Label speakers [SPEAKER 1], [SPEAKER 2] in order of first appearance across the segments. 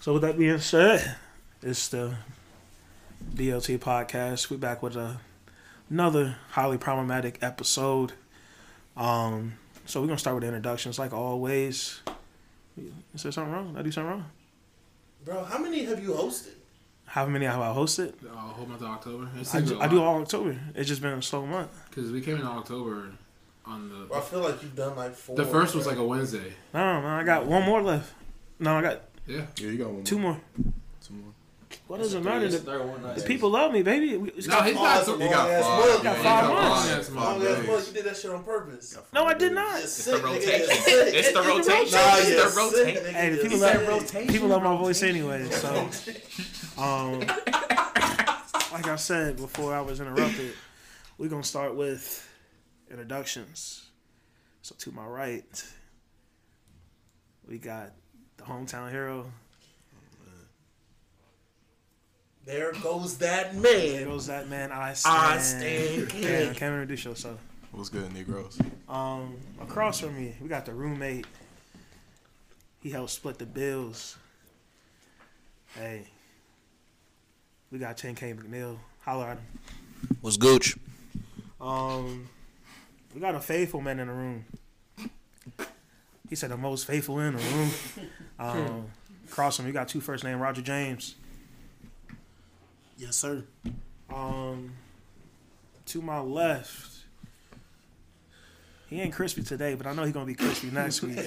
[SPEAKER 1] So with that being said, it's the DLT podcast. We're back with a, another highly problematic episode. Um, so we're gonna start with introductions, like always. Is there something wrong? Did I do something wrong?
[SPEAKER 2] Bro, how many have you hosted?
[SPEAKER 1] How many have I hosted?
[SPEAKER 3] I'll hold my to October. It
[SPEAKER 1] I
[SPEAKER 3] seems
[SPEAKER 1] do, I do all October. It's just been a slow month.
[SPEAKER 3] because we came in October on
[SPEAKER 2] Bro, I
[SPEAKER 3] the
[SPEAKER 2] feel like you've done like four.
[SPEAKER 3] the first was
[SPEAKER 2] bro.
[SPEAKER 3] like a Wednesday.
[SPEAKER 1] I don't know. man. I got one more left. No, I got
[SPEAKER 3] Yeah,
[SPEAKER 4] Yeah, you got one.
[SPEAKER 1] two more.
[SPEAKER 4] Two more.
[SPEAKER 1] What does it matter?
[SPEAKER 5] It's
[SPEAKER 1] The,
[SPEAKER 5] the third one,
[SPEAKER 1] the
[SPEAKER 5] nice.
[SPEAKER 1] people love me, baby. We- it's
[SPEAKER 3] No,
[SPEAKER 1] got-
[SPEAKER 3] he's
[SPEAKER 2] Oh,
[SPEAKER 3] not.
[SPEAKER 2] that's a
[SPEAKER 3] so-
[SPEAKER 4] You
[SPEAKER 2] long
[SPEAKER 4] got
[SPEAKER 2] ass
[SPEAKER 4] five.
[SPEAKER 2] book.
[SPEAKER 4] Yeah,
[SPEAKER 1] Got
[SPEAKER 3] you
[SPEAKER 1] five
[SPEAKER 3] got
[SPEAKER 1] months.
[SPEAKER 3] long ass
[SPEAKER 2] Long
[SPEAKER 3] month,
[SPEAKER 2] ass
[SPEAKER 3] days.
[SPEAKER 2] book. You did that shit on purpose.
[SPEAKER 1] no, I did not.
[SPEAKER 2] It's
[SPEAKER 5] the
[SPEAKER 2] sick, nigga.
[SPEAKER 5] rotation.
[SPEAKER 2] It's sick.
[SPEAKER 5] It's the rotation.
[SPEAKER 2] Nah,
[SPEAKER 5] It's
[SPEAKER 2] yeah,
[SPEAKER 5] the
[SPEAKER 2] sick,
[SPEAKER 5] rotation.
[SPEAKER 2] nigga.
[SPEAKER 1] Hey, the
[SPEAKER 2] It's
[SPEAKER 1] people
[SPEAKER 2] sick.
[SPEAKER 1] love people love my voice anyway. So, um, like I said before, I was interrupted. We're gonna start with introductions. So to my right, we got the hometown hero.
[SPEAKER 2] There goes that
[SPEAKER 1] There
[SPEAKER 2] man.
[SPEAKER 1] goes that man. I stand.
[SPEAKER 2] I stand.
[SPEAKER 1] Damn, can't introduce yourself.
[SPEAKER 4] What's good, Negroes?
[SPEAKER 1] Um, across from me, we got the roommate. He helped split the bills. Hey, we got 10K McNeil. Holler at him.
[SPEAKER 5] What's Gooch?
[SPEAKER 1] Um, we got a faithful man in the room. He said the most faithful in the room. Um, across from him, we got two first name Roger James.
[SPEAKER 2] Yes, sir.
[SPEAKER 1] Um, to my left, he ain't crispy today, but I know he gonna be crispy next week.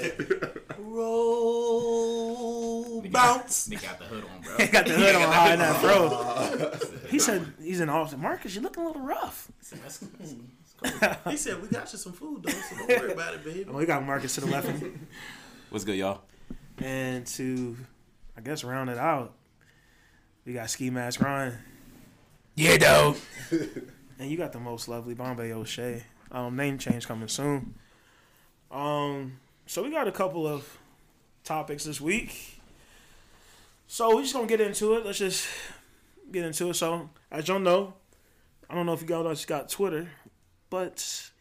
[SPEAKER 2] Roll bounce.
[SPEAKER 5] Nigga got the hood on, bro.
[SPEAKER 1] He got the hood on high in that bro. He said he's in Austin. Marcus, you looking a little rough.
[SPEAKER 2] He said, "We got you some food, though, so don't worry about it, baby."
[SPEAKER 1] And Oh, we got Marcus to the left of me.
[SPEAKER 5] What's good, y'all?
[SPEAKER 1] And to I guess round it out, we got ski mask Ryan.
[SPEAKER 5] Yeah, dog.
[SPEAKER 1] And you got the most lovely Bombay O'Shea. Um, name change coming soon. Um, so we got a couple of topics this week. So we're just gonna get into it. Let's just get into it. So as y'all know, I don't know if you guys just got Twitter, but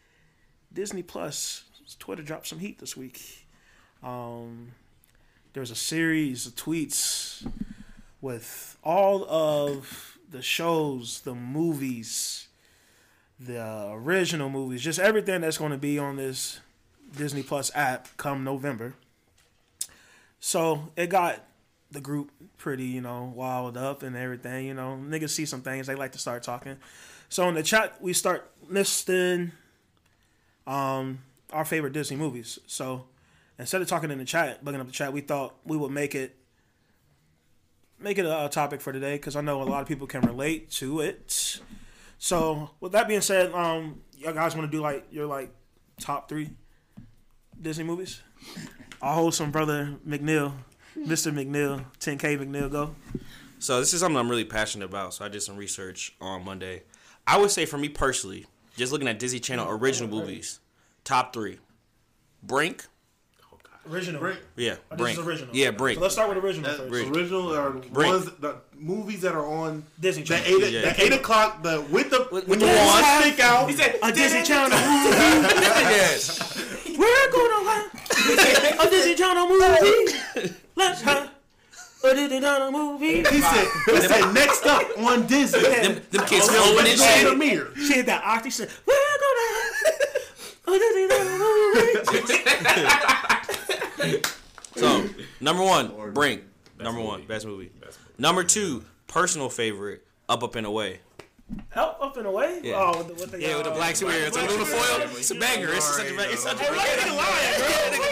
[SPEAKER 1] Disney Plus Twitter dropped some heat this week. Um, there's a series of tweets with all of the shows, the movies, the original movies, just everything that's going to be on this Disney Plus app come November. So it got the group pretty, you know, wild up and everything. You know, niggas see some things they like to start talking. So in the chat, we start listing um, our favorite Disney movies. So instead of talking in the chat, looking up the chat, we thought we would make it make it a, a topic for today because I know a lot of people can relate to it. So with that being said, um, y'all guys want to do like your like top three Disney movies? I'll hold some brother McNeil, Mr. McNeil, 10K McNeil go.
[SPEAKER 6] So this is something I'm really passionate about. So I did some research on Monday. I would say for me personally, just looking at Disney Channel original movies, top three, Brink.
[SPEAKER 1] Original.
[SPEAKER 6] Yeah,
[SPEAKER 1] Oh, this
[SPEAKER 6] Brink.
[SPEAKER 1] is original.
[SPEAKER 6] Yeah, Brink.
[SPEAKER 1] So let's start with original first.
[SPEAKER 6] Original.
[SPEAKER 4] Original are
[SPEAKER 6] Brink.
[SPEAKER 4] ones the movies that are on
[SPEAKER 1] Disney
[SPEAKER 4] the
[SPEAKER 1] Channel.
[SPEAKER 4] eight
[SPEAKER 6] Yeah.
[SPEAKER 4] the eight o'clock the with the with,
[SPEAKER 6] With- with
[SPEAKER 4] the
[SPEAKER 6] the
[SPEAKER 4] wand
[SPEAKER 6] wand.
[SPEAKER 4] stick out.
[SPEAKER 1] A Disney Channel movie.
[SPEAKER 6] yes.
[SPEAKER 1] We're gonna have a Disney Channel movie. Let's have a Disney Channel movie.
[SPEAKER 4] He said, he said next up on Disney.
[SPEAKER 6] Them, them kids
[SPEAKER 4] Oh,
[SPEAKER 6] filming and
[SPEAKER 4] let's go
[SPEAKER 6] shit.
[SPEAKER 4] premiere.
[SPEAKER 1] She had that octave. She said, We're gonna have a Disney Channel movie.
[SPEAKER 6] So number one, Brink. Number one, best movie. Number two, personal favorite, Up Up and Away.
[SPEAKER 1] Help up and away.
[SPEAKER 6] Yeah.
[SPEAKER 1] Oh, with the, with the,
[SPEAKER 6] Yeah, with the black superhero. It's a little foil. It's a banger. It's such a banger. It's such a banger.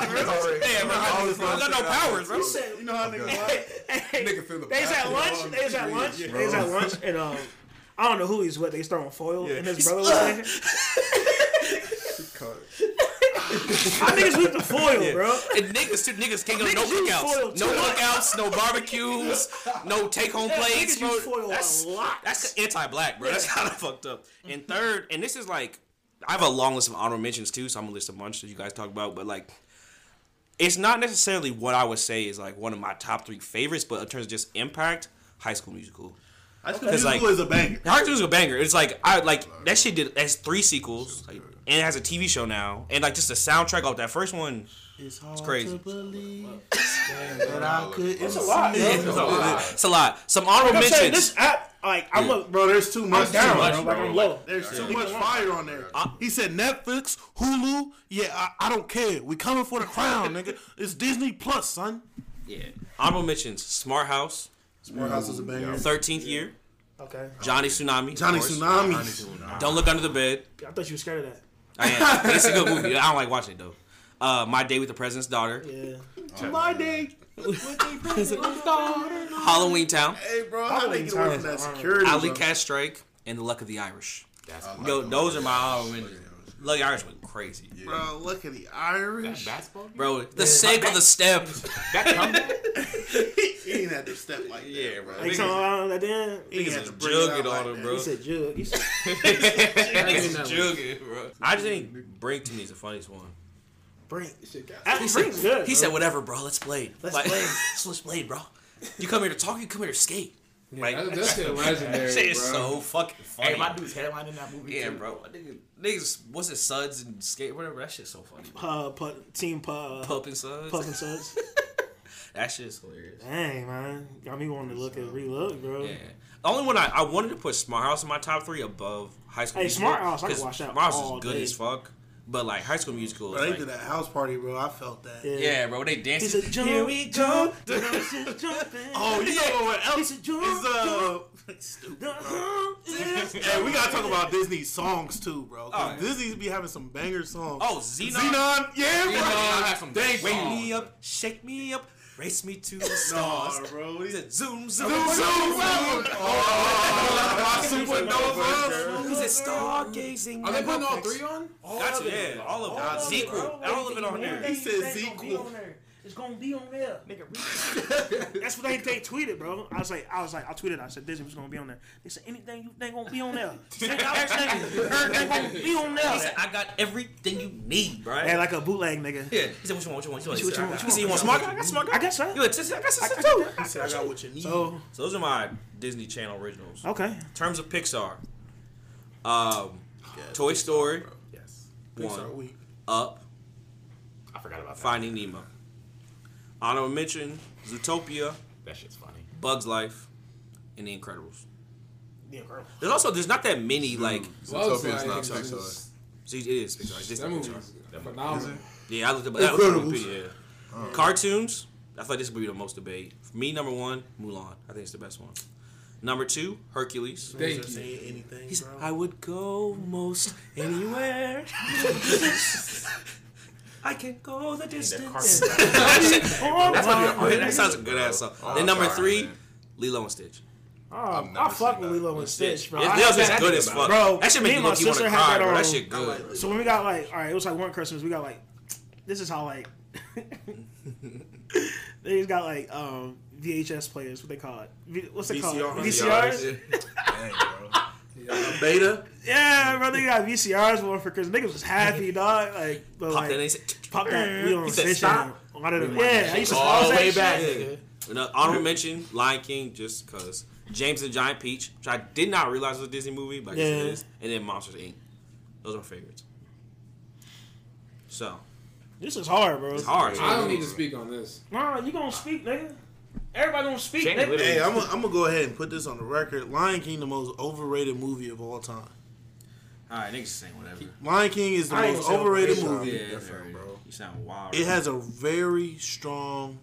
[SPEAKER 6] Yeah, bro. I got no powers, bro.
[SPEAKER 4] You know how niggas lie?
[SPEAKER 1] Hey,
[SPEAKER 4] feel the
[SPEAKER 1] they was at lunch. They was at lunch. They was at lunch, and um, I don't know who he's with. They was throwing foil, and his brother was there. I think it's with the foil, bro.
[SPEAKER 6] And niggas too, niggas can't go no
[SPEAKER 1] Niggas use foil,
[SPEAKER 6] cookouts, no
[SPEAKER 1] too.
[SPEAKER 6] cookouts, no barbecues, no take home plates.
[SPEAKER 1] Niggas
[SPEAKER 6] bro.
[SPEAKER 1] use foil
[SPEAKER 6] That's
[SPEAKER 1] a lot.
[SPEAKER 6] that's anti-black, bro. That's kind of fucked up. And third, and this is like, I have a long list of honorable mentions too, so I'm gonna list a bunch that you guys talk about. But like, it's not necessarily what I would say is like one of my top three favorites, but in terms of just impact, High School Musical.
[SPEAKER 4] High School
[SPEAKER 6] 'Cause, like-
[SPEAKER 4] Musical is a banger.
[SPEAKER 6] High School Musical a banger. It's like I like that shit did has three sequels, like, and it has a TV show now, and like just the soundtrack off that first one.
[SPEAKER 2] It's hard
[SPEAKER 6] crazy.
[SPEAKER 2] to believe that I could.
[SPEAKER 1] It's a lot, bro.
[SPEAKER 2] It's a lot.
[SPEAKER 6] It's a lot. Some honorable
[SPEAKER 1] I'm saying
[SPEAKER 6] mentions.
[SPEAKER 1] this app, like, I'm a
[SPEAKER 4] Bro, there's too much.
[SPEAKER 1] I'm down,
[SPEAKER 4] too much,
[SPEAKER 1] bro.
[SPEAKER 4] bro.
[SPEAKER 1] Like, I'm low.
[SPEAKER 4] There's too much fire on there. He said Netflix, Hulu. Yeah, I, I don't care. We coming for the crown, nigga. It's Disney Plus, son.
[SPEAKER 6] Yeah. Honorable mentions: Smart House,
[SPEAKER 4] Smart House is a banger.
[SPEAKER 6] Thirteenth Year,
[SPEAKER 1] Okay.
[SPEAKER 6] Johnny Tsunami, of
[SPEAKER 4] Johnny
[SPEAKER 6] course.
[SPEAKER 4] Tsunamis.
[SPEAKER 6] Don't Look Under the Bed.
[SPEAKER 1] I thought you were scared of that.
[SPEAKER 6] I am. But it's a good movie. I don't like watching it though. Uh, My Day with the President's Daughter,
[SPEAKER 1] Yeah.
[SPEAKER 4] My day.
[SPEAKER 6] Halloween Town,
[SPEAKER 4] Hey, bro, I think it
[SPEAKER 1] Halloween
[SPEAKER 4] was
[SPEAKER 1] time.
[SPEAKER 4] that security.
[SPEAKER 6] Alley
[SPEAKER 4] bro.
[SPEAKER 6] Cat Strike, and The Luck of the Irish.
[SPEAKER 7] That's
[SPEAKER 6] Yo, those are my honorable mentions. Luck of the Irish went crazy,
[SPEAKER 4] Bro, look at the Irish.
[SPEAKER 7] basketball. Game?
[SPEAKER 6] bro. The sink on the step.
[SPEAKER 7] That comeback.
[SPEAKER 4] He ain't had to step like that. Yeah, bro.
[SPEAKER 1] Like, something around uh, that then.
[SPEAKER 4] He ain't
[SPEAKER 6] Niggas
[SPEAKER 4] had
[SPEAKER 6] was
[SPEAKER 4] to bring it
[SPEAKER 6] jugging
[SPEAKER 4] out like
[SPEAKER 6] on him,
[SPEAKER 4] that.
[SPEAKER 6] bro.
[SPEAKER 1] He said jug. You said,
[SPEAKER 6] Niggas is jugging, bro. I just think Brink to me is the funniest one.
[SPEAKER 1] Brink. App Brink's good. bro.
[SPEAKER 6] He said, "Whatever, bro. Let's play.
[SPEAKER 1] Let's
[SPEAKER 6] Like,
[SPEAKER 1] play.
[SPEAKER 6] let's play, bro. You come here to talk. You come here to skate. Like
[SPEAKER 3] That, that shit legendary,
[SPEAKER 6] shit is
[SPEAKER 3] bro.
[SPEAKER 6] so fucking funny.
[SPEAKER 7] Hey, my dude's headline in that movie.
[SPEAKER 6] yeah,
[SPEAKER 7] too.
[SPEAKER 6] bro. Nigga- Niggas, what's it, suds and skate, whatever. That shit's so funny.
[SPEAKER 1] uh, pu- team pu- uh,
[SPEAKER 6] Pup and suds.
[SPEAKER 1] Puffin Suds.
[SPEAKER 6] That shit's hilarious.
[SPEAKER 1] Dang, man. Got me wanting to look at relook, bro.
[SPEAKER 6] Yeah. The only one I, I wanted to put Smart House in my top three above High School.
[SPEAKER 1] Hey,
[SPEAKER 6] Musical,
[SPEAKER 1] Smart House, I can
[SPEAKER 6] 'cause
[SPEAKER 1] watch that
[SPEAKER 6] Smart House
[SPEAKER 1] all
[SPEAKER 6] is good
[SPEAKER 1] day.
[SPEAKER 6] as fuck, but like High School Musical.
[SPEAKER 2] Bro,
[SPEAKER 6] Is
[SPEAKER 2] they did
[SPEAKER 6] like,
[SPEAKER 2] that house party, bro. I felt that.
[SPEAKER 6] yeah, bro. They
[SPEAKER 1] He
[SPEAKER 6] dancing.
[SPEAKER 1] said, jump. Here we go. Oh,
[SPEAKER 4] Oh, you know what
[SPEAKER 1] he
[SPEAKER 4] else
[SPEAKER 1] said, jump.
[SPEAKER 4] is uh
[SPEAKER 1] jump, jump, yes.
[SPEAKER 4] Hey, we gotta talk about Disney songs too, bro. 'cause
[SPEAKER 6] Oh, yeah.
[SPEAKER 4] Disney's be having some banger songs.
[SPEAKER 6] Oh, Xenon.
[SPEAKER 4] Xenon, yeah, bro.
[SPEAKER 7] Xenon had some
[SPEAKER 4] Thank
[SPEAKER 7] great
[SPEAKER 4] you.
[SPEAKER 7] songs.
[SPEAKER 6] me up, shake me up, race me to the
[SPEAKER 4] Nah,
[SPEAKER 6] stars.
[SPEAKER 4] bro. what
[SPEAKER 6] He
[SPEAKER 4] is it?
[SPEAKER 6] said, zoom, zoom,
[SPEAKER 4] Zoom,
[SPEAKER 6] zoom.
[SPEAKER 4] zoom, zoom. Oh, supernova.
[SPEAKER 6] He said, stargazing.
[SPEAKER 3] Are they putting all three on?
[SPEAKER 6] That's it. Yeah, all of
[SPEAKER 1] Uh,
[SPEAKER 6] it. Sequel. All of it on there.
[SPEAKER 4] He said sequel.
[SPEAKER 1] It's gonna be on there, nigga. That's what they, they tweeted, bro. I was like, I was like, I tweeted. I said Disney was gonna be on there. They said anything you think gonna be on there. Check out Disney. Everything gonna be on
[SPEAKER 6] He said,
[SPEAKER 1] there.
[SPEAKER 6] I got everything you
[SPEAKER 1] Hey,
[SPEAKER 6] need, right?
[SPEAKER 1] like a bootleg, nigga.
[SPEAKER 6] Yeah. He said, what you want, what you want,
[SPEAKER 1] What you
[SPEAKER 6] what
[SPEAKER 1] want,
[SPEAKER 6] you want?
[SPEAKER 1] what
[SPEAKER 6] He said,
[SPEAKER 1] you
[SPEAKER 6] you want
[SPEAKER 1] want?
[SPEAKER 6] smart guy? I got smart guy.
[SPEAKER 1] I guess so.
[SPEAKER 6] You want sister? I got sister too.
[SPEAKER 1] So
[SPEAKER 2] He said, I got what you need.
[SPEAKER 6] So those are my Disney Channel originals.
[SPEAKER 1] okay,
[SPEAKER 6] In terms of Pixar, um, Toy Story,
[SPEAKER 4] Yes.
[SPEAKER 6] One.
[SPEAKER 4] Pixar week.
[SPEAKER 6] Up,
[SPEAKER 7] I forgot about that.
[SPEAKER 6] Finding Nemo. Honorable mention, Zootopia,
[SPEAKER 7] That shit's funny.
[SPEAKER 6] Bug's Life, and The Incredibles.
[SPEAKER 1] yeah, girl.
[SPEAKER 6] There's also there's not that many like
[SPEAKER 3] Bug's
[SPEAKER 4] Zootopia's
[SPEAKER 3] Life
[SPEAKER 4] not
[SPEAKER 3] is
[SPEAKER 4] Pixar.
[SPEAKER 3] just-
[SPEAKER 6] see, it is Pixar. It's
[SPEAKER 3] That
[SPEAKER 6] Disney
[SPEAKER 3] movie
[SPEAKER 6] Pixar.
[SPEAKER 3] is phenomenal.
[SPEAKER 6] Yeah, I looked up that was
[SPEAKER 4] Incredibles.
[SPEAKER 6] Wikipedia, yeah.
[SPEAKER 1] Oh.
[SPEAKER 6] Cartoons. I thought this would be the most debate. For me, number one, Mulan. I think it's the best one. Number two, Hercules.
[SPEAKER 3] Thank you.
[SPEAKER 2] Say anything,
[SPEAKER 6] He's,
[SPEAKER 2] bro.
[SPEAKER 6] I would go most anywhere. I can go the distance. That's
[SPEAKER 1] Oh,
[SPEAKER 6] probably that sounds a good ass song. then number
[SPEAKER 7] sorry,
[SPEAKER 6] three,
[SPEAKER 7] man.
[SPEAKER 6] Lilo and Stitch.
[SPEAKER 1] Oh,
[SPEAKER 7] never
[SPEAKER 1] I fuck
[SPEAKER 7] seen
[SPEAKER 1] with
[SPEAKER 7] that.
[SPEAKER 1] Lilo and Stitch, bro.
[SPEAKER 6] It-
[SPEAKER 1] I-
[SPEAKER 6] Lilo's
[SPEAKER 1] I-
[SPEAKER 6] just good as fuck.
[SPEAKER 1] Bro,
[SPEAKER 6] that should
[SPEAKER 1] me
[SPEAKER 6] make you
[SPEAKER 1] and my
[SPEAKER 6] look you want to
[SPEAKER 1] sister had
[SPEAKER 6] cry,
[SPEAKER 1] that
[SPEAKER 6] bro.
[SPEAKER 1] on-
[SPEAKER 6] That shit good.
[SPEAKER 1] So when we got like, all right, it was like one Christmas. We got like, this is how like, they got like um, VHS players. What they call it? V- What's it called? VCRs.
[SPEAKER 4] Beta.
[SPEAKER 1] Yeah, bro, they got VCRs one for Christmas. Niggas was happy, dog. Like, but
[SPEAKER 6] Pop
[SPEAKER 1] like,
[SPEAKER 6] that and he said,
[SPEAKER 1] pop that. We on
[SPEAKER 6] He said,
[SPEAKER 1] station.
[SPEAKER 6] "Stop."
[SPEAKER 1] Yeah, I used to
[SPEAKER 7] All
[SPEAKER 1] pause
[SPEAKER 7] the
[SPEAKER 1] that
[SPEAKER 7] way
[SPEAKER 1] shit.
[SPEAKER 7] back.
[SPEAKER 6] And, uh, honorable mention, Lion King, just because. James and the Giant Peach, which I did not realize was a Disney movie, but I guess it
[SPEAKER 1] Yeah.
[SPEAKER 6] is. And then Monsters Inc. Those are my favorites. So,
[SPEAKER 1] This is hard, bro.
[SPEAKER 6] it's hard.
[SPEAKER 3] I don't need to speak on this.
[SPEAKER 1] Nah, you gonna speak, nigga. Everybody gonna speak,
[SPEAKER 7] Shane
[SPEAKER 1] nigga.
[SPEAKER 7] literally-
[SPEAKER 2] Hey, I'm gonna I'm gonna go ahead and put this on the record. Lion King, the most overrated movie of all time.
[SPEAKER 6] All right, niggas saying whatever.
[SPEAKER 2] Lion King is the
[SPEAKER 1] I ain't
[SPEAKER 2] most
[SPEAKER 1] gonna say
[SPEAKER 2] overrated
[SPEAKER 1] overrated.
[SPEAKER 2] movie.
[SPEAKER 6] Yeah, bro. You sound wild.
[SPEAKER 2] It has a very strong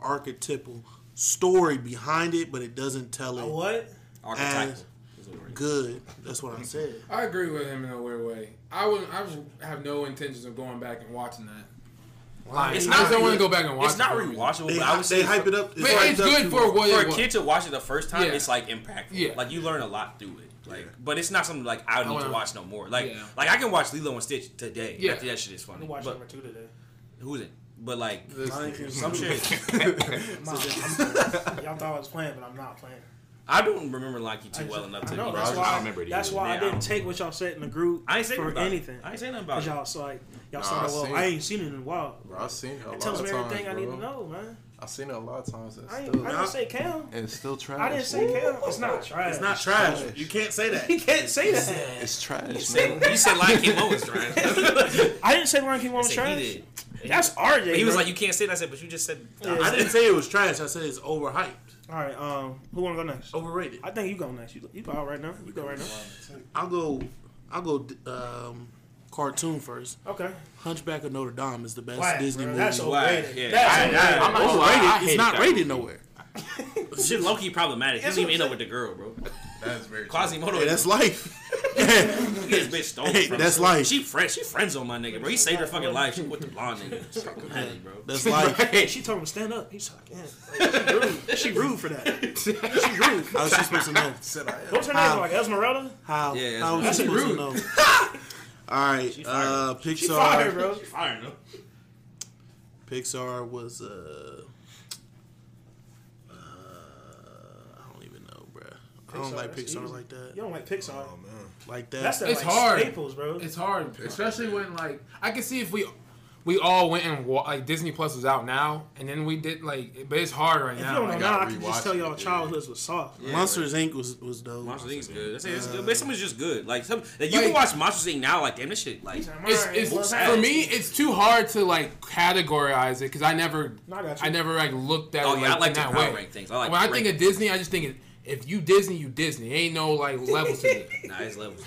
[SPEAKER 2] archetypal story behind it, but it doesn't tell
[SPEAKER 1] A
[SPEAKER 2] it
[SPEAKER 1] What?
[SPEAKER 6] Archetypal.
[SPEAKER 2] has- good. That's what I said.
[SPEAKER 3] I agree with him in a weird way. I wouldn't. I just have no intentions of going back and watching that.
[SPEAKER 6] It's
[SPEAKER 3] I
[SPEAKER 6] not.
[SPEAKER 3] just don't want to go back and watch.
[SPEAKER 6] It's not
[SPEAKER 3] it for reason.
[SPEAKER 6] rewatchable.
[SPEAKER 2] They,
[SPEAKER 6] but I would
[SPEAKER 2] they
[SPEAKER 6] say
[SPEAKER 2] hype
[SPEAKER 6] for,
[SPEAKER 2] it up.
[SPEAKER 3] But
[SPEAKER 2] hyped
[SPEAKER 3] it's
[SPEAKER 2] up
[SPEAKER 3] good
[SPEAKER 2] too
[SPEAKER 3] for
[SPEAKER 2] much.
[SPEAKER 3] what
[SPEAKER 6] for
[SPEAKER 3] it
[SPEAKER 6] a
[SPEAKER 3] was.
[SPEAKER 6] kid to watch it the first time.
[SPEAKER 3] Yeah.
[SPEAKER 6] It's like impactful.
[SPEAKER 3] Yeah.
[SPEAKER 6] Like you learn a lot through it. Like, but it's not something like I would need to
[SPEAKER 3] wanna-
[SPEAKER 6] watch no more. Like,
[SPEAKER 3] Yeah.
[SPEAKER 6] like I can watch Lilo and Stitch today.
[SPEAKER 3] Yeah.
[SPEAKER 6] Yeah, that shit is funny.
[SPEAKER 1] I'm watching
[SPEAKER 6] But
[SPEAKER 1] number two today.
[SPEAKER 6] who's it? But like
[SPEAKER 2] Lion King-
[SPEAKER 6] some shit.
[SPEAKER 1] I'm not- I'm- y'all thought I was playing, but I'm not playing.
[SPEAKER 6] I don't remember Locky too well enough to.
[SPEAKER 1] I know
[SPEAKER 6] be
[SPEAKER 1] that's
[SPEAKER 6] honest.
[SPEAKER 1] why.
[SPEAKER 7] I
[SPEAKER 1] I
[SPEAKER 7] don't remember it
[SPEAKER 1] that's
[SPEAKER 7] either.
[SPEAKER 1] why
[SPEAKER 6] Yeah,
[SPEAKER 1] I
[SPEAKER 6] I
[SPEAKER 1] didn't
[SPEAKER 6] don't-
[SPEAKER 1] take what y'all said in the group.
[SPEAKER 6] I ain't saying
[SPEAKER 1] for
[SPEAKER 6] nothing about
[SPEAKER 1] anything.
[SPEAKER 6] It. I ain't saying nothing about
[SPEAKER 1] Cause
[SPEAKER 6] it.
[SPEAKER 1] y'all saw like y'all
[SPEAKER 7] Nah,
[SPEAKER 1] saw it
[SPEAKER 7] I
[SPEAKER 1] a little.
[SPEAKER 7] seen
[SPEAKER 1] I
[SPEAKER 7] it.
[SPEAKER 1] ain't seen it in a while.
[SPEAKER 7] Bro, I've seen it a
[SPEAKER 1] It
[SPEAKER 7] lot
[SPEAKER 1] tells
[SPEAKER 7] of
[SPEAKER 1] me everything
[SPEAKER 7] times,
[SPEAKER 1] I
[SPEAKER 7] bro.
[SPEAKER 1] need to know, man.
[SPEAKER 7] I've seen it a lot of times. It's
[SPEAKER 1] I, ain't,
[SPEAKER 7] still,
[SPEAKER 1] I didn't say Cam.
[SPEAKER 7] it's still trash.
[SPEAKER 1] I didn't say
[SPEAKER 7] fool.
[SPEAKER 1] Cam. It's not trash.
[SPEAKER 2] It's not trash. You can't say that.
[SPEAKER 1] He can't say that.
[SPEAKER 7] It's trash, man.
[SPEAKER 6] You said Locky Mo was trash.
[SPEAKER 1] I didn't say Ryan King was
[SPEAKER 6] Said
[SPEAKER 1] trash.
[SPEAKER 6] he did.
[SPEAKER 1] That's RJ.
[SPEAKER 6] But he was
[SPEAKER 1] bro.
[SPEAKER 6] like, you can't say that. I said, but you just said.
[SPEAKER 2] I didn't say it was trash. I said it's overhyped,
[SPEAKER 1] all right. Um, who wanna go next?
[SPEAKER 2] overrated.
[SPEAKER 1] I think you go next. You, you go out right now. You go right now.
[SPEAKER 2] I'll go. I'll go. Um, cartoon first.
[SPEAKER 1] Okay.
[SPEAKER 2] Hunchback of Notre Dame is the best
[SPEAKER 1] Whack,
[SPEAKER 2] Disney
[SPEAKER 1] bro.
[SPEAKER 2] movie.
[SPEAKER 1] That's
[SPEAKER 2] overrated.
[SPEAKER 1] overrated.
[SPEAKER 6] Yeah.
[SPEAKER 1] That's
[SPEAKER 7] I- I-
[SPEAKER 1] overrated.
[SPEAKER 7] I'm not gonna lie, I
[SPEAKER 2] it's
[SPEAKER 7] hate
[SPEAKER 2] not
[SPEAKER 7] that
[SPEAKER 2] rated
[SPEAKER 7] movie.
[SPEAKER 2] nowhere.
[SPEAKER 6] Shit, Loki problematic. He
[SPEAKER 1] That's
[SPEAKER 6] doesn't even
[SPEAKER 1] what I'm
[SPEAKER 6] end up with the girl, bro.
[SPEAKER 7] That's very
[SPEAKER 6] Quasimodo,
[SPEAKER 2] Hey, that's life. Yeah.
[SPEAKER 6] he gets bitch stolen.
[SPEAKER 2] Hey,
[SPEAKER 6] from
[SPEAKER 2] that's
[SPEAKER 6] him.
[SPEAKER 2] life.
[SPEAKER 6] She friends, she friends on my nigga, bro. He saved her fucking life. She with the blonde nigga. It's problematic, bro.
[SPEAKER 2] That's life.
[SPEAKER 1] Hey, she told him to stand up. He's like, yeah. Like, she rude. She rude for that.
[SPEAKER 2] How is she supposed to know?
[SPEAKER 7] Said I am.
[SPEAKER 1] What's her name?
[SPEAKER 2] How?
[SPEAKER 1] Like Esmeralda?
[SPEAKER 2] How?
[SPEAKER 6] Yeah, that's
[SPEAKER 2] how is she
[SPEAKER 3] right.
[SPEAKER 2] supposed to know? All right. Uh, Pixar.
[SPEAKER 1] She fired, bro.
[SPEAKER 6] I don't know.
[SPEAKER 2] Pixar was uh, uh I don't even know, bruh. I don't
[SPEAKER 1] Pixar,
[SPEAKER 2] like
[SPEAKER 1] that's
[SPEAKER 2] Pixar
[SPEAKER 1] easy.
[SPEAKER 2] like that.
[SPEAKER 1] You don't like Pixar.
[SPEAKER 7] Oh man.
[SPEAKER 2] Like that.
[SPEAKER 1] That's the
[SPEAKER 3] It's
[SPEAKER 1] like,
[SPEAKER 3] hard.
[SPEAKER 1] staples, bro.
[SPEAKER 3] It's hard, especially when like I can see if we we all went and wa- like Disney Plus is out now, and then we did like, but it's hard right
[SPEAKER 1] if you
[SPEAKER 3] now.
[SPEAKER 1] don't know
[SPEAKER 3] like,
[SPEAKER 1] now, I
[SPEAKER 7] gotta
[SPEAKER 1] can
[SPEAKER 7] rewatch
[SPEAKER 1] just tell
[SPEAKER 7] it,
[SPEAKER 1] y'all
[SPEAKER 7] yeah.
[SPEAKER 1] childhoods was soft.
[SPEAKER 2] Monsters Inc. was was dope.
[SPEAKER 6] Monsters Inc. is good. That's it. It's good. But some is just good. Like some, like, you can
[SPEAKER 3] Like-
[SPEAKER 6] watch Monsters Inc. now. Like damn, this shit. Like
[SPEAKER 3] it's, it's for me. It's too hard to like categorize it because I never,
[SPEAKER 1] No, I got you.
[SPEAKER 3] I never like looked at
[SPEAKER 6] oh
[SPEAKER 3] it
[SPEAKER 6] yeah, I like
[SPEAKER 3] in
[SPEAKER 6] to
[SPEAKER 3] that
[SPEAKER 6] power
[SPEAKER 3] way.
[SPEAKER 6] rank things. I like.
[SPEAKER 3] when I
[SPEAKER 6] rank-
[SPEAKER 3] think of Disney, I just think it, if you Disney, you Disney. Ain't no like level to it.
[SPEAKER 6] Nah, it's levels.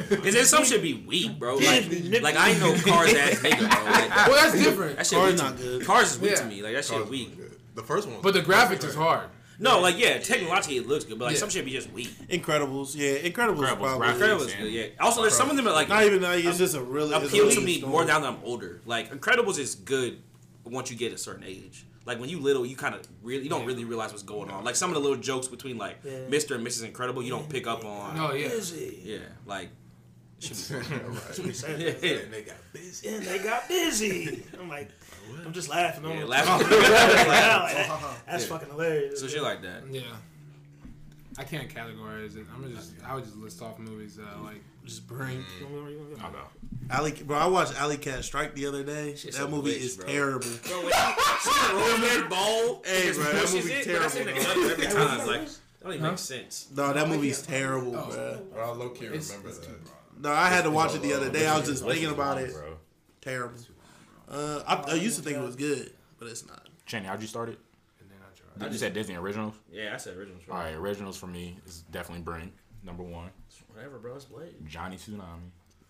[SPEAKER 6] Cause then some should be weak, bro. Like,
[SPEAKER 1] Disney.
[SPEAKER 6] like I know Cars ass nigga, bro. Like,
[SPEAKER 3] Well, that's different.
[SPEAKER 6] that shit
[SPEAKER 2] Cars
[SPEAKER 6] weak to
[SPEAKER 2] not
[SPEAKER 6] me.
[SPEAKER 2] good.
[SPEAKER 6] Cars is weak to
[SPEAKER 3] Yeah.
[SPEAKER 6] me. Like that shit weak.
[SPEAKER 7] The first one. was-
[SPEAKER 3] But the graphics is hard.
[SPEAKER 6] No, like yeah, technologically it looks good, but like
[SPEAKER 3] Yeah.
[SPEAKER 6] some shit be just weak.
[SPEAKER 2] Incredibles, yeah, Incredibles,
[SPEAKER 7] Incredibles,
[SPEAKER 2] probably.
[SPEAKER 7] Raph-
[SPEAKER 6] Incredible is
[SPEAKER 7] Yeah.
[SPEAKER 6] good, yeah. Also, there's some of them that like
[SPEAKER 2] Not even like it's just a really it's a
[SPEAKER 6] appeal to
[SPEAKER 2] really
[SPEAKER 6] me
[SPEAKER 2] strong-
[SPEAKER 6] more now that I'm older. Like Incredibles is good once you get a certain age. Like when you little, you kind of really you don't really realize what's going on. Like some of the little jokes between like
[SPEAKER 1] Yeah.
[SPEAKER 6] Mr. and Mrs. Incredible, you don't pick up on.
[SPEAKER 3] No, yeah.
[SPEAKER 1] Busy.
[SPEAKER 6] Yeah, like
[SPEAKER 7] Right.
[SPEAKER 6] yeah, yeah.
[SPEAKER 7] And they got busy.
[SPEAKER 1] And they got busy. I'm like, I'm just laughing. I'm
[SPEAKER 6] Yeah,
[SPEAKER 1] like,
[SPEAKER 6] laugh-
[SPEAKER 1] like, that- that's fucking hilarious.
[SPEAKER 6] so shit like that.
[SPEAKER 3] Yeah. I can't categorize it. I'm just, I would just list off movies that I like.
[SPEAKER 2] Just bring
[SPEAKER 3] I don't know.
[SPEAKER 2] Alley, bro. I watched Alley Cat Strike the other day.
[SPEAKER 6] Shit's
[SPEAKER 2] that
[SPEAKER 6] a
[SPEAKER 2] movie
[SPEAKER 6] bitch,
[SPEAKER 2] is
[SPEAKER 6] bro.
[SPEAKER 2] terrible.
[SPEAKER 6] Bro, when she she rolls that ball,
[SPEAKER 2] Hey,
[SPEAKER 6] and just
[SPEAKER 2] bro, that
[SPEAKER 6] pushes
[SPEAKER 2] movie
[SPEAKER 6] it, but that's in the
[SPEAKER 2] terrible,
[SPEAKER 6] cup every time. It's Like, that don't even
[SPEAKER 3] Huh?
[SPEAKER 6] make sense.
[SPEAKER 2] No, that movie is terrible,
[SPEAKER 6] Oh.
[SPEAKER 2] bruh.
[SPEAKER 7] Bro, I low key remember that.
[SPEAKER 2] No, I had to watch it the other day. I was just
[SPEAKER 7] It's
[SPEAKER 2] thinking about it.
[SPEAKER 7] Bro.
[SPEAKER 2] Terrible. Uh, I, I used to think it was good, but it's not.
[SPEAKER 7] Cheney, how'd you start it?
[SPEAKER 3] And then I try.
[SPEAKER 7] You said Disney originals.
[SPEAKER 6] Yeah, I said original.
[SPEAKER 7] All right, originals for me is definitely Bring number one.
[SPEAKER 6] Whatever, bro. It's Blade.
[SPEAKER 7] Johnny Tsunami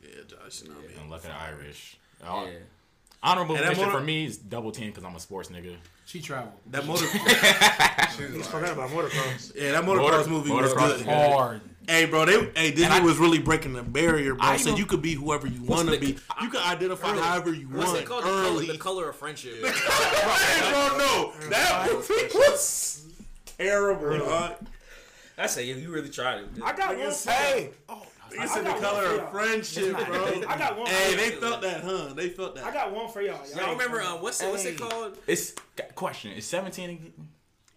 [SPEAKER 2] Yeah, Josh. You know
[SPEAKER 7] and Luck of the Irish.
[SPEAKER 6] Yeah.
[SPEAKER 7] Uh, Honorable
[SPEAKER 2] And that
[SPEAKER 7] mention
[SPEAKER 2] motor-
[SPEAKER 7] for me is Double Team because I'm a sports nigga.
[SPEAKER 3] She traveled.
[SPEAKER 2] That motor,
[SPEAKER 1] I forgot about motocross.
[SPEAKER 2] yeah, that
[SPEAKER 7] Motor-
[SPEAKER 2] motocross movie was
[SPEAKER 7] motocross
[SPEAKER 2] good.
[SPEAKER 7] is good.
[SPEAKER 3] Hard.
[SPEAKER 2] Hey, bro, they, hey, Disney was really breaking the barrier, bro.
[SPEAKER 7] I
[SPEAKER 2] so
[SPEAKER 7] even-
[SPEAKER 2] you could be whoever you want to
[SPEAKER 6] the-
[SPEAKER 2] be. You could identify however you
[SPEAKER 6] What's
[SPEAKER 2] want
[SPEAKER 6] it called? The color,
[SPEAKER 2] early.
[SPEAKER 6] the color of friendship.
[SPEAKER 2] Hey, bro, no, that movie was terrible. dog.
[SPEAKER 6] I say, yeah, you really tried it.
[SPEAKER 1] I got one. for that.
[SPEAKER 2] It's
[SPEAKER 1] I
[SPEAKER 2] in the
[SPEAKER 1] got
[SPEAKER 2] color
[SPEAKER 1] one for
[SPEAKER 2] of
[SPEAKER 1] y'all.
[SPEAKER 2] friendship, bro.
[SPEAKER 1] I got one. for
[SPEAKER 2] Hey,
[SPEAKER 1] y'all.
[SPEAKER 2] they felt that, huh? They felt
[SPEAKER 1] I
[SPEAKER 2] that.
[SPEAKER 1] got one for y'all.
[SPEAKER 6] Y'all remember um, what's it? What's
[SPEAKER 1] Hey.
[SPEAKER 6] it called?
[SPEAKER 7] It's got- question. Is 17 again?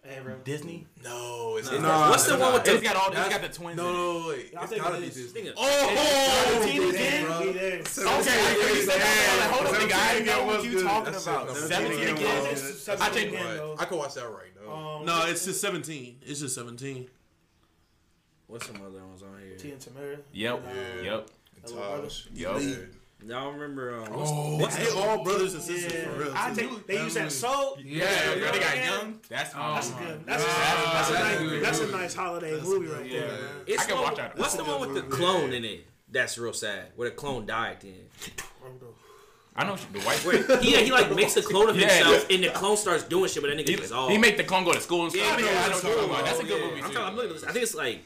[SPEAKER 1] Hey, bro.
[SPEAKER 7] Disney?
[SPEAKER 2] No, it's
[SPEAKER 6] not. What's the one with
[SPEAKER 7] It's got all. It's got the twins.
[SPEAKER 2] Uh, No,
[SPEAKER 7] in it.
[SPEAKER 2] no, no, wait.
[SPEAKER 1] Y'all
[SPEAKER 2] It's
[SPEAKER 1] think
[SPEAKER 2] gotta
[SPEAKER 1] it
[SPEAKER 2] be
[SPEAKER 1] is?
[SPEAKER 2] Disney.
[SPEAKER 6] Think of-
[SPEAKER 2] Oh,
[SPEAKER 1] Disney,
[SPEAKER 2] bro.
[SPEAKER 1] yeah.
[SPEAKER 7] Okay, I hear you say that. I'm like, hold up, nigga. I
[SPEAKER 2] Seventeen
[SPEAKER 7] know
[SPEAKER 2] was
[SPEAKER 7] what you
[SPEAKER 2] good.
[SPEAKER 7] talking
[SPEAKER 2] That's
[SPEAKER 7] about.
[SPEAKER 2] it. No,
[SPEAKER 7] Seventeen
[SPEAKER 2] Seventeen
[SPEAKER 7] again.
[SPEAKER 2] was-
[SPEAKER 7] I think-
[SPEAKER 1] I
[SPEAKER 7] could watch that right
[SPEAKER 1] Oh,
[SPEAKER 7] now.
[SPEAKER 1] Um,
[SPEAKER 2] No, it's just 17. It's just 17.
[SPEAKER 6] What's some other ones on here?
[SPEAKER 1] T and Tamara.
[SPEAKER 7] Yep. Yep.
[SPEAKER 1] Hello, brothers.
[SPEAKER 7] Yep.
[SPEAKER 6] Y'all remember? Um, what's
[SPEAKER 2] Oh, they all brothers and sisters for real.
[SPEAKER 1] I
[SPEAKER 2] too.
[SPEAKER 1] take. They use that soul.
[SPEAKER 7] Yeah,
[SPEAKER 3] Yeah.
[SPEAKER 7] they got
[SPEAKER 1] Yeah.
[SPEAKER 7] young. That's
[SPEAKER 2] Oh
[SPEAKER 1] That's
[SPEAKER 7] awesome.
[SPEAKER 1] good. That's,
[SPEAKER 3] that's
[SPEAKER 1] that's,
[SPEAKER 3] a
[SPEAKER 1] a,
[SPEAKER 3] good
[SPEAKER 1] nice,
[SPEAKER 3] movie.
[SPEAKER 1] that's a nice holiday movie right there. man.
[SPEAKER 6] it's
[SPEAKER 7] I can
[SPEAKER 6] one-
[SPEAKER 7] watch that.
[SPEAKER 6] What's the one with the clone in it? That's real sad. Where the clone died then.
[SPEAKER 7] I know she- the white.
[SPEAKER 6] Where he, he like makes a clone of
[SPEAKER 7] Yeah.
[SPEAKER 6] himself and the clone starts doing shit, but that nigga dissolves.
[SPEAKER 7] He make the clone go to school and stuff.
[SPEAKER 6] Yeah,
[SPEAKER 7] I know,
[SPEAKER 6] yeah,
[SPEAKER 7] I know what you're talking about. That's a
[SPEAKER 6] Yeah.
[SPEAKER 7] good movie
[SPEAKER 6] I'm
[SPEAKER 7] too.
[SPEAKER 6] trying- I'm looking at this. I think it's like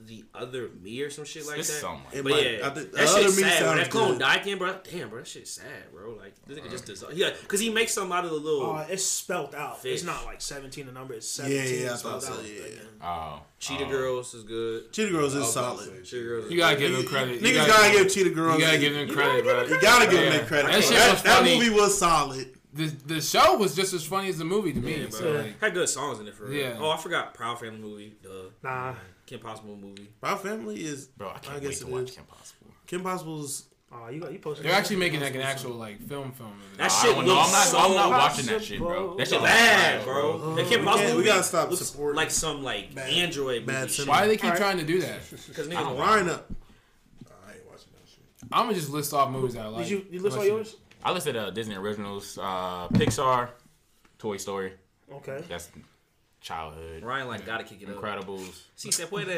[SPEAKER 6] the other me or some shit like
[SPEAKER 7] It's
[SPEAKER 6] that.
[SPEAKER 7] something like
[SPEAKER 2] It
[SPEAKER 6] But
[SPEAKER 2] might-
[SPEAKER 6] yeah,
[SPEAKER 2] I think-
[SPEAKER 6] that
[SPEAKER 2] the other
[SPEAKER 6] shit's
[SPEAKER 2] me
[SPEAKER 6] sad. When
[SPEAKER 2] sounds
[SPEAKER 6] that clone
[SPEAKER 2] good. Uh,
[SPEAKER 6] died then, bro. Damn, bro, that shit's sad, bro. Like this nigga just dissolved. Yeah, cause he makes something out of the little
[SPEAKER 1] Uh, it's spelt out.
[SPEAKER 6] Oh, Fish.
[SPEAKER 1] It's not like seventeen the number. It's
[SPEAKER 2] Yeah,
[SPEAKER 1] seventeen.
[SPEAKER 2] yeah, I
[SPEAKER 1] spelled
[SPEAKER 2] thought so.
[SPEAKER 1] out.
[SPEAKER 2] Yeah,
[SPEAKER 7] Oh,
[SPEAKER 6] Cheetah
[SPEAKER 2] uh,
[SPEAKER 6] Girls is good.
[SPEAKER 2] Cheetah Girls is solid.
[SPEAKER 6] Cheetah Girls.
[SPEAKER 3] You
[SPEAKER 6] Is
[SPEAKER 3] gotta give them credit. You
[SPEAKER 2] Niggas gotta
[SPEAKER 3] gotta,
[SPEAKER 2] give Cheetah Girls.
[SPEAKER 3] you gotta give them credit, bro.
[SPEAKER 2] You gotta give them
[SPEAKER 3] Yeah.
[SPEAKER 2] that credit.
[SPEAKER 3] That
[SPEAKER 2] bro.
[SPEAKER 3] shit
[SPEAKER 2] That,
[SPEAKER 3] was
[SPEAKER 2] that
[SPEAKER 3] funny.
[SPEAKER 2] movie was solid.
[SPEAKER 3] the the show was just as funny as the movie to me.
[SPEAKER 6] Yeah,
[SPEAKER 3] so
[SPEAKER 6] bro.
[SPEAKER 3] like,
[SPEAKER 6] Had good songs in it for real.
[SPEAKER 3] Yeah.
[SPEAKER 6] Oh, I forgot Proud Family movie. Duh.
[SPEAKER 2] Nah,
[SPEAKER 6] Kim Possible movie.
[SPEAKER 2] Proud Family is.
[SPEAKER 7] Bro, I can't
[SPEAKER 2] I
[SPEAKER 7] wait
[SPEAKER 2] guess
[SPEAKER 7] to
[SPEAKER 2] it
[SPEAKER 7] watch
[SPEAKER 2] is.
[SPEAKER 7] Kim Possible.
[SPEAKER 2] Kim Possible's.
[SPEAKER 1] Oh, you got you posted.
[SPEAKER 3] they're actually making like an actual like film film. Of it.
[SPEAKER 6] That
[SPEAKER 7] I
[SPEAKER 6] shit
[SPEAKER 7] don't know. I'm
[SPEAKER 6] looks
[SPEAKER 7] not.
[SPEAKER 6] so
[SPEAKER 7] I'm not watching that shit, bro. That shit
[SPEAKER 6] bad,
[SPEAKER 7] looks
[SPEAKER 6] bro. that
[SPEAKER 2] Oh, we
[SPEAKER 6] Kim Possible
[SPEAKER 2] can't- we
[SPEAKER 6] movie
[SPEAKER 2] gotta stop
[SPEAKER 6] looks
[SPEAKER 2] supporting
[SPEAKER 6] like some like
[SPEAKER 2] bad-
[SPEAKER 6] Android
[SPEAKER 2] bad
[SPEAKER 6] movie.
[SPEAKER 2] cinema.
[SPEAKER 3] Why do they keep
[SPEAKER 1] Alright.
[SPEAKER 3] trying to do that?
[SPEAKER 6] Because
[SPEAKER 2] I
[SPEAKER 6] niggas
[SPEAKER 2] don't
[SPEAKER 6] lying.
[SPEAKER 2] line up. I ain't watching that shit.
[SPEAKER 3] I'm gonna just list off movies that I like.
[SPEAKER 1] Did you you list all
[SPEAKER 3] Unless
[SPEAKER 1] yours?
[SPEAKER 7] I listed uh, Disney originals, uh, Pixar, Toy Story.
[SPEAKER 1] Okay.
[SPEAKER 7] That's childhood.
[SPEAKER 6] Ryan like gotta kick it up.
[SPEAKER 7] Incredibles.
[SPEAKER 6] See, se puede.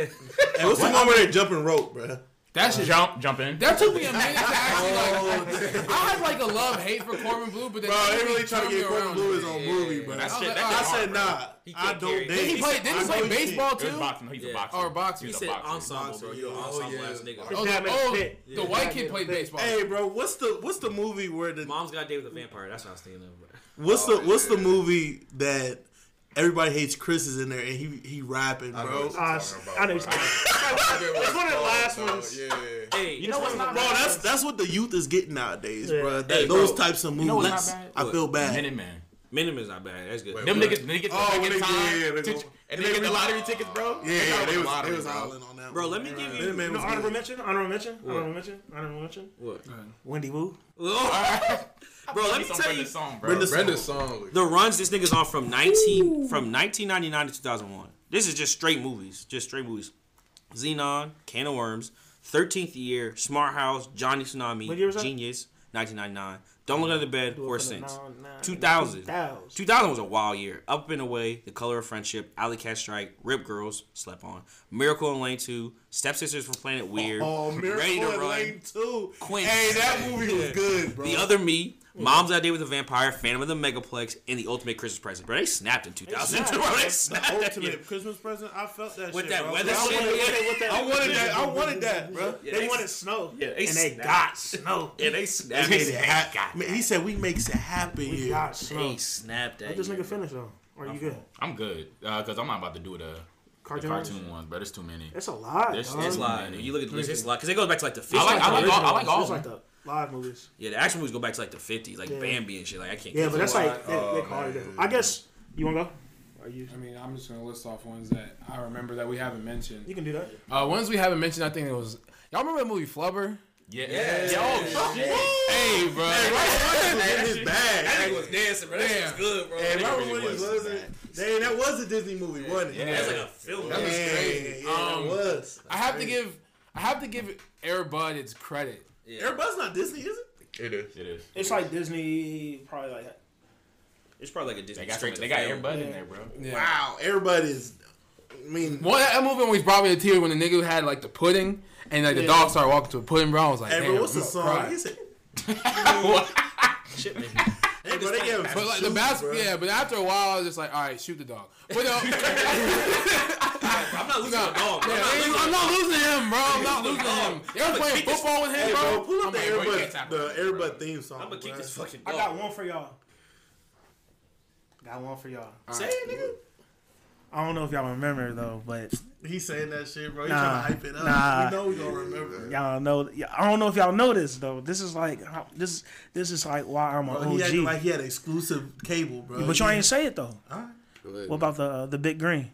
[SPEAKER 2] Hey, what's the one where they jumping rope, bro?
[SPEAKER 3] That shit.
[SPEAKER 7] Jump, jump in.
[SPEAKER 3] That took me a minute to actually like. I had like a love hate for Corbin Blue, but then
[SPEAKER 2] Bro, Oh, they really trying to get Corbin Blue his
[SPEAKER 3] on
[SPEAKER 2] own movie, bro.
[SPEAKER 7] That's
[SPEAKER 2] I
[SPEAKER 7] shit.
[SPEAKER 3] like,
[SPEAKER 7] that
[SPEAKER 3] oh, I
[SPEAKER 7] shit hard,
[SPEAKER 2] said,
[SPEAKER 7] bro.
[SPEAKER 2] nah,
[SPEAKER 6] He
[SPEAKER 2] I
[SPEAKER 6] can't carry
[SPEAKER 2] don't
[SPEAKER 6] it.
[SPEAKER 2] date.
[SPEAKER 6] Did
[SPEAKER 3] He played. Did
[SPEAKER 2] I
[SPEAKER 3] he
[SPEAKER 2] know
[SPEAKER 3] play
[SPEAKER 2] can't.
[SPEAKER 3] baseball
[SPEAKER 7] It was
[SPEAKER 3] too?
[SPEAKER 7] boxing. He's a
[SPEAKER 6] Yeah.
[SPEAKER 7] boxer.
[SPEAKER 3] Or boxing?
[SPEAKER 6] You
[SPEAKER 7] He's a
[SPEAKER 6] said
[SPEAKER 7] boxer.
[SPEAKER 6] ensemble, bro. You're an
[SPEAKER 2] Oh,
[SPEAKER 6] ensemble
[SPEAKER 2] yeah.
[SPEAKER 6] ass
[SPEAKER 3] Oh,
[SPEAKER 6] nigga.
[SPEAKER 3] the,
[SPEAKER 1] Damn it,
[SPEAKER 3] oh,
[SPEAKER 1] shit.
[SPEAKER 3] the white kid played baseball.
[SPEAKER 2] Hey, bro, what's the what's the movie where the
[SPEAKER 6] Mom's got a date with a vampire. That's what I was thinking of. Bro.
[SPEAKER 2] what's the what's the movie that everybody hates Chris is in there and he he rapping, bro?
[SPEAKER 1] Uh, I know. It's it's one of the last ones.
[SPEAKER 8] Yeah,
[SPEAKER 6] Hey, you know
[SPEAKER 1] what's not
[SPEAKER 2] Bro, that's that's what the youth is getting nowadays,
[SPEAKER 1] Yeah.
[SPEAKER 2] bro. That,
[SPEAKER 6] Hey,
[SPEAKER 2] those
[SPEAKER 6] bro,
[SPEAKER 2] types of movies,
[SPEAKER 7] know what's not bad?
[SPEAKER 2] I
[SPEAKER 6] What?
[SPEAKER 2] feel bad.
[SPEAKER 7] Minuteman.
[SPEAKER 6] Minimum is not bad. That's good.
[SPEAKER 7] Them
[SPEAKER 8] Wait,
[SPEAKER 7] niggas, they get the
[SPEAKER 8] Oh,
[SPEAKER 7] oh,
[SPEAKER 8] when they- yeah, yeah, they
[SPEAKER 7] time,
[SPEAKER 8] go-
[SPEAKER 7] to- and
[SPEAKER 8] and
[SPEAKER 7] they
[SPEAKER 8] they
[SPEAKER 7] get the
[SPEAKER 8] re-
[SPEAKER 7] lottery tickets, bro.
[SPEAKER 2] yeah, yeah, they was, they was
[SPEAKER 8] bro.
[SPEAKER 2] all in on that.
[SPEAKER 6] Bro,
[SPEAKER 2] one.
[SPEAKER 6] let me give you.
[SPEAKER 2] Minuteman
[SPEAKER 1] No,
[SPEAKER 2] was
[SPEAKER 1] honorable
[SPEAKER 2] good.
[SPEAKER 1] mention, honorable mention, honorable mention, honorable mention.
[SPEAKER 6] What?
[SPEAKER 1] Wendy Wu.
[SPEAKER 6] Bro, let me tell
[SPEAKER 7] Some Brenda
[SPEAKER 6] you.
[SPEAKER 7] song, bro.
[SPEAKER 2] Brenda
[SPEAKER 8] Brenda's song.
[SPEAKER 6] the runs this nigga's on from nineteen from nineteen ninety nine to two thousand one. This is just straight movies, just straight movies. Xenon, Can of Worms, Thirteenth Year, Smart House, Johnny
[SPEAKER 1] What year was
[SPEAKER 6] Tsunami,
[SPEAKER 1] that?
[SPEAKER 6] Genius, nineteen ninety nine. Don't look under the bed, Four Cents.
[SPEAKER 1] 2000.
[SPEAKER 6] 2000. 2000 was a wild year. Up and Away, The Color of Friendship, Alley Cat Strike, Rip Girls, Slept On, Miracle in Lane 2, Stepsisters from Planet Weird,
[SPEAKER 2] Oh,
[SPEAKER 6] Ready to
[SPEAKER 2] Miracle in
[SPEAKER 6] Run,
[SPEAKER 2] Lane Two.
[SPEAKER 6] Quint.
[SPEAKER 2] Hey, that movie was good, bro.
[SPEAKER 6] The Other Me, Mom's Idea with a Vampire, Phantom of the Megaplex, and The Ultimate Christmas Present. Bro, they snapped in 2002. Bro, they snapped that
[SPEAKER 2] ultimate
[SPEAKER 6] year.
[SPEAKER 2] Christmas present. I felt that
[SPEAKER 6] With
[SPEAKER 2] shit,
[SPEAKER 6] that
[SPEAKER 2] bro.
[SPEAKER 6] weather
[SPEAKER 2] I
[SPEAKER 6] shit.
[SPEAKER 2] wanted- I
[SPEAKER 1] I
[SPEAKER 2] wanted that. I wanted that, bro.
[SPEAKER 1] They wanted snow.
[SPEAKER 6] Yeah, they
[SPEAKER 1] and they
[SPEAKER 6] snapped.
[SPEAKER 1] got snow.
[SPEAKER 6] Yeah, they snapped
[SPEAKER 2] Made it
[SPEAKER 6] it.
[SPEAKER 2] hap- Man, He said we makes it happen
[SPEAKER 1] We
[SPEAKER 2] here.
[SPEAKER 1] got snow.
[SPEAKER 6] They snapped that.
[SPEAKER 1] Let this
[SPEAKER 6] year,
[SPEAKER 1] nigga
[SPEAKER 6] bro.
[SPEAKER 1] finish though. Are you good?
[SPEAKER 7] I'm good because I'm not about to do the, the
[SPEAKER 1] Cartoon.
[SPEAKER 7] cartoon ones, bro. There's too many.
[SPEAKER 1] It's a lot.
[SPEAKER 7] This-
[SPEAKER 1] dog.
[SPEAKER 6] It's live. You look at the list, it's live. Because it goes back to like the 50s.
[SPEAKER 7] I like- I like
[SPEAKER 6] Oh,
[SPEAKER 7] all- I like
[SPEAKER 1] It's
[SPEAKER 7] all of
[SPEAKER 1] just
[SPEAKER 7] them.
[SPEAKER 1] like the live movies.
[SPEAKER 6] yeah, the action movies go back to like the 50s, like
[SPEAKER 1] Yeah.
[SPEAKER 6] Bambi and shit. Like, I can't
[SPEAKER 1] Yeah, but that's like
[SPEAKER 8] lot.
[SPEAKER 1] they, they
[SPEAKER 8] Oh,
[SPEAKER 1] call it.
[SPEAKER 8] man.
[SPEAKER 1] different. I guess you wanna go. Are you?
[SPEAKER 3] I mean, I'm just gonna list off ones that I remember that we haven't mentioned.
[SPEAKER 1] You can do that.
[SPEAKER 3] Uh, ones we haven't mentioned, I think it was. Y'all remember the movie Flubber?
[SPEAKER 7] Yeah.
[SPEAKER 8] Oh, shit.
[SPEAKER 7] Hey, bro.
[SPEAKER 2] It's bad.
[SPEAKER 6] That nigga was dancing, bro. That shit was
[SPEAKER 3] Yeah.
[SPEAKER 6] good, bro.
[SPEAKER 2] Hey, Robert
[SPEAKER 7] really
[SPEAKER 2] Williams
[SPEAKER 7] was
[SPEAKER 2] wasn't. Dang, that was a Disney movie, wasn't it?
[SPEAKER 6] That's like a film.
[SPEAKER 2] Yeah,
[SPEAKER 3] was
[SPEAKER 2] yeah,
[SPEAKER 3] crazy.
[SPEAKER 2] yeah,
[SPEAKER 3] Um,
[SPEAKER 2] it was.
[SPEAKER 3] I have to give, I have to give Airbud its credit.
[SPEAKER 2] Everybody's not Disney, is it?
[SPEAKER 8] It is.
[SPEAKER 7] It is.
[SPEAKER 1] It's like Disney, probably like
[SPEAKER 6] It's probably like a Disney.
[SPEAKER 7] They got,
[SPEAKER 6] straight to
[SPEAKER 7] they got
[SPEAKER 6] film.
[SPEAKER 7] Air Bud in there, bro.
[SPEAKER 3] Yeah.
[SPEAKER 2] Wow, everybody's. I mean,
[SPEAKER 3] Well, that, that movie always brought me to tears when the nigga had like the pudding and like the dog started walking to a pudding, bro. I was like,
[SPEAKER 2] hey,
[SPEAKER 3] damn,
[SPEAKER 2] bro, what's the
[SPEAKER 3] I'm
[SPEAKER 2] song?
[SPEAKER 3] gonna cry.
[SPEAKER 2] He said,
[SPEAKER 6] Shit, man.
[SPEAKER 2] hey, bro, they gave him
[SPEAKER 3] But like the
[SPEAKER 2] shoes,
[SPEAKER 3] bas-
[SPEAKER 2] bro.
[SPEAKER 3] yeah. But after a while, I was just like, all right, shoot the dog. But uh, no,
[SPEAKER 6] I'm not losing
[SPEAKER 3] No.
[SPEAKER 6] my dog. bro.
[SPEAKER 3] Yeah, I'm, I'm
[SPEAKER 6] I'm not losing
[SPEAKER 3] not losing him, bro. I'm not losing
[SPEAKER 6] dog.
[SPEAKER 3] him. Y'all playing
[SPEAKER 6] kick this-
[SPEAKER 3] football with him,
[SPEAKER 2] Hey, bro,
[SPEAKER 3] bro.
[SPEAKER 2] pull up
[SPEAKER 7] I'm
[SPEAKER 2] the
[SPEAKER 7] like, bro, you can't
[SPEAKER 2] Airbud,
[SPEAKER 7] tap
[SPEAKER 2] the
[SPEAKER 7] on him, bro.
[SPEAKER 2] Airbud theme song.
[SPEAKER 6] I'm gonna kick
[SPEAKER 2] bro.
[SPEAKER 6] this fucking
[SPEAKER 1] I
[SPEAKER 6] dog.
[SPEAKER 1] got one for y'all. oh. Got one for y'all.
[SPEAKER 6] Say it, nigga.
[SPEAKER 1] I don't know if y'all remember though, but
[SPEAKER 2] He saying that shit, bro. He
[SPEAKER 1] Nah,
[SPEAKER 2] trying to hype it up.
[SPEAKER 1] nah.
[SPEAKER 2] We know we gonna remember.
[SPEAKER 1] y'all know. I don't know if y'all know this though. This is like this. This is like why I'm an
[SPEAKER 2] Bro, he acted
[SPEAKER 1] OG.
[SPEAKER 2] like he had exclusive cable, bro.
[SPEAKER 1] but y'all ain't say it though.
[SPEAKER 8] Good.
[SPEAKER 1] What about the uh, the big green?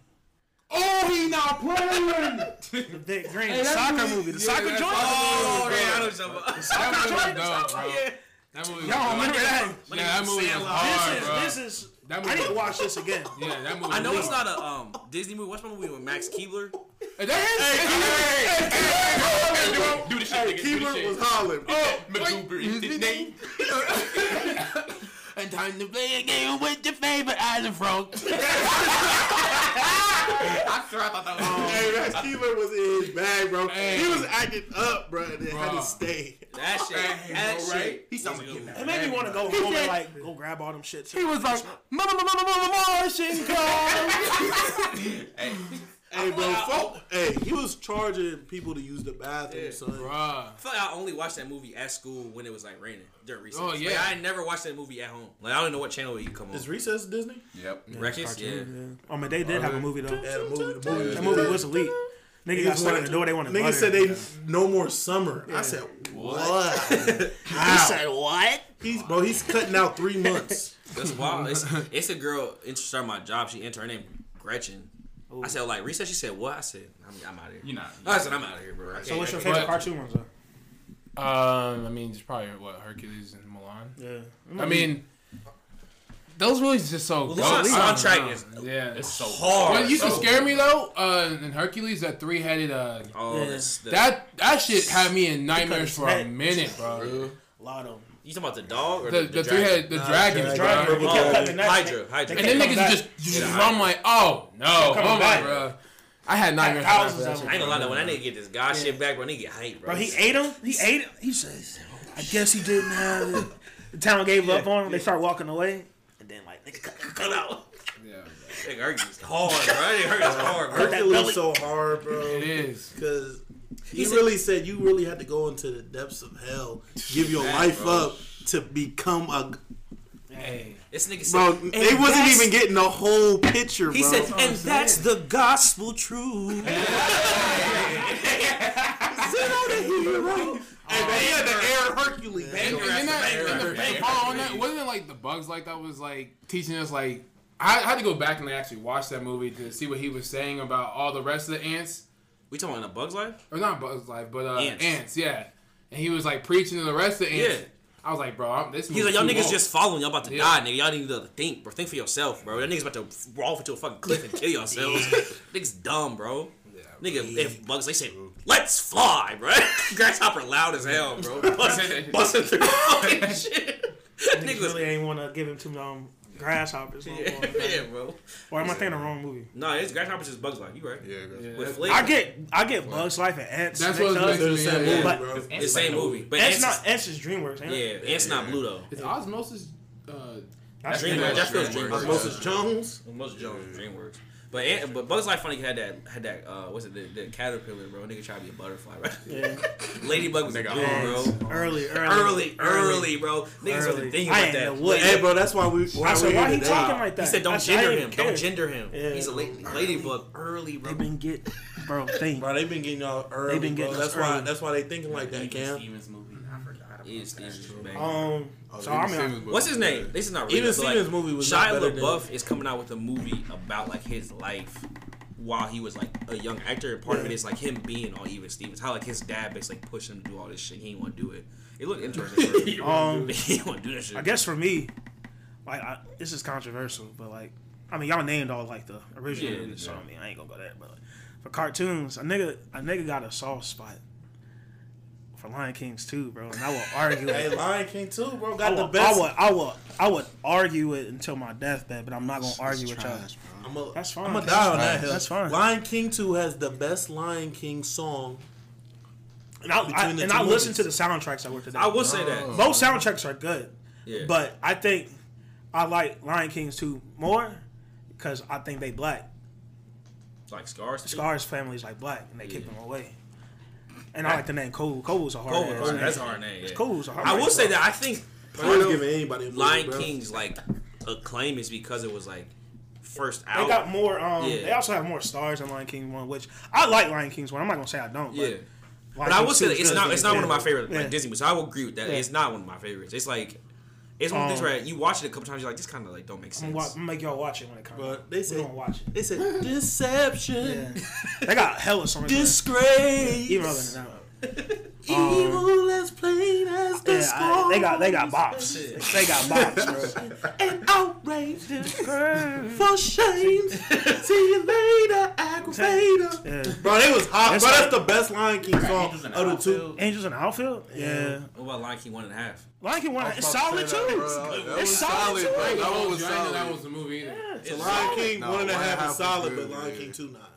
[SPEAKER 3] Oh, he not playing.
[SPEAKER 1] The big green, the soccer movie, the soccer joint. Oh,
[SPEAKER 6] Oh, yeah, I know what you're talking about.
[SPEAKER 3] That movie was dope, bro.
[SPEAKER 6] Yeah.
[SPEAKER 3] That movie was
[SPEAKER 1] Y'all
[SPEAKER 3] dope.
[SPEAKER 1] remember that?
[SPEAKER 3] Yeah, that movie was
[SPEAKER 6] Sandlot.
[SPEAKER 3] hard, bro.
[SPEAKER 1] This is this is.
[SPEAKER 3] That movie
[SPEAKER 1] I need to
[SPEAKER 3] was-
[SPEAKER 1] watch this again.
[SPEAKER 3] Yeah, that movie.
[SPEAKER 6] I know
[SPEAKER 3] was
[SPEAKER 6] it's
[SPEAKER 3] hard.
[SPEAKER 6] not a um Disney movie. What's my movie with Max Keebler?
[SPEAKER 3] Hey, there is- hey, hey,
[SPEAKER 7] Do the shit, nigga. Do the
[SPEAKER 2] Keebler was
[SPEAKER 7] shit.
[SPEAKER 2] hollering.
[SPEAKER 7] Oh, Maguber is his name.
[SPEAKER 5] And time to play a game with your favorite island frog.
[SPEAKER 7] I swear I thought that was.
[SPEAKER 2] Hey, Max Keeler was in his bag, bro.
[SPEAKER 3] Hey.
[SPEAKER 2] He was acting up, bro, and then had
[SPEAKER 3] Bruh.
[SPEAKER 2] to stay.
[SPEAKER 6] That shit. That shit. He's talking
[SPEAKER 1] It made me want to go home and like go grab all them shit.
[SPEAKER 3] He
[SPEAKER 1] Too.
[SPEAKER 3] was like, mama, mama, mama, mama, Martian girl.
[SPEAKER 2] Hey, bro, fuck. Hey, he was charging people to use the bathroom, son.
[SPEAKER 3] Bruh.
[SPEAKER 6] I feel like I only watched that movie at school when it was like raining during recess.
[SPEAKER 3] Oh, yeah.
[SPEAKER 6] Like, I never watched that movie at home. Like I don't know what channel it would come on.
[SPEAKER 2] Is Recess Disney?
[SPEAKER 7] Yep.
[SPEAKER 6] Wreck-It? Yeah.
[SPEAKER 1] Oh man, they did have a movie though.
[SPEAKER 2] Yeah, the movie. The movie.
[SPEAKER 1] That movie was elite. Nigga got stuck in the door. They wanted
[SPEAKER 2] Nigga
[SPEAKER 1] butter.
[SPEAKER 2] said they no more summer. I said what? He said what? He's bro. He's cutting out three months.
[SPEAKER 6] That's wild. It's, it's a girl interested in my job. She entered her name Gretchen. I said like reset. She said what? I said I'm, I'm out of here.
[SPEAKER 7] You're not.
[SPEAKER 6] I said I'm out of here, bro. I can't-
[SPEAKER 1] So what's your
[SPEAKER 6] I
[SPEAKER 1] favorite
[SPEAKER 3] But-
[SPEAKER 1] cartoon ones? Though?
[SPEAKER 3] Um, I mean, it's probably what Hercules and Milan.
[SPEAKER 1] Yeah.
[SPEAKER 3] I mean, those movies just so.
[SPEAKER 6] Well,
[SPEAKER 3] dope.
[SPEAKER 6] Mulan's
[SPEAKER 3] I don't
[SPEAKER 6] soundtrack
[SPEAKER 3] know.
[SPEAKER 6] is-
[SPEAKER 3] yeah.
[SPEAKER 7] It's so
[SPEAKER 6] hard.
[SPEAKER 3] what used to
[SPEAKER 6] bro.
[SPEAKER 3] scare me though, uh, in Hercules, that three headed uh,
[SPEAKER 6] Oh, this- the-
[SPEAKER 3] that that shit had me in nightmares
[SPEAKER 1] his
[SPEAKER 3] for a
[SPEAKER 1] head.
[SPEAKER 3] minute, bro.
[SPEAKER 1] A lot of them.
[SPEAKER 6] You talking about the dog or
[SPEAKER 3] The, the three headed the dragons,
[SPEAKER 1] dragon.
[SPEAKER 3] bro.
[SPEAKER 1] He kept cutting the neck.
[SPEAKER 6] Hydra, Hydra.
[SPEAKER 3] And then
[SPEAKER 1] They come
[SPEAKER 3] niggas
[SPEAKER 1] back.
[SPEAKER 3] just, just
[SPEAKER 6] Yeah.
[SPEAKER 3] I'm like, oh no,
[SPEAKER 1] coming
[SPEAKER 3] oh my,
[SPEAKER 1] back.
[SPEAKER 3] bro. I had nightmares. for
[SPEAKER 1] Thousands
[SPEAKER 3] that
[SPEAKER 1] of
[SPEAKER 3] shit.
[SPEAKER 1] them.
[SPEAKER 6] I ain't gonna lie though, when I need to get this god shit back, bro, I need to get hype, bro.
[SPEAKER 1] Bro, he ate them. He ate them. He says, "I guess he didn't have it." The town gave up on him. They start walking away, and then like, nigga, cut, cut, cut out.
[SPEAKER 3] Yeah, bro.
[SPEAKER 6] Nigga, Hercules hard, bro. That nigga Hercules hard, bro.
[SPEAKER 2] Hercules so hard, bro.
[SPEAKER 3] It is.
[SPEAKER 2] Because he really said you really had to go into the depths of hell, give your life
[SPEAKER 6] bro.
[SPEAKER 2] up to become a
[SPEAKER 3] Hey,
[SPEAKER 6] This nigga
[SPEAKER 2] bro.
[SPEAKER 6] said,
[SPEAKER 2] They wasn't
[SPEAKER 6] that's-
[SPEAKER 2] even getting the whole picture, bro.
[SPEAKER 6] He said, and that's the gospel truth.
[SPEAKER 2] and they had
[SPEAKER 6] Oh,
[SPEAKER 2] the air Hercules.
[SPEAKER 3] and, and then that,
[SPEAKER 6] Banger
[SPEAKER 3] and
[SPEAKER 6] after
[SPEAKER 3] the,
[SPEAKER 6] banger.
[SPEAKER 3] follow on that, wasn't it like the bugs like that was like teaching us like I, I had to go back and actually watch that movie to see what he was saying about all the rest of the ants
[SPEAKER 6] We talking about in a bug's life?
[SPEAKER 3] or not Bugs Life, but uh,
[SPEAKER 6] Ants.
[SPEAKER 3] ants. yeah. And he was like preaching to the rest of the ants.
[SPEAKER 6] Yeah.
[SPEAKER 3] I was like, bro, I'm, this.
[SPEAKER 6] He's like, y'all niggas just following. Y'all about to
[SPEAKER 3] Yeah.
[SPEAKER 6] die, nigga. Y'all need to think, bro. Think for yourself, bro. That niggas about to f- roll off into a fucking cliff and kill yourselves. niggas dumb, bro. Nigga, if bugs, they said, let's fly, bro. Grasshopper loud as hell, bro. Busting, busting through the fucking shit.
[SPEAKER 1] Niggas
[SPEAKER 6] niggas,
[SPEAKER 1] really ain't want to give him to um grasshoppers. no more,
[SPEAKER 6] yeah, yeah, bro.
[SPEAKER 1] Or am I thinking the wrong movie?
[SPEAKER 6] No, it's grasshoppers is bugs life. You right?
[SPEAKER 8] Yeah, bro.
[SPEAKER 6] With Flake,
[SPEAKER 1] I get I get Bugs Life and Ants.
[SPEAKER 3] That's
[SPEAKER 1] mixed
[SPEAKER 3] what
[SPEAKER 1] up.
[SPEAKER 3] was
[SPEAKER 2] They're the
[SPEAKER 3] yeah,
[SPEAKER 2] same
[SPEAKER 3] yeah.
[SPEAKER 2] movie,
[SPEAKER 1] But
[SPEAKER 2] bro.
[SPEAKER 6] the same movie, but
[SPEAKER 1] Ants
[SPEAKER 6] ants,
[SPEAKER 1] not Ants is DreamWorks. Ain't
[SPEAKER 6] is,
[SPEAKER 1] it?
[SPEAKER 6] yeah, ants not blue though.
[SPEAKER 3] Is Osmosis? Uh,
[SPEAKER 1] That's
[SPEAKER 6] Dreamworks.
[SPEAKER 1] DreamWorks.
[SPEAKER 6] That's Phil's
[SPEAKER 8] DreamWorks.
[SPEAKER 6] DreamWorks.
[SPEAKER 2] Moses Jones.
[SPEAKER 6] Most Jones, DreamWorks. But Ant- but Bugs Life funny had that had that uh what's it the, the caterpillar bro nigga tried to be a butterfly right
[SPEAKER 1] Yeah.
[SPEAKER 6] Ladybug was a dude bro
[SPEAKER 1] Early, early,
[SPEAKER 6] early early bro niggas
[SPEAKER 1] Early.
[SPEAKER 6] wasn't thinking
[SPEAKER 1] I
[SPEAKER 6] about
[SPEAKER 1] ain't
[SPEAKER 6] that
[SPEAKER 1] know what-
[SPEAKER 2] Hey, bro, that's why we. Why
[SPEAKER 1] I
[SPEAKER 2] we're
[SPEAKER 1] said, why
[SPEAKER 2] here
[SPEAKER 1] he
[SPEAKER 2] today.
[SPEAKER 1] talking like that?
[SPEAKER 6] he said don't
[SPEAKER 1] I I
[SPEAKER 6] gender
[SPEAKER 1] didn't
[SPEAKER 6] him
[SPEAKER 1] care.
[SPEAKER 6] don't gender him
[SPEAKER 1] Yeah.
[SPEAKER 6] he's a la- ladybug early bro
[SPEAKER 1] They been get, bro. Think.
[SPEAKER 2] Bro, they've been getting y'all early.
[SPEAKER 1] They been
[SPEAKER 2] bro.
[SPEAKER 1] getting us
[SPEAKER 2] that's why.
[SPEAKER 1] early.
[SPEAKER 2] That's why they thinking like that, Cam.
[SPEAKER 7] Stevens movie. I forgot about
[SPEAKER 6] He is- he is just bang.
[SPEAKER 1] Um.
[SPEAKER 6] Oh,
[SPEAKER 1] So I mean,
[SPEAKER 6] what's his name this is not real
[SPEAKER 2] Even
[SPEAKER 6] but, like,
[SPEAKER 2] Steven's movie was not
[SPEAKER 6] Shia
[SPEAKER 2] better than-
[SPEAKER 6] LaBeouf is coming out with a movie about like his life while he was like a young actor and part of it is like him being on Even Stevens how like his dad basically pushed him to do all this shit he didn't want to do it it looked interesting for him.
[SPEAKER 1] um.
[SPEAKER 6] he didn't want to do that shit
[SPEAKER 1] I guess for me, like I, this is controversial, but like I mean, y'all named all like the original
[SPEAKER 6] Yeah,
[SPEAKER 1] movies, so
[SPEAKER 6] yeah.
[SPEAKER 1] I mean, I ain't gonna go there. But like, for cartoons, a nigga, a nigga got a soft spot for Lion Kings too, bro. And I will argue
[SPEAKER 2] Hey,
[SPEAKER 1] it.
[SPEAKER 2] Lion King too, bro.
[SPEAKER 1] I
[SPEAKER 2] Got the
[SPEAKER 1] will, I
[SPEAKER 2] best.
[SPEAKER 1] will, I will, I will argue it until my deathbed, but I'm not gonna argue with y'all.
[SPEAKER 8] Trash, bro.
[SPEAKER 2] I'm a,
[SPEAKER 1] That's fine.
[SPEAKER 2] I'm gonna die on that hill.
[SPEAKER 1] That's fine.
[SPEAKER 2] Lion King two has the best Lion King song.
[SPEAKER 1] And I, I
[SPEAKER 2] Between the
[SPEAKER 1] and
[SPEAKER 2] two
[SPEAKER 1] I listen
[SPEAKER 2] movies.
[SPEAKER 1] to the soundtracks I work today.
[SPEAKER 6] I will say that.
[SPEAKER 1] Both soundtracks are good,
[SPEAKER 6] Uh-huh. Yeah.
[SPEAKER 1] but I think I like Lion Kings two more because I think they black.
[SPEAKER 6] like scars. too.
[SPEAKER 1] Scar's family is like black, and they kicked
[SPEAKER 6] Yeah.
[SPEAKER 1] him away. And I like the name Cole. Cole was a hard
[SPEAKER 6] Cobra,
[SPEAKER 1] ass
[SPEAKER 6] Cobra,
[SPEAKER 1] name.
[SPEAKER 6] that's a hard name. yeah.
[SPEAKER 1] Cole was a hard.
[SPEAKER 6] I will
[SPEAKER 1] ass
[SPEAKER 6] say
[SPEAKER 1] name.
[SPEAKER 6] that I think
[SPEAKER 2] I
[SPEAKER 6] part
[SPEAKER 2] was
[SPEAKER 6] of
[SPEAKER 2] giving anybody a movie,
[SPEAKER 6] Lion
[SPEAKER 2] bro.
[SPEAKER 6] King's like acclaim is because it was like first
[SPEAKER 1] They
[SPEAKER 6] out.
[SPEAKER 1] got more. Um,
[SPEAKER 6] Yeah.
[SPEAKER 1] They also have more stars in Lion King one, which I like Lion King's one. I'm not gonna say I don't. But
[SPEAKER 6] yeah,
[SPEAKER 1] Lion
[SPEAKER 6] but I will
[SPEAKER 1] King's
[SPEAKER 6] say
[SPEAKER 1] two
[SPEAKER 6] that
[SPEAKER 1] is
[SPEAKER 6] it's
[SPEAKER 1] good.
[SPEAKER 6] not it's not one of my favorite like
[SPEAKER 1] Yeah.
[SPEAKER 6] Disney movies. I will agree with that.
[SPEAKER 1] Yeah.
[SPEAKER 6] It's not one of my favorites. It's like it's one of the things
[SPEAKER 1] Um,
[SPEAKER 6] where you watch it a couple times, you're like, this kind of like don't make
[SPEAKER 1] I'm gonna wa- I'm
[SPEAKER 6] sense.
[SPEAKER 1] gonna make y'all watch it when it comes.
[SPEAKER 2] But
[SPEAKER 1] out.
[SPEAKER 2] they
[SPEAKER 1] We
[SPEAKER 2] say-
[SPEAKER 1] gonna watch it.
[SPEAKER 2] They said deception,
[SPEAKER 1] They got hella songs. in there.
[SPEAKER 2] disgrace,
[SPEAKER 1] Even other than that.
[SPEAKER 2] evil as plain as the
[SPEAKER 1] Yeah, I-
[SPEAKER 2] sky.
[SPEAKER 1] they got they got bops. They got bops, bro.
[SPEAKER 2] and outrage, for shame. See you later, aggravator.
[SPEAKER 1] Yeah.
[SPEAKER 2] Bro, they was hot.
[SPEAKER 1] That's
[SPEAKER 2] bro,
[SPEAKER 1] like-
[SPEAKER 2] that's the best Lion King song of the two.
[SPEAKER 1] Angels in the outfield. Yeah,
[SPEAKER 6] What about Lion King one and a half?
[SPEAKER 1] Lion King one. It's solid too. It's solid
[SPEAKER 8] solid,
[SPEAKER 1] too.
[SPEAKER 8] bro.
[SPEAKER 3] I
[SPEAKER 8] That
[SPEAKER 3] told
[SPEAKER 8] was
[SPEAKER 3] you, I didn't know that
[SPEAKER 8] solid.
[SPEAKER 3] was the movie. Either.
[SPEAKER 2] So Lion King
[SPEAKER 8] No,
[SPEAKER 2] one and a
[SPEAKER 8] one and a
[SPEAKER 2] half
[SPEAKER 8] half
[SPEAKER 2] is
[SPEAKER 8] was
[SPEAKER 2] solid,
[SPEAKER 8] good,
[SPEAKER 2] but Lion
[SPEAKER 8] yeah.
[SPEAKER 2] King two not.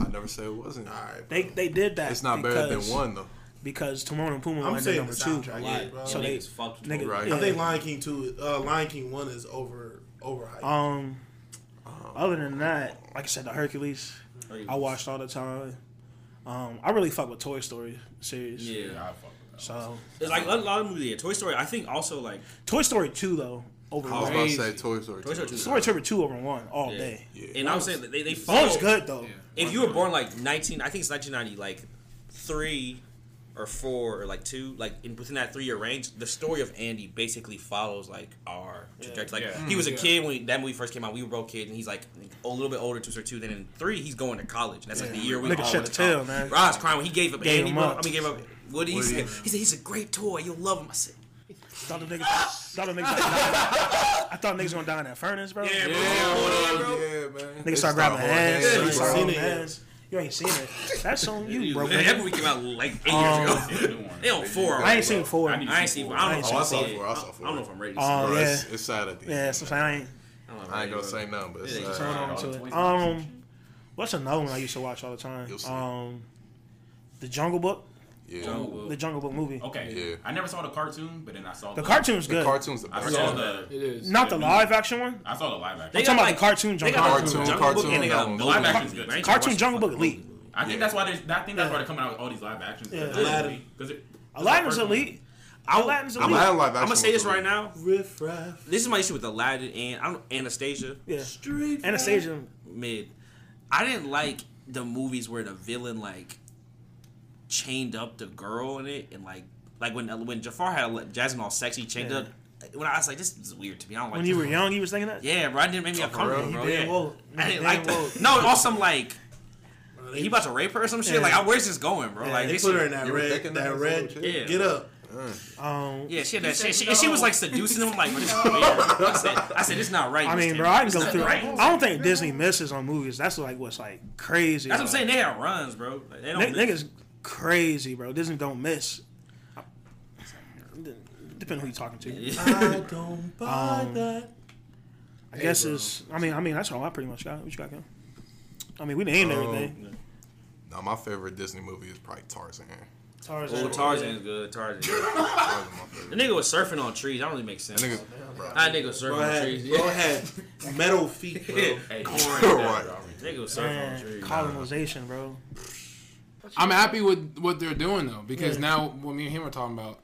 [SPEAKER 8] I never said it wasn't.
[SPEAKER 2] All right,
[SPEAKER 1] They they did that.
[SPEAKER 8] It's not better than
[SPEAKER 1] because-
[SPEAKER 8] one though.
[SPEAKER 1] because Timon and Puma went in
[SPEAKER 2] saying
[SPEAKER 1] number
[SPEAKER 2] the
[SPEAKER 1] two.
[SPEAKER 2] soundtrack, yeah, bro.
[SPEAKER 1] so
[SPEAKER 2] Yeah,
[SPEAKER 1] they
[SPEAKER 6] niggas fucked with
[SPEAKER 1] nigga,
[SPEAKER 6] it.
[SPEAKER 8] Right.
[SPEAKER 1] yeah.
[SPEAKER 2] I think Lion King two, uh, Lion King one is over overhyped.
[SPEAKER 1] Um, other than that, like I said, the Hercules
[SPEAKER 6] Hercules.
[SPEAKER 1] I watched all the time. Um, I really fuck with Toy Story series.
[SPEAKER 6] Yeah,
[SPEAKER 7] I fuck with
[SPEAKER 1] So
[SPEAKER 6] It's like a lot of movies. Yeah. Toy Story. I think also like
[SPEAKER 1] Toy Story two though over
[SPEAKER 8] I was
[SPEAKER 1] one.
[SPEAKER 8] about
[SPEAKER 3] Crazy.
[SPEAKER 8] to say Toy Story.
[SPEAKER 6] Toy Story
[SPEAKER 8] too.
[SPEAKER 6] 2.
[SPEAKER 1] Toy Story two over one all
[SPEAKER 6] Yeah.
[SPEAKER 1] day.
[SPEAKER 6] And I was saying that they they follow.
[SPEAKER 1] One's good though.
[SPEAKER 6] If you were born like nineteen, I think it's nineteen ninety, like three or four or like two, like in within that three year range, the story of Andy basically follows like our trajectory. Like
[SPEAKER 3] Yeah.
[SPEAKER 6] he was a
[SPEAKER 3] Yeah.
[SPEAKER 6] kid when that movie first came out. We were both kids, and he's like a little bit older, two or two. Then in three, he's going to college. And that's like the year we
[SPEAKER 1] Nigga
[SPEAKER 6] all
[SPEAKER 1] shut
[SPEAKER 6] went
[SPEAKER 1] the
[SPEAKER 6] to college.
[SPEAKER 1] tail, man.
[SPEAKER 6] Rod's crying when he gave up
[SPEAKER 1] Gave
[SPEAKER 6] Andy.
[SPEAKER 1] him
[SPEAKER 6] bro.
[SPEAKER 1] up.
[SPEAKER 6] I mean, gave up Woody. He said, he said he's a great toy. You'll love him. I said.
[SPEAKER 1] Thought the niggas, thought the niggas, gonna die. I thought niggas gonna die in that furnace, bro.
[SPEAKER 6] Yeah, bro.
[SPEAKER 8] Yeah, man. They
[SPEAKER 1] Niggas start grabbing
[SPEAKER 8] holding
[SPEAKER 1] hands.
[SPEAKER 8] hands,
[SPEAKER 1] niggas
[SPEAKER 8] bro.
[SPEAKER 1] start
[SPEAKER 2] seen
[SPEAKER 1] holding
[SPEAKER 2] it
[SPEAKER 1] hands. You ain't seen it. That's on you, bro.
[SPEAKER 6] Man, that movie came out like eight years ago. They on four.
[SPEAKER 1] I ain't seen four.
[SPEAKER 7] I need-
[SPEAKER 6] I ain't seen. I
[SPEAKER 1] Oh,
[SPEAKER 6] don't know. if
[SPEAKER 8] I
[SPEAKER 6] I've
[SPEAKER 8] saw
[SPEAKER 6] seen
[SPEAKER 8] four,
[SPEAKER 6] it.
[SPEAKER 8] I saw
[SPEAKER 6] I don't
[SPEAKER 8] four.
[SPEAKER 6] know if I'm ready. to see
[SPEAKER 1] Oh
[SPEAKER 8] Bro,
[SPEAKER 1] yeah,
[SPEAKER 8] it's, it's sad at the
[SPEAKER 1] yeah.
[SPEAKER 8] end.
[SPEAKER 1] So I ain't
[SPEAKER 6] it. don't know if I'm
[SPEAKER 8] I ain't
[SPEAKER 6] ready
[SPEAKER 8] gonna
[SPEAKER 6] to-
[SPEAKER 8] say nothing, but it's
[SPEAKER 6] Yeah,
[SPEAKER 8] uh,
[SPEAKER 6] just hold
[SPEAKER 1] on to it. Um, what's another one I used to watch all the time?
[SPEAKER 8] You'll see.
[SPEAKER 1] Um, the Jungle Book,
[SPEAKER 8] yeah.
[SPEAKER 1] the Jungle Book movie.
[SPEAKER 6] Oh.
[SPEAKER 9] Okay.
[SPEAKER 8] Yeah.
[SPEAKER 9] I never saw the cartoon, but then I saw
[SPEAKER 1] The cartoon's
[SPEAKER 8] The
[SPEAKER 1] good,
[SPEAKER 8] cartoon's the
[SPEAKER 9] I
[SPEAKER 8] best.
[SPEAKER 9] saw
[SPEAKER 8] one.
[SPEAKER 9] the.
[SPEAKER 3] It is.
[SPEAKER 1] not the live action one.
[SPEAKER 9] I saw the live action.
[SPEAKER 6] They
[SPEAKER 1] I'm talking about
[SPEAKER 6] got,
[SPEAKER 1] the cartoon
[SPEAKER 6] They
[SPEAKER 1] Jungle
[SPEAKER 6] got
[SPEAKER 1] Book.
[SPEAKER 8] Cartoon,
[SPEAKER 6] cartoon, Jungle Book,
[SPEAKER 8] cartoon,
[SPEAKER 6] and they got a
[SPEAKER 8] um,
[SPEAKER 6] Nolan
[SPEAKER 9] live
[SPEAKER 6] cartoon.
[SPEAKER 9] action's good.
[SPEAKER 6] Man, I ain't
[SPEAKER 1] Cartoon
[SPEAKER 6] watched
[SPEAKER 1] Jungle
[SPEAKER 6] the
[SPEAKER 1] Book
[SPEAKER 6] fucking
[SPEAKER 1] elite.
[SPEAKER 6] movie.
[SPEAKER 9] I think
[SPEAKER 8] Yeah.
[SPEAKER 9] that's why there's. I think that's why they're coming out with all these live actions.
[SPEAKER 1] Yeah.
[SPEAKER 6] Aladdin.
[SPEAKER 9] Because
[SPEAKER 1] Aladdin's elite. Aladdin's elite.
[SPEAKER 8] I'm not live action.
[SPEAKER 6] I'm gonna say
[SPEAKER 8] was
[SPEAKER 6] this
[SPEAKER 8] the-
[SPEAKER 6] right now.
[SPEAKER 2] Riff raff.
[SPEAKER 6] This is my issue with Aladdin and I don't, Anastasia.
[SPEAKER 1] Yeah.
[SPEAKER 2] Street.
[SPEAKER 1] Anastasia.
[SPEAKER 6] Mid. I didn't like the movies where the villain like chained up the girl in it, and like like when when Jafar had Jasmine all sexy chained
[SPEAKER 1] Yeah.
[SPEAKER 6] up. When I was like, this is weird to me. I don't like.
[SPEAKER 1] When
[SPEAKER 6] this
[SPEAKER 1] you were
[SPEAKER 6] movie.
[SPEAKER 1] young, Oh, you was thinking that.
[SPEAKER 6] Yeah, bro, I didn't make me uncomfortable,
[SPEAKER 8] real?
[SPEAKER 6] bro.
[SPEAKER 1] He damn
[SPEAKER 6] yeah.
[SPEAKER 1] woke.
[SPEAKER 6] I didn't
[SPEAKER 1] He
[SPEAKER 6] like
[SPEAKER 1] damn
[SPEAKER 6] that. No, also I'm like, he about to rape her or some shit.
[SPEAKER 1] Yeah.
[SPEAKER 6] Like, I- where's this going, bro? like,
[SPEAKER 2] they
[SPEAKER 6] this
[SPEAKER 2] put her
[SPEAKER 6] shit-
[SPEAKER 2] in that
[SPEAKER 8] You were
[SPEAKER 2] red,
[SPEAKER 8] thinking that
[SPEAKER 2] that
[SPEAKER 8] was
[SPEAKER 2] red.
[SPEAKER 8] a little
[SPEAKER 6] chick?
[SPEAKER 2] Get up.
[SPEAKER 1] Um,
[SPEAKER 6] Yeah, she had that. She, she, and she was like seducing him. Like, bro, this is weird. I said, I said, it's not right.
[SPEAKER 1] I
[SPEAKER 6] Miss
[SPEAKER 1] mean,
[SPEAKER 6] Tammy.
[SPEAKER 1] bro, I can
[SPEAKER 6] It's
[SPEAKER 1] go
[SPEAKER 6] not
[SPEAKER 1] through.
[SPEAKER 6] right.
[SPEAKER 1] I don't think Disney misses on movies. That's like what's like crazy.
[SPEAKER 6] That's what I'm
[SPEAKER 1] bro.
[SPEAKER 6] saying. They had runs, bro. Like, they don't.
[SPEAKER 1] Ni- niggas crazy, bro. Disney don't miss. Depending who you talking to.
[SPEAKER 2] I don't buy
[SPEAKER 1] Um,
[SPEAKER 2] that.
[SPEAKER 1] I guess it's. I mean, I mean, that's all I pretty much got. What you got, Kim? I mean, we named
[SPEAKER 9] Oh.
[SPEAKER 8] Um,
[SPEAKER 1] everything.
[SPEAKER 8] No, my favorite Disney movie is probably Tarzan.
[SPEAKER 1] Tarzan.
[SPEAKER 6] Oh, Tarzan's good. Tarzan.
[SPEAKER 8] Tarzan's my
[SPEAKER 6] the
[SPEAKER 8] favorite.
[SPEAKER 6] nigga was surfing on trees. That don't even make sense.
[SPEAKER 8] That
[SPEAKER 6] That
[SPEAKER 8] nigga,
[SPEAKER 6] nigga,
[SPEAKER 8] bro.
[SPEAKER 6] was
[SPEAKER 2] Bro
[SPEAKER 6] surfing on trees.
[SPEAKER 2] had, bro had Um, metal feet, bro.
[SPEAKER 6] Yeah.
[SPEAKER 9] Hey,
[SPEAKER 8] Right.
[SPEAKER 6] Nigga was surfing on
[SPEAKER 1] Man,
[SPEAKER 6] trees.
[SPEAKER 1] colonization, bro.
[SPEAKER 3] I'm happy with what they're doing though, because now what me and him are talking about,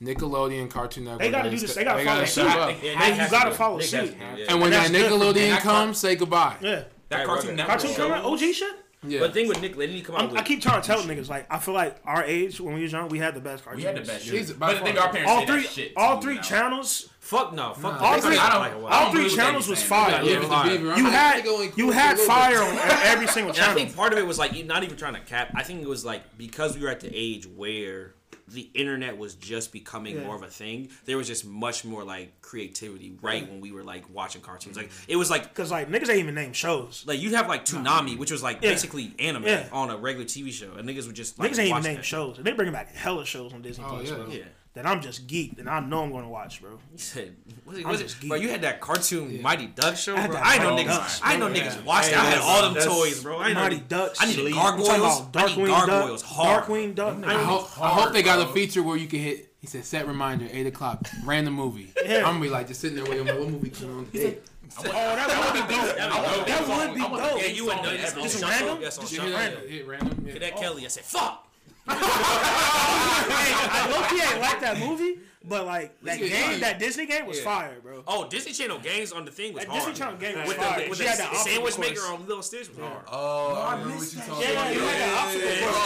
[SPEAKER 3] Nickelodeon, Cartoon Network,
[SPEAKER 1] They gotta do
[SPEAKER 3] guys,
[SPEAKER 1] this. They gotta follow
[SPEAKER 3] gotta
[SPEAKER 1] suit.
[SPEAKER 3] step up.
[SPEAKER 6] Yeah,
[SPEAKER 1] Hey,
[SPEAKER 6] nigga
[SPEAKER 1] you
[SPEAKER 6] has
[SPEAKER 1] gotta
[SPEAKER 6] do it.
[SPEAKER 1] follow
[SPEAKER 6] Nigga
[SPEAKER 1] suit.
[SPEAKER 6] has to do it.
[SPEAKER 3] And when
[SPEAKER 1] that's
[SPEAKER 3] that
[SPEAKER 1] good for-
[SPEAKER 3] Nickelodeon
[SPEAKER 9] that's
[SPEAKER 3] comes, say goodbye.
[SPEAKER 1] Yeah.
[SPEAKER 9] That cartoon network.
[SPEAKER 1] Cartoon coming out, OG shit.
[SPEAKER 3] Yeah.
[SPEAKER 6] But the thing with Nick, they didn't come out
[SPEAKER 1] I'm,
[SPEAKER 6] with.
[SPEAKER 1] I keep trying to tell niggas like I feel like our age when we was young, we had the best cartoons.
[SPEAKER 9] We had the best shit.
[SPEAKER 3] Jesus,
[SPEAKER 9] but
[SPEAKER 3] by
[SPEAKER 9] the
[SPEAKER 3] far.
[SPEAKER 9] thing our parents
[SPEAKER 1] All
[SPEAKER 9] say
[SPEAKER 1] three,
[SPEAKER 9] that shit.
[SPEAKER 1] all
[SPEAKER 9] to
[SPEAKER 1] three
[SPEAKER 9] now.
[SPEAKER 1] channels,
[SPEAKER 6] Fuck no. Fuck no.
[SPEAKER 1] all
[SPEAKER 6] They
[SPEAKER 1] three,
[SPEAKER 6] said, I don't
[SPEAKER 9] I
[SPEAKER 6] like
[SPEAKER 9] don't-
[SPEAKER 6] it.
[SPEAKER 1] all
[SPEAKER 9] agree
[SPEAKER 1] three
[SPEAKER 9] with
[SPEAKER 1] channels
[SPEAKER 9] that
[SPEAKER 1] was
[SPEAKER 9] you
[SPEAKER 1] fire.
[SPEAKER 3] Yeah,
[SPEAKER 1] bro.
[SPEAKER 3] leave it to Beaver. I'm
[SPEAKER 1] You
[SPEAKER 3] like,
[SPEAKER 1] had
[SPEAKER 3] nigga, only
[SPEAKER 1] you
[SPEAKER 3] cool
[SPEAKER 1] had
[SPEAKER 3] for a little
[SPEAKER 1] fire
[SPEAKER 3] bit.
[SPEAKER 1] on every single
[SPEAKER 6] And I
[SPEAKER 1] channel.
[SPEAKER 6] think part of it was like not even trying to cap. I think it was like because we were at the age where the internet was just becoming
[SPEAKER 1] Yeah.
[SPEAKER 6] more of a thing. There was just much more like creativity right when we were like watching cartoons. Like it was like
[SPEAKER 1] Cause like niggas ain't even name shows.
[SPEAKER 6] like you'd have like Toonami, which was like
[SPEAKER 1] Yeah.
[SPEAKER 6] basically anime
[SPEAKER 1] Yeah.
[SPEAKER 6] on a regular TV show, and niggas would just like
[SPEAKER 1] Niggas ain't even
[SPEAKER 6] watch
[SPEAKER 1] name
[SPEAKER 6] that.
[SPEAKER 1] shows. They bringing back hella shows on Disney
[SPEAKER 3] Oh,
[SPEAKER 1] Plus,
[SPEAKER 3] yeah.
[SPEAKER 1] bro.
[SPEAKER 6] Yeah.
[SPEAKER 1] That I'm just geeked and I know I'm gonna watch, bro.
[SPEAKER 6] He said, "Was it?
[SPEAKER 1] I'm
[SPEAKER 6] Was it
[SPEAKER 1] just
[SPEAKER 6] bro,
[SPEAKER 1] geek.
[SPEAKER 6] you had that cartoon Mighty Duck show,
[SPEAKER 1] had
[SPEAKER 6] bro.
[SPEAKER 1] that
[SPEAKER 6] I know
[SPEAKER 1] Mighty
[SPEAKER 6] niggas.
[SPEAKER 1] Ducks,
[SPEAKER 6] I know
[SPEAKER 1] bro.
[SPEAKER 6] niggas watched. it. I
[SPEAKER 2] Hey,
[SPEAKER 6] had all them
[SPEAKER 2] that's-
[SPEAKER 6] toys, bro. I
[SPEAKER 1] Mighty
[SPEAKER 6] know.
[SPEAKER 1] Ducks.
[SPEAKER 6] I needed
[SPEAKER 1] Sleep. I'm
[SPEAKER 6] gargoyles.
[SPEAKER 1] talking
[SPEAKER 6] I
[SPEAKER 1] about
[SPEAKER 6] needed
[SPEAKER 1] Darkwing
[SPEAKER 6] gargoyles.
[SPEAKER 1] Duck.
[SPEAKER 6] Hard.
[SPEAKER 1] Darkwing Duck. I
[SPEAKER 3] I
[SPEAKER 1] need-
[SPEAKER 3] hope, I hope they got a feature where you can hit. He said, "Set reminder, eight o'clock, random movie." I'm gonna be like just sitting there waiting. Like, what movie coming on? today?
[SPEAKER 1] Oh, that would be dope. That would be
[SPEAKER 6] Yeah,
[SPEAKER 1] dope.
[SPEAKER 6] you would know. That's on
[SPEAKER 1] Just
[SPEAKER 6] shuffle.
[SPEAKER 1] random?
[SPEAKER 6] That's on
[SPEAKER 3] Did you hear
[SPEAKER 6] shuffle.
[SPEAKER 3] that? Hit random. Yeah.
[SPEAKER 6] Cadet Kelly. I said, fuck.
[SPEAKER 1] I low key ain't like that movie, but like that
[SPEAKER 3] Yeah.
[SPEAKER 1] game, that Disney game was
[SPEAKER 6] Yeah.
[SPEAKER 1] fire, bro.
[SPEAKER 6] Oh, Disney Channel games on the thing was
[SPEAKER 1] That
[SPEAKER 6] hard.
[SPEAKER 1] Disney Channel game was
[SPEAKER 6] with
[SPEAKER 1] fire.
[SPEAKER 6] the, with
[SPEAKER 1] She
[SPEAKER 6] the
[SPEAKER 1] had that
[SPEAKER 6] sandwich
[SPEAKER 1] obstacle
[SPEAKER 6] maker
[SPEAKER 1] course.
[SPEAKER 6] on Little Stitch was hard.
[SPEAKER 8] Oh, I remember what you talking
[SPEAKER 1] Yeah,
[SPEAKER 8] about.
[SPEAKER 1] you had that obstacle course. That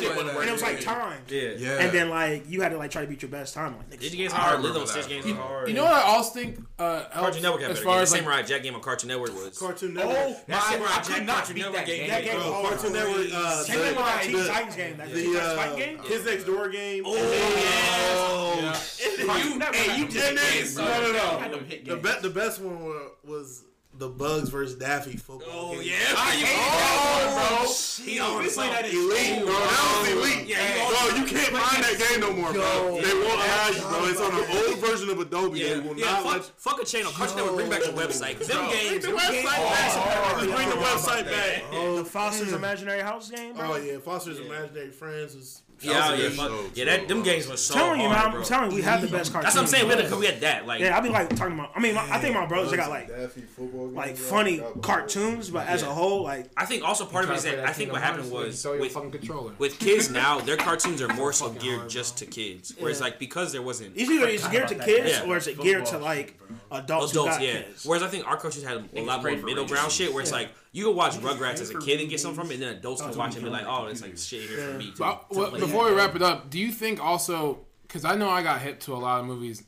[SPEAKER 1] shit was- And it was like time.
[SPEAKER 6] Yeah.
[SPEAKER 8] Yeah.
[SPEAKER 1] And then like you had to like try to beat your best time. Like, nigga,
[SPEAKER 6] Disney games hard.
[SPEAKER 8] remember
[SPEAKER 6] Little Stitch
[SPEAKER 8] that.
[SPEAKER 6] games was hard.
[SPEAKER 3] You know what I also think? Uh, helps
[SPEAKER 6] Cartoon Network had
[SPEAKER 3] as
[SPEAKER 6] better
[SPEAKER 3] far
[SPEAKER 6] games.
[SPEAKER 3] as like,
[SPEAKER 6] Samurai Jack game on Cartoon Network was.
[SPEAKER 2] Cartoon
[SPEAKER 1] Oh,
[SPEAKER 2] Network.
[SPEAKER 6] That Samurai
[SPEAKER 9] I could
[SPEAKER 6] Jack
[SPEAKER 9] not
[SPEAKER 6] Cartoon
[SPEAKER 9] beat
[SPEAKER 6] Network
[SPEAKER 9] that
[SPEAKER 6] game.
[SPEAKER 1] that
[SPEAKER 6] was
[SPEAKER 1] game was
[SPEAKER 6] hard.
[SPEAKER 2] Bro,
[SPEAKER 1] hard.
[SPEAKER 2] Cartoon Network. Uh,
[SPEAKER 1] Same thing
[SPEAKER 2] the,
[SPEAKER 1] with that
[SPEAKER 9] the-
[SPEAKER 1] Teen Titans game. That Teen
[SPEAKER 2] the
[SPEAKER 1] Titans
[SPEAKER 2] uh,
[SPEAKER 1] fight game.
[SPEAKER 2] Kids Next Door game.
[SPEAKER 6] Oh,
[SPEAKER 9] You, hey, you just
[SPEAKER 2] And then-
[SPEAKER 9] bro.
[SPEAKER 2] no, no, no.
[SPEAKER 9] Had them hit
[SPEAKER 2] The,
[SPEAKER 9] games.
[SPEAKER 2] be- the best one were, was the Bugs versus Daffy football.
[SPEAKER 6] Oh
[SPEAKER 2] game.
[SPEAKER 6] yeah.
[SPEAKER 8] Oh,
[SPEAKER 6] He owned us all.
[SPEAKER 2] Elite,
[SPEAKER 8] bro, that was elite.
[SPEAKER 6] Yeah, you
[SPEAKER 8] bro, you can't find that game no more, bro. They won't allow you, bro. It's on an old version of Adobe.
[SPEAKER 6] Yeah,
[SPEAKER 8] They will
[SPEAKER 6] yeah,
[SPEAKER 8] not
[SPEAKER 6] fuck,
[SPEAKER 8] let you.
[SPEAKER 6] fuck a channel. Cartoon Network, bring back the website. 'Cause Them games.
[SPEAKER 8] Bring the website
[SPEAKER 6] Oh,
[SPEAKER 8] back. Just bring the website back.
[SPEAKER 1] The Foster's Imaginary House game, bro.
[SPEAKER 6] Oh,
[SPEAKER 2] Oh yeah, Foster's Imaginary Friends was
[SPEAKER 6] Yeah,
[SPEAKER 8] was a
[SPEAKER 6] yeah,
[SPEAKER 8] good
[SPEAKER 6] fuck.
[SPEAKER 8] show,
[SPEAKER 6] yeah.
[SPEAKER 8] too.
[SPEAKER 6] That them games were so
[SPEAKER 1] telling you,
[SPEAKER 6] hard,
[SPEAKER 1] man.
[SPEAKER 6] bro.
[SPEAKER 1] I'm telling you, we had the best cartoon.
[SPEAKER 6] oh, That's what I'm saying. We had to we had that. Like,
[SPEAKER 1] Yeah, I be like talking about. I mean, my, I think my brothers they got like like funny cartoons, but as a whole, like
[SPEAKER 6] I think also part of it is that I think what happened was
[SPEAKER 3] so your
[SPEAKER 6] with
[SPEAKER 3] fucking controller.
[SPEAKER 6] with kids now, their cartoons are more so geared just to kids. Whereas like because there wasn't
[SPEAKER 1] it's either it's geared to kids
[SPEAKER 6] Yeah.
[SPEAKER 1] or is it geared to like adults? who
[SPEAKER 6] adults,
[SPEAKER 1] got
[SPEAKER 6] yeah.
[SPEAKER 1] kids.
[SPEAKER 6] Whereas I think our cartoons had a lot more
[SPEAKER 9] pray for
[SPEAKER 6] middle ground shit, where it's like you can watch Rugrats as a kid and get something from it, and then adults can watch it and be like, oh, it's like shit here for me. To,
[SPEAKER 3] Well,
[SPEAKER 6] to
[SPEAKER 3] well,
[SPEAKER 6] play.
[SPEAKER 3] before we wrap it up, do you think also because I know I got hit to a lot of movies,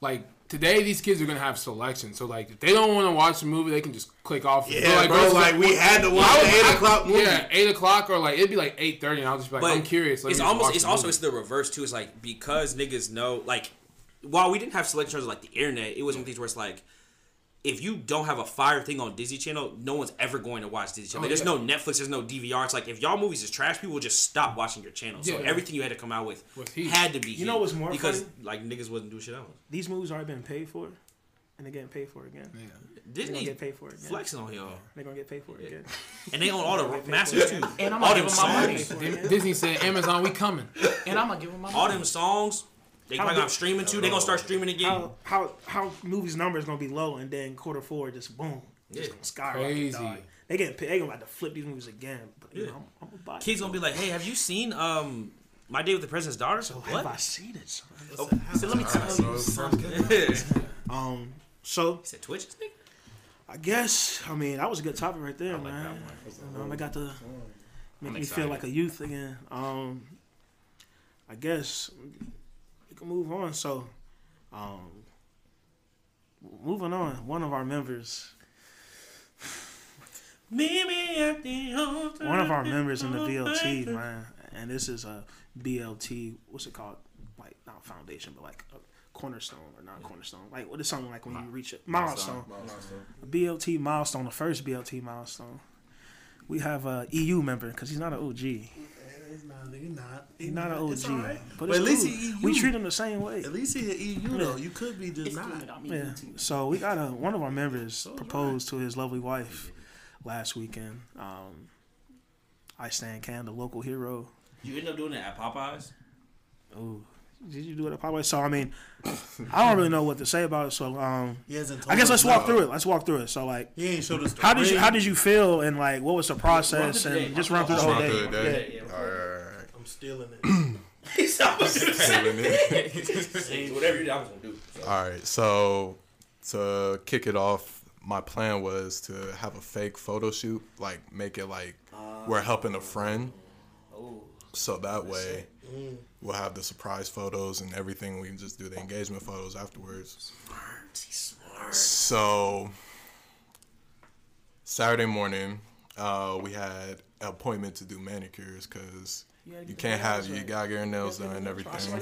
[SPEAKER 3] like today these kids are gonna have selection. So like if they don't want to watch a movie, they can just click off.
[SPEAKER 2] Yeah, bro,
[SPEAKER 3] versus-
[SPEAKER 2] like, we had to
[SPEAKER 3] I
[SPEAKER 2] watch
[SPEAKER 3] would-
[SPEAKER 2] the
[SPEAKER 3] I-
[SPEAKER 2] 8 o'clock movie.
[SPEAKER 3] Yeah, eight o'clock or like it'd be like eight thirty, and I'll just be like,
[SPEAKER 6] But
[SPEAKER 3] I'm curious. let me
[SPEAKER 6] it's
[SPEAKER 3] just watch
[SPEAKER 6] almost it's
[SPEAKER 3] the
[SPEAKER 6] also
[SPEAKER 3] movie.
[SPEAKER 6] it's the reverse too. It's like because niggas know like while we didn't have selection shows like the internet, it was one of these where it's like if you don't have a fire thing on Disney Channel, no one's ever going to watch Disney Channel.
[SPEAKER 3] Oh,
[SPEAKER 6] there's
[SPEAKER 3] yeah.
[SPEAKER 6] no Netflix, there's no DVR. It's like if y'all movies is trash, people will just stop watching your channel. So
[SPEAKER 3] Yeah.
[SPEAKER 6] everything you had to come out with
[SPEAKER 3] Was heat.
[SPEAKER 6] had to be
[SPEAKER 1] You know
[SPEAKER 6] heat.
[SPEAKER 1] what's more
[SPEAKER 6] because
[SPEAKER 1] funny?
[SPEAKER 6] like niggas wasn't doing shit else.
[SPEAKER 1] These movies already been paid for, and they're getting paid for again. They're gonna
[SPEAKER 6] Disney
[SPEAKER 1] get paid for it. Again.
[SPEAKER 6] flexing on y'all,
[SPEAKER 1] They're gonna get paid for it again.
[SPEAKER 6] and they own all
[SPEAKER 1] They
[SPEAKER 6] the
[SPEAKER 1] pay
[SPEAKER 6] masters
[SPEAKER 1] for
[SPEAKER 6] too.
[SPEAKER 1] it.
[SPEAKER 5] And I'm
[SPEAKER 6] all them
[SPEAKER 5] gonna give him my
[SPEAKER 6] songs,
[SPEAKER 5] money.
[SPEAKER 1] Pay for it again.
[SPEAKER 3] Disney said, Amazon, we coming.
[SPEAKER 6] Oh
[SPEAKER 5] And I'm gonna give him my money.
[SPEAKER 6] all them songs. They
[SPEAKER 1] How
[SPEAKER 6] probably
[SPEAKER 1] do-
[SPEAKER 6] got streaming too. They gonna start streaming again.
[SPEAKER 1] How how how movies numbers gonna be low, and then quarter four just boom, just
[SPEAKER 6] Yeah.
[SPEAKER 1] gonna skyrocket.
[SPEAKER 3] Crazy.
[SPEAKER 1] Dog. They getting paid- they gonna have to flip these movies again. But you know, I'm, I'm gonna buy. it.
[SPEAKER 6] kids gonna be like, "Hey, have you seen um my day with the president's daughter?" So
[SPEAKER 1] Have I
[SPEAKER 6] what? Oh,
[SPEAKER 1] seen it? son?
[SPEAKER 6] So let me tell you something. He
[SPEAKER 1] Um, so
[SPEAKER 6] said, "Twitch, this nigga."
[SPEAKER 1] I guess I mean that was a good topic right there, man. Um, I got to make me feel like a youth again. Um, I guess we can move on. So, um, moving on, one of our members, one of our members in the BLT, man, and this is a BLT. What's it called? Like not foundation, but like a cornerstone or not cornerstone. Like what is something like when you reach a milestone? BLT milestone, the first BLT milestone. We have a EU member because he's not an OG. He's not
[SPEAKER 2] E
[SPEAKER 1] an OG, but,
[SPEAKER 2] But
[SPEAKER 1] it's
[SPEAKER 2] at least
[SPEAKER 1] cool.
[SPEAKER 10] E
[SPEAKER 2] he EU.
[SPEAKER 1] we treat him the same way.
[SPEAKER 2] At least E he's an EU though. You could be just
[SPEAKER 5] It's
[SPEAKER 2] not.
[SPEAKER 5] cool without me.
[SPEAKER 1] Yeah. So we got a one of our members proposed to his lovely wife last weekend. Um, I stand Cam, the local hero.
[SPEAKER 6] You end up doing it at Popeyes.
[SPEAKER 1] Ooh, did you do it at Popeye? So I mean, I don't really know what to say about it. So um,
[SPEAKER 2] He hasn't told
[SPEAKER 1] I guess
[SPEAKER 2] us
[SPEAKER 1] let's walk
[SPEAKER 2] no.
[SPEAKER 1] through it. Let's walk through it. So like,
[SPEAKER 2] He ain't showed us. the
[SPEAKER 1] how did you
[SPEAKER 2] ring.
[SPEAKER 1] how did you feel and like what was the process
[SPEAKER 5] Run through the
[SPEAKER 1] and
[SPEAKER 5] day.
[SPEAKER 1] just run through the
[SPEAKER 5] Just
[SPEAKER 1] whole
[SPEAKER 8] Not
[SPEAKER 1] day?
[SPEAKER 8] good,
[SPEAKER 1] Yeah.
[SPEAKER 8] that- all right, all right, all right.
[SPEAKER 2] I'm stealing it.
[SPEAKER 8] Feeling it.
[SPEAKER 6] Whatever you do, I was gonna do.
[SPEAKER 8] All right, so to kick it off, my plan was to have a fake photo shoot, like make it like we're helping a friend.
[SPEAKER 6] oh.
[SPEAKER 8] So that way, we'll have the surprise photos and everything. We can just do the engagement photos afterwards. So Saturday morning, uh, we had an appointment to do manicures because
[SPEAKER 1] gotta get
[SPEAKER 8] you
[SPEAKER 1] the
[SPEAKER 8] can't
[SPEAKER 1] nails
[SPEAKER 8] have you
[SPEAKER 1] right.
[SPEAKER 8] gotta get your nails done and everything.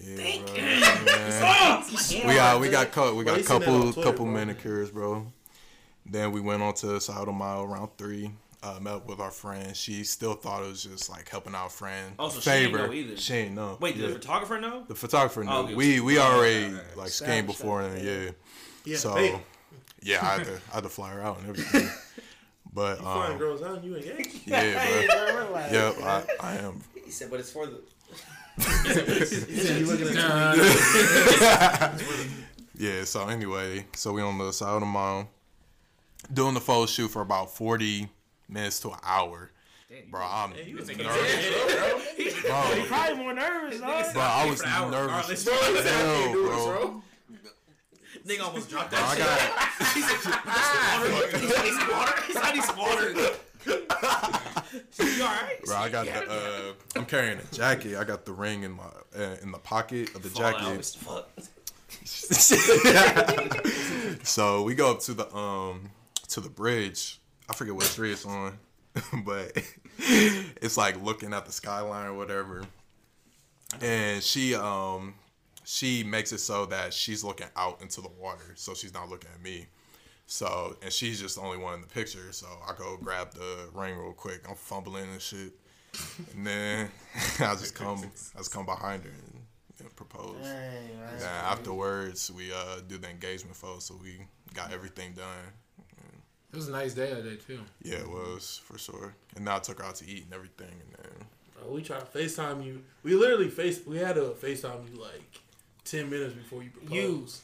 [SPEAKER 8] Yeah, bro.
[SPEAKER 5] Yeah.
[SPEAKER 8] We got we got cou- we got a
[SPEAKER 2] you seen that on
[SPEAKER 8] couple
[SPEAKER 2] Twitter,
[SPEAKER 8] couple
[SPEAKER 2] bro.
[SPEAKER 8] manicures, bro. Then we went on to Sourdough Mile round three. Uh, met up with our friend. She still thought it was just like helping our friend.
[SPEAKER 6] Oh, so she ain't know either.
[SPEAKER 8] She ain't know.
[SPEAKER 6] Wait,
[SPEAKER 8] Yeah.
[SPEAKER 6] did the photographer know?
[SPEAKER 8] the photographer knew.
[SPEAKER 6] Oh, okay.
[SPEAKER 8] We we already like skimmed
[SPEAKER 1] Savage,
[SPEAKER 8] before and yeah.
[SPEAKER 2] Yeah,
[SPEAKER 8] so
[SPEAKER 10] um,
[SPEAKER 2] hey,
[SPEAKER 8] yeah, I had to I had to fly her out and everything. But
[SPEAKER 2] fine
[SPEAKER 8] um,
[SPEAKER 2] girls, huh? You engaged?
[SPEAKER 8] yeah, bro. Yep, I, I am.
[SPEAKER 6] He said, "But it's for the."
[SPEAKER 8] Yeah, so anyway, so we on the side of the mall doing the photo shoot for about 40 minutes to an hour. Bro, I'm nervous. Bro,
[SPEAKER 1] Probably more nervous, dog.
[SPEAKER 8] bro, I was
[SPEAKER 6] hour,
[SPEAKER 8] nervous. as hell, bro.
[SPEAKER 6] Nigga almost dropped
[SPEAKER 8] Bro,
[SPEAKER 6] that
[SPEAKER 8] I
[SPEAKER 6] shit.
[SPEAKER 8] got
[SPEAKER 6] He said, "Water." He said, "Water." He said, "I need some water." You all right?
[SPEAKER 8] bro, I got the uh, I'm carrying a jacket. I got the ring in my uh, in the pocket of the
[SPEAKER 6] Fall out,
[SPEAKER 8] jacket.
[SPEAKER 6] it's fuck.
[SPEAKER 8] so we go up to the um to the bridge. I forget what street it's on, but it's like looking at the skyline or whatever. And she um she makes it so that she's looking out into the water, so she's not looking at me. So and she's just the only one in the picture. So I go grab the ring real quick. I'm fumbling and shit, and then I just come I just come behind her and, and propose. Then afterwards, we uh, do the engagement photo, so we got everything done.
[SPEAKER 3] It was a nice day that day too.
[SPEAKER 8] Mm-hmm. Yeah, it was for sure. And then I took her out to eat and everything, and then
[SPEAKER 10] bro. We tried to FaceTime you. We literally face. We had to FaceTime you like ten minutes before you proposed.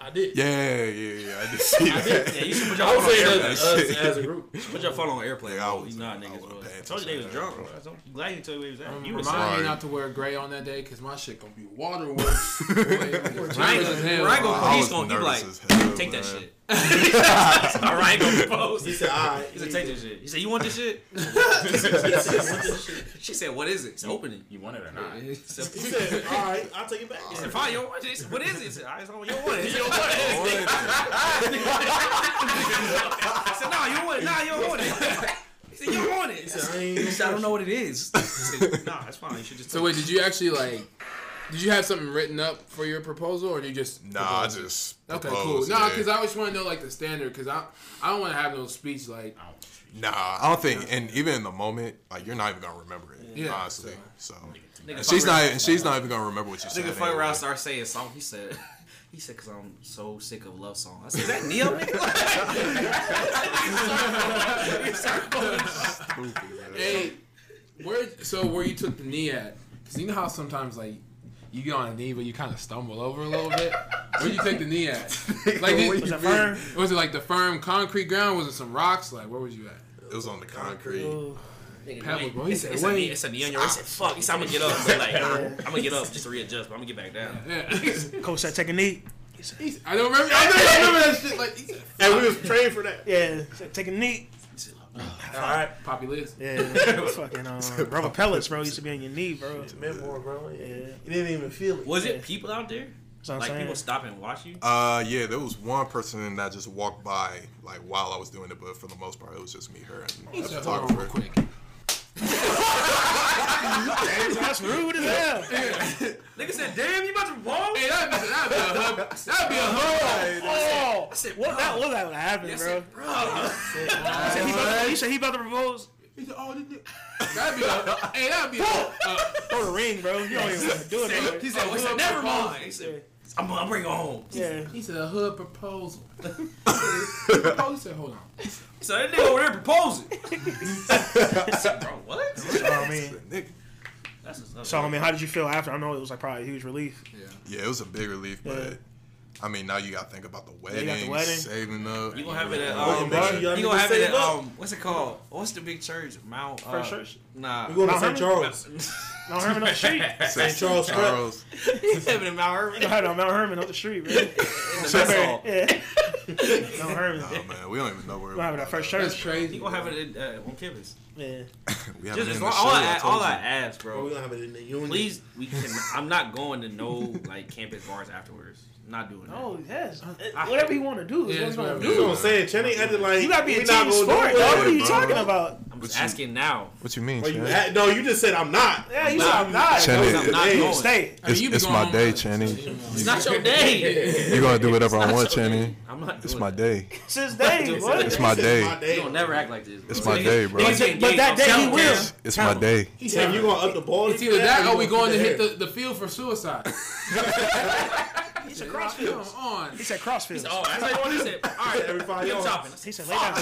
[SPEAKER 10] I did.
[SPEAKER 8] Yeah, yeah, yeah. I just see
[SPEAKER 10] I
[SPEAKER 8] that.
[SPEAKER 10] did. Yeah, you should put your I was phone on saying airplane. us- us as a group.
[SPEAKER 6] You should Put your phone on airplane.
[SPEAKER 8] Yeah, I
[SPEAKER 6] bro.
[SPEAKER 8] was-
[SPEAKER 6] He's not
[SPEAKER 8] I
[SPEAKER 6] niggas.
[SPEAKER 8] was
[SPEAKER 6] bro. I
[SPEAKER 8] bad
[SPEAKER 6] told you they was
[SPEAKER 8] sometimes,
[SPEAKER 6] drunk.
[SPEAKER 8] bro.
[SPEAKER 6] bro. I'm glad you told me he was at. You was
[SPEAKER 3] Remind me
[SPEAKER 8] Right.
[SPEAKER 3] not to wear gray on that day because my shit gonna be waterworks. Ryan
[SPEAKER 6] gonna-
[SPEAKER 3] as hell.
[SPEAKER 6] Ryan gonna-
[SPEAKER 8] I
[SPEAKER 6] he's
[SPEAKER 8] was
[SPEAKER 6] gonna be
[SPEAKER 8] nervous
[SPEAKER 6] like,
[SPEAKER 8] as hell,
[SPEAKER 6] take that
[SPEAKER 8] man.
[SPEAKER 6] shit. All right, go propose.
[SPEAKER 10] He said, "All right."
[SPEAKER 6] He said, take this shit. He said, you want this shit? she said, what is it? It's opening.
[SPEAKER 9] You want it or not?
[SPEAKER 6] He said,
[SPEAKER 10] He said, "All right, I'll take it back."
[SPEAKER 6] He said, fine, you don't want it. He said, What is it? He said, "I just don't- you don't want it. He said, I said, no, you don't want it. Nah, you don't want it. He said, you don't want it.
[SPEAKER 10] I ain't
[SPEAKER 6] He said, I don't know what it is. I said, nah, that's fine. You should just
[SPEAKER 3] So wait, did you actually like? Did you have something written up for your proposal, or did you just?
[SPEAKER 8] Nah, I
[SPEAKER 3] propose?
[SPEAKER 8] just.
[SPEAKER 3] Okay,
[SPEAKER 8] proposed,
[SPEAKER 3] cool. No,
[SPEAKER 8] yeah.
[SPEAKER 3] because I always want to know like the standard, because I I don't want to have no speech like.
[SPEAKER 8] Nah, I don't think, and even in the moment, like you're not even gonna remember it,
[SPEAKER 3] Yeah.
[SPEAKER 8] honestly. So,
[SPEAKER 6] Nigga,
[SPEAKER 8] and
[SPEAKER 6] fuck
[SPEAKER 8] she's
[SPEAKER 6] around-
[SPEAKER 8] not, and she's not even gonna remember what you said.
[SPEAKER 6] Nigga, fuck
[SPEAKER 8] anyway.
[SPEAKER 6] around, start saying song. He said, he said, cause I'm so sick of love song. I said, is that Neo? nigga?" He started going-
[SPEAKER 8] Stupid, man.
[SPEAKER 3] Hey, where? So where you took the knee at? Because you know how sometimes like you get on a knee, but you kind of stumble over a little bit. Where you take the knee at? Like did-
[SPEAKER 1] Was it firm?
[SPEAKER 3] was it like the firm concrete ground? Was it some rocks? Like where was you at?
[SPEAKER 8] It was on the concrete.
[SPEAKER 3] Pebble,
[SPEAKER 6] Wait,
[SPEAKER 3] bro. He
[SPEAKER 6] it's,
[SPEAKER 3] said,
[SPEAKER 6] it's, a
[SPEAKER 3] wait.
[SPEAKER 6] knee, it's a knee on your wrist. I said, fuck. He said, I'm gonna get up. But like, I'm gonna get up just to readjust, but I'm gonna get back down.
[SPEAKER 3] Yeah.
[SPEAKER 1] Coach said, take a knee.
[SPEAKER 3] I don't remember. I don't remember that shit. Like he said,
[SPEAKER 2] And we was praying for that.
[SPEAKER 1] Yeah, said, take a knee.
[SPEAKER 10] All right,
[SPEAKER 3] Poppy Liz.
[SPEAKER 1] Yeah, it's fucking um, rubber pellets, bro. Used to be on your knee, bro.
[SPEAKER 10] memoir, bro. Yeah.
[SPEAKER 1] Yeah,
[SPEAKER 10] You didn't even feel it.
[SPEAKER 6] Was it people out there?
[SPEAKER 1] that's what I'm
[SPEAKER 6] Like
[SPEAKER 1] saying.
[SPEAKER 6] people stop and watch you?
[SPEAKER 8] Uh, yeah, there was one person that just walked by like while I was doing it, but for the most part, it was just me, her, and the
[SPEAKER 3] Hold on real
[SPEAKER 8] photographer.
[SPEAKER 3] quick.
[SPEAKER 1] that's rude as hell.
[SPEAKER 6] Nigga said, damn, you about to walk?
[SPEAKER 3] Hey, that'd be, that'd be a hug. That'd be a hug.
[SPEAKER 1] Oh,
[SPEAKER 6] I said,
[SPEAKER 1] what that
[SPEAKER 6] bro.
[SPEAKER 1] was that would happen,
[SPEAKER 6] I
[SPEAKER 1] bro.
[SPEAKER 6] said, bro.
[SPEAKER 1] He said he about- He said he about to propose.
[SPEAKER 3] He said, "Oh, this nigga- That'd be a. hey, that'd be a. Uh,
[SPEAKER 1] Throw the ring, bro. You don't even want to do it.
[SPEAKER 6] He
[SPEAKER 1] Bro.
[SPEAKER 6] said, Oh, "What's that? never mind. He said, I'm, I'm bringing it home.
[SPEAKER 1] Yeah,
[SPEAKER 3] he said a hood proposal. proposal. He said, hold on.
[SPEAKER 6] He said, that nigga over there proposing. I said, bro, what?
[SPEAKER 1] so I mean,
[SPEAKER 8] Nigga.
[SPEAKER 6] That's what's up.
[SPEAKER 1] so I mean, how did you feel after? I know it was like probably a huge relief.
[SPEAKER 8] Yeah, it was a big relief, but I mean, now you gotta think about the
[SPEAKER 1] you
[SPEAKER 8] wedding,
[SPEAKER 1] got the wedding.
[SPEAKER 8] saving up.
[SPEAKER 6] You gonna have it at
[SPEAKER 8] Oh,
[SPEAKER 6] um,
[SPEAKER 8] bro,
[SPEAKER 6] you
[SPEAKER 2] y'all
[SPEAKER 6] gonna
[SPEAKER 2] niggas
[SPEAKER 6] have it
[SPEAKER 2] save
[SPEAKER 6] at
[SPEAKER 2] up.
[SPEAKER 6] um, what's it called? What's the big church? Mount uh,
[SPEAKER 1] First church?
[SPEAKER 6] Nah,
[SPEAKER 2] We going to
[SPEAKER 1] Mount
[SPEAKER 2] St.
[SPEAKER 1] Herman?
[SPEAKER 2] Charles.
[SPEAKER 1] Mount Herman up the street.
[SPEAKER 8] St.
[SPEAKER 2] Charles Prep.
[SPEAKER 8] Charles.
[SPEAKER 6] you having it at Mount Irving?
[SPEAKER 1] You had on Mount Herman up the street, bro.
[SPEAKER 6] It's a mess hall.
[SPEAKER 1] Yeah, Mount Herman.
[SPEAKER 8] Oh man, we don't even know where
[SPEAKER 1] We're having our first
[SPEAKER 3] That's
[SPEAKER 1] church.
[SPEAKER 3] crazy.
[SPEAKER 6] You gonna have it at, uh, on campus?
[SPEAKER 1] Yeah,
[SPEAKER 8] We haven't
[SPEAKER 6] Just
[SPEAKER 8] been
[SPEAKER 6] as
[SPEAKER 8] to
[SPEAKER 6] long,
[SPEAKER 8] the
[SPEAKER 6] all,
[SPEAKER 8] show,
[SPEAKER 6] I,
[SPEAKER 8] told
[SPEAKER 6] all I
[SPEAKER 8] you.
[SPEAKER 6] ask,
[SPEAKER 2] Bro, we
[SPEAKER 6] bro.
[SPEAKER 2] gonna have it in the union.
[SPEAKER 6] Please, we can. I'm not going to no like campus bars afterwards. not doing that.
[SPEAKER 1] no, Oh, yes, whatever you want to do is
[SPEAKER 3] Yeah,
[SPEAKER 1] what
[SPEAKER 3] it's
[SPEAKER 1] you want
[SPEAKER 3] whatever.
[SPEAKER 1] to
[SPEAKER 2] That's
[SPEAKER 1] do.
[SPEAKER 2] what I'm saying. Channing acted like
[SPEAKER 1] You gotta be a
[SPEAKER 2] we
[SPEAKER 1] team
[SPEAKER 2] not
[SPEAKER 1] sport,
[SPEAKER 2] gonna do
[SPEAKER 1] dog.
[SPEAKER 2] it.
[SPEAKER 1] What are you
[SPEAKER 8] bro.
[SPEAKER 1] talking about?
[SPEAKER 6] I'm
[SPEAKER 8] But
[SPEAKER 6] just
[SPEAKER 8] you-
[SPEAKER 6] asking now.
[SPEAKER 8] What you mean?
[SPEAKER 10] Oh,
[SPEAKER 2] Bro, you
[SPEAKER 8] Channing?
[SPEAKER 2] act- no, you just said I'm not.
[SPEAKER 1] Yeah, you said I'm not.
[SPEAKER 8] Channing,
[SPEAKER 1] Bro,
[SPEAKER 6] I'm not
[SPEAKER 2] Hey,
[SPEAKER 6] going.
[SPEAKER 1] Stay.
[SPEAKER 3] I mean, you be going home early, so, you know.
[SPEAKER 6] It's not your day.
[SPEAKER 8] You're gonna do whatever I
[SPEAKER 6] want, Channing. I'm not. Doing that.
[SPEAKER 8] day.
[SPEAKER 1] Since day, what?
[SPEAKER 8] It's my day.
[SPEAKER 6] You don't never act like this. Bro.
[SPEAKER 8] It's my day, bro.
[SPEAKER 6] Niggas ain't
[SPEAKER 1] But that
[SPEAKER 6] gay,
[SPEAKER 1] day
[SPEAKER 6] I'm
[SPEAKER 1] he
[SPEAKER 6] telling
[SPEAKER 1] will.
[SPEAKER 6] you.
[SPEAKER 8] It's my day.
[SPEAKER 2] He said you gonna up the ball.
[SPEAKER 3] It's either that or we going to hit the, the field for suicide.
[SPEAKER 1] He said
[SPEAKER 3] Come
[SPEAKER 1] crossfields.
[SPEAKER 3] on.
[SPEAKER 1] He said crossfields.
[SPEAKER 6] Oh, that's how you want to say. All right,
[SPEAKER 2] Everybody
[SPEAKER 6] get him
[SPEAKER 2] on.
[SPEAKER 6] chopping. I
[SPEAKER 1] He
[SPEAKER 6] said,
[SPEAKER 1] said lay down.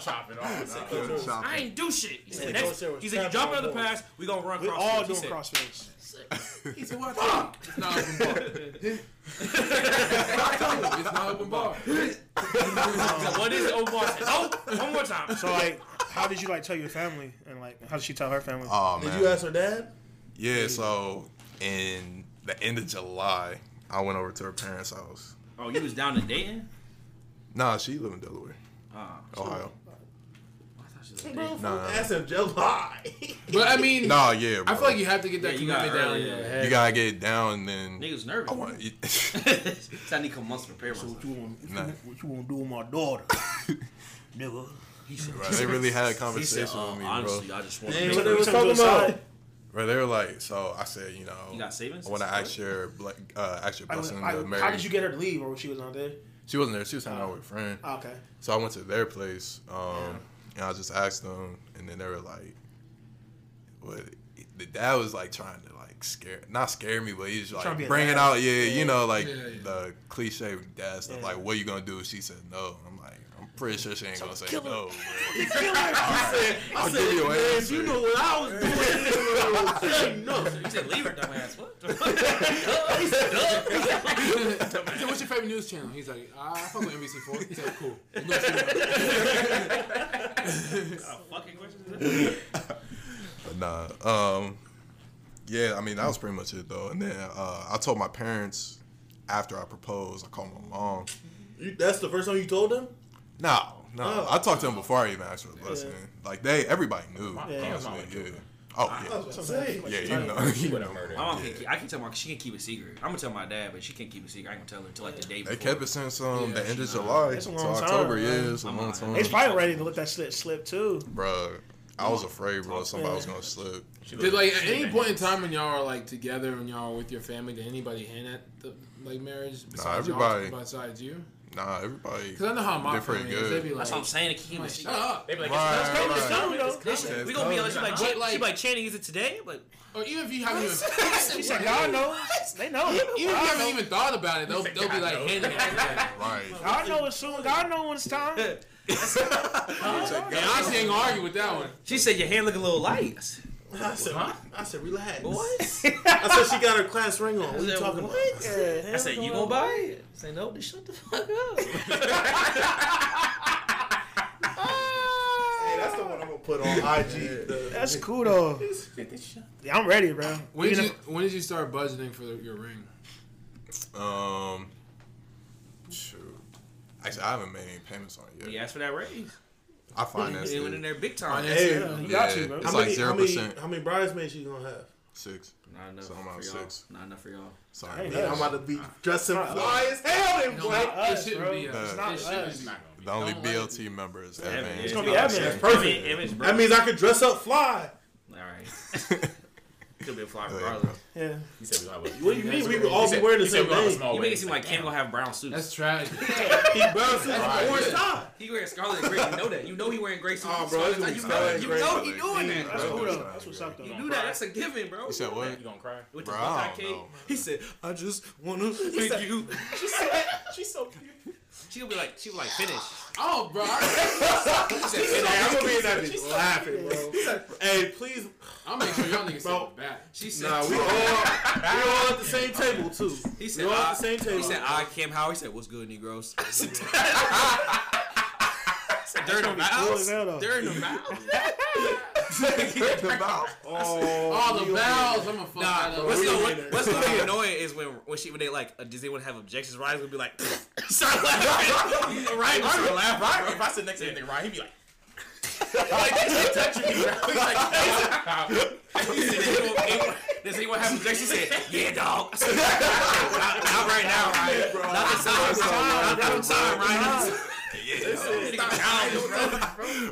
[SPEAKER 9] Chopping off.
[SPEAKER 6] I ain't do shit. He said,
[SPEAKER 2] Yeah,
[SPEAKER 6] next,
[SPEAKER 2] Coach said
[SPEAKER 6] he
[SPEAKER 2] was
[SPEAKER 6] said you
[SPEAKER 2] tapping
[SPEAKER 6] drop
[SPEAKER 2] on
[SPEAKER 6] another
[SPEAKER 2] balls.
[SPEAKER 6] pass, we gonna run
[SPEAKER 1] We're
[SPEAKER 6] cross.
[SPEAKER 1] all doing
[SPEAKER 6] field. He said,
[SPEAKER 1] crossfields.
[SPEAKER 3] He said, what? It's not open bar. I told him, it's not open bar.
[SPEAKER 6] He said, What is it, old boy? I said, Oh, one more time.
[SPEAKER 1] So like, how did you like tell your family, and like, how did she tell her family?
[SPEAKER 8] Oh man.
[SPEAKER 2] Did you ask her dad?
[SPEAKER 8] Yeah, so in the end of July, I went over to her parents' house.
[SPEAKER 6] Oh, you was down in Dayton?
[SPEAKER 8] Nah, she live in Delaware,
[SPEAKER 6] Uh,
[SPEAKER 8] Ohio.
[SPEAKER 2] Bro,
[SPEAKER 8] Nah.
[SPEAKER 2] ask him July.
[SPEAKER 3] But I mean,
[SPEAKER 8] Nah, yeah, bro.
[SPEAKER 3] I feel like you have to get that
[SPEAKER 6] Yeah, you got
[SPEAKER 3] commitment down.
[SPEAKER 6] early,
[SPEAKER 3] in your
[SPEAKER 6] yeah.
[SPEAKER 3] head.
[SPEAKER 8] You gotta get it down, and then
[SPEAKER 6] niggas nervous.
[SPEAKER 8] I want.
[SPEAKER 6] so I need a couple months to prepare myself.
[SPEAKER 8] nah,
[SPEAKER 1] What you want to do with my daughter, nigga?
[SPEAKER 8] bro, they really had a
[SPEAKER 6] He said,
[SPEAKER 8] conversation
[SPEAKER 6] uh,
[SPEAKER 8] with me,
[SPEAKER 6] honestly,
[SPEAKER 8] bro.
[SPEAKER 6] I just want to
[SPEAKER 2] Hey,
[SPEAKER 6] make
[SPEAKER 2] what
[SPEAKER 6] sure
[SPEAKER 2] they was
[SPEAKER 1] Took him to
[SPEAKER 2] talking
[SPEAKER 1] the
[SPEAKER 2] about?
[SPEAKER 1] side.
[SPEAKER 8] Bro, they were like, so I said, you know,
[SPEAKER 6] you got savings.
[SPEAKER 8] I want to ask your, ble- uh, ask your
[SPEAKER 1] I was-
[SPEAKER 8] blessing
[SPEAKER 1] I-
[SPEAKER 8] to marry.
[SPEAKER 1] how did you get her to leave, or she was not there?
[SPEAKER 8] She wasn't there. She was hanging out with a friend.
[SPEAKER 1] Ah, okay.
[SPEAKER 8] So I went to their place, um, and I just asked them, and then they were like, "What?" The dad was like trying to like scare, not scare me, but he's
[SPEAKER 1] Trying to be
[SPEAKER 8] like
[SPEAKER 1] a
[SPEAKER 8] bringing
[SPEAKER 1] dad.
[SPEAKER 8] out, yeah, you know, like
[SPEAKER 3] Yeah, yeah.
[SPEAKER 8] the cliche dad stuff,
[SPEAKER 1] Yeah.
[SPEAKER 8] like, "What you gonna do?" if She said no. I'm like, I'm, Pretty sure she ain't gonna say no.
[SPEAKER 10] I
[SPEAKER 8] I'll
[SPEAKER 10] said,
[SPEAKER 8] give you an
[SPEAKER 10] man, if you
[SPEAKER 8] answer."
[SPEAKER 10] know what I was doing, you would say no.
[SPEAKER 6] You said leave her dumbass. What?
[SPEAKER 3] He said, "What's your favorite news channel?" He's like, "Ah, "I fuck with NBC 4 He said, "Cool."
[SPEAKER 6] fucking question is that?
[SPEAKER 8] But nah. Um, yeah, I mean that was pretty much it though. And then uh, I told my parents after I proposed. I called my mom.
[SPEAKER 10] You, that's the first time you told them?
[SPEAKER 8] No, no.
[SPEAKER 10] Oh.
[SPEAKER 8] I talked to them before I even asked for a blessing. Like they, everybody knew.
[SPEAKER 6] My-
[SPEAKER 8] honestly,
[SPEAKER 6] yeah,
[SPEAKER 8] Yeah.
[SPEAKER 6] my mom
[SPEAKER 8] Oh yeah.
[SPEAKER 10] I was gonna say.
[SPEAKER 8] Yeah, you know.
[SPEAKER 6] She
[SPEAKER 8] you
[SPEAKER 6] would've
[SPEAKER 8] know.
[SPEAKER 6] murdered. My mom can't keep, I can tell my she can keep a secret. I'm gonna tell my dad, but she can't keep a secret. I ain't gonna tell her until like the day before.
[SPEAKER 8] They kept it since um,
[SPEAKER 6] Yeah,
[SPEAKER 8] the end of
[SPEAKER 6] she-
[SPEAKER 8] July
[SPEAKER 6] It's a
[SPEAKER 8] to
[SPEAKER 6] long time,
[SPEAKER 8] October.
[SPEAKER 6] man.
[SPEAKER 8] yeah, it's a
[SPEAKER 6] I'm
[SPEAKER 8] long
[SPEAKER 6] not-
[SPEAKER 8] time.
[SPEAKER 1] It's probably ready to let that shit slip too.
[SPEAKER 8] Bruh, I was afraid, bro. Somebody was gonna slip.
[SPEAKER 3] Did like at any point in time when y'all are like together and y'all are with your family, did anybody hint at the like marriage besides
[SPEAKER 8] everybody-
[SPEAKER 3] y'all, besides you?
[SPEAKER 8] Nah, everybody.
[SPEAKER 3] Because I know how my
[SPEAKER 8] did pretty
[SPEAKER 3] family is. They be like,
[SPEAKER 6] That's what I'm saying. They keep
[SPEAKER 3] I'm
[SPEAKER 6] it a
[SPEAKER 3] like,
[SPEAKER 6] secret.
[SPEAKER 3] shut up.
[SPEAKER 6] They be like,
[SPEAKER 8] Right,
[SPEAKER 6] it's coming, it's
[SPEAKER 8] right.
[SPEAKER 6] coming,
[SPEAKER 1] It's
[SPEAKER 6] though. They-
[SPEAKER 8] coming.
[SPEAKER 6] We gonna be like, she like,
[SPEAKER 3] But,
[SPEAKER 6] she
[SPEAKER 3] like-
[SPEAKER 6] like, Channing, is it today? Like,
[SPEAKER 3] Or even if you haven't even,
[SPEAKER 1] She said, "Y'all know, they know."
[SPEAKER 3] even if you haven't
[SPEAKER 1] Y'all know,
[SPEAKER 3] even thought about it, they'll, they'll be like hinting at it.
[SPEAKER 8] Right.
[SPEAKER 1] y'all know it's soon. Y'all know when it's time.
[SPEAKER 3] And I honestly ain't gonna argue with that one.
[SPEAKER 6] she said your hand look a little light. I said,
[SPEAKER 10] I said, I said, relax.
[SPEAKER 6] What?
[SPEAKER 10] I said she got her class ring on. What
[SPEAKER 6] I
[SPEAKER 10] you
[SPEAKER 6] said,
[SPEAKER 10] talking about?
[SPEAKER 6] what?
[SPEAKER 1] Yeah,
[SPEAKER 6] I said, you gonna buy it? I said, no, then shut the fuck up.
[SPEAKER 2] Hey, that's the one I'm gonna put on IG.
[SPEAKER 1] that's cool though. Yeah, I'm ready, bro.
[SPEAKER 3] When did
[SPEAKER 1] Even
[SPEAKER 3] you when did you start budgeting for your ring?
[SPEAKER 8] Um, shoot. Actually, I haven't made any payments on it yet.
[SPEAKER 6] You asked for that raise.
[SPEAKER 8] I financed
[SPEAKER 6] It went in
[SPEAKER 8] it.
[SPEAKER 6] there big time.
[SPEAKER 1] if-
[SPEAKER 10] Hey,
[SPEAKER 1] Oh, yeah, you got
[SPEAKER 8] yeah.
[SPEAKER 1] you, bro.
[SPEAKER 8] It's
[SPEAKER 10] how,
[SPEAKER 8] like
[SPEAKER 10] many, how, many,
[SPEAKER 8] 0%.
[SPEAKER 10] how many bridesmaids you gonna have?
[SPEAKER 8] Six.
[SPEAKER 6] Not enough
[SPEAKER 8] So I'm
[SPEAKER 6] for
[SPEAKER 8] out
[SPEAKER 6] y'all.
[SPEAKER 8] six.
[SPEAKER 6] Not enough for y'all.
[SPEAKER 8] Sorry.
[SPEAKER 1] Hey,
[SPEAKER 10] Man,
[SPEAKER 8] bro.
[SPEAKER 10] I'm about to be dressing
[SPEAKER 1] Nah,
[SPEAKER 10] fly as hell in
[SPEAKER 3] No,
[SPEAKER 10] black.
[SPEAKER 3] it
[SPEAKER 1] us,
[SPEAKER 3] shouldn't
[SPEAKER 1] bro.
[SPEAKER 3] be.
[SPEAKER 8] It's
[SPEAKER 3] us.
[SPEAKER 1] not
[SPEAKER 3] it shouldn't
[SPEAKER 1] us.
[SPEAKER 3] be.
[SPEAKER 8] The only
[SPEAKER 3] Don't like
[SPEAKER 8] BLT member is
[SPEAKER 6] Evan,
[SPEAKER 8] Evan.
[SPEAKER 6] yeah,
[SPEAKER 1] gonna be
[SPEAKER 6] not-
[SPEAKER 1] Evan.
[SPEAKER 6] That's
[SPEAKER 10] perfect.
[SPEAKER 6] Image, bro.
[SPEAKER 10] That means I could dress up fly.
[SPEAKER 6] all right. Could be a fly
[SPEAKER 8] Yeah,
[SPEAKER 6] regardless.
[SPEAKER 1] Yeah,
[SPEAKER 9] He said we all was-
[SPEAKER 10] What do you mean? We would all be
[SPEAKER 9] said-
[SPEAKER 10] wearing the
[SPEAKER 9] he said
[SPEAKER 10] same
[SPEAKER 9] we all was
[SPEAKER 10] thing.
[SPEAKER 9] small
[SPEAKER 6] You make it
[SPEAKER 9] ways.
[SPEAKER 6] seem like Cam gonna have brown suits.
[SPEAKER 3] That's trash.
[SPEAKER 10] He bounces
[SPEAKER 3] Right.
[SPEAKER 10] orange tie.
[SPEAKER 6] He wearing scarlet and gray. You know that. You know he wearing gray suits.
[SPEAKER 10] Oh, bro, it's gonna be
[SPEAKER 6] you
[SPEAKER 10] scarlet
[SPEAKER 6] know,
[SPEAKER 10] and
[SPEAKER 6] you
[SPEAKER 10] gray.
[SPEAKER 6] know he doing that.
[SPEAKER 1] that's
[SPEAKER 8] Bro,
[SPEAKER 1] cool
[SPEAKER 8] that's
[SPEAKER 1] though.
[SPEAKER 8] not
[SPEAKER 1] That's what's
[SPEAKER 8] good.
[SPEAKER 1] up though.
[SPEAKER 6] You
[SPEAKER 1] Nah,
[SPEAKER 6] do that. That's a given, bro.
[SPEAKER 8] You said what?
[SPEAKER 9] You gonna cry?
[SPEAKER 6] With the
[SPEAKER 8] Bro,
[SPEAKER 6] buckeye
[SPEAKER 8] I don't
[SPEAKER 6] cake.
[SPEAKER 8] know.
[SPEAKER 6] He said, "I just wanna thank you."
[SPEAKER 9] She said she's so cute.
[SPEAKER 6] She'll be like, she'll be like, finish.
[SPEAKER 3] Oh, bro.
[SPEAKER 10] Hey, I'm gonna be in that bitch laughing, bro. Hey, please,
[SPEAKER 3] I'll make sure y'all niggas
[SPEAKER 10] Bro.
[SPEAKER 3] sit back.
[SPEAKER 6] She said,
[SPEAKER 10] nah, we all we all at the same table too.
[SPEAKER 6] He said, "Ah."
[SPEAKER 10] We all
[SPEAKER 6] I,
[SPEAKER 10] at the same table.
[SPEAKER 6] He said, "I, Cam Howard." He said, "What's good, Negroes?" I said, During the
[SPEAKER 1] cool as
[SPEAKER 6] mouth.
[SPEAKER 1] hell though.
[SPEAKER 6] During the mouth.
[SPEAKER 8] Them out.
[SPEAKER 10] oh,
[SPEAKER 3] All the vowels. I'm gonna fuck that
[SPEAKER 6] Nah,
[SPEAKER 3] up.
[SPEAKER 6] what's,
[SPEAKER 10] we
[SPEAKER 6] the,
[SPEAKER 10] don't
[SPEAKER 6] what,
[SPEAKER 10] need it.
[SPEAKER 6] what's gonna be annoying is when when she when they like uh, does anyone have objections? Ryan's gonna be like, start laughing. Ryan just gonna laugh.
[SPEAKER 9] Ryan, if I sit next to anything, Ryan, he'd be like,
[SPEAKER 6] He said, "Does anyone- anyone- Does anyone have objections? He said, yeah, dog. I said, not, not right now, Ryan. Not this time, bro. Not, not this time, Ryan. Nigga childish,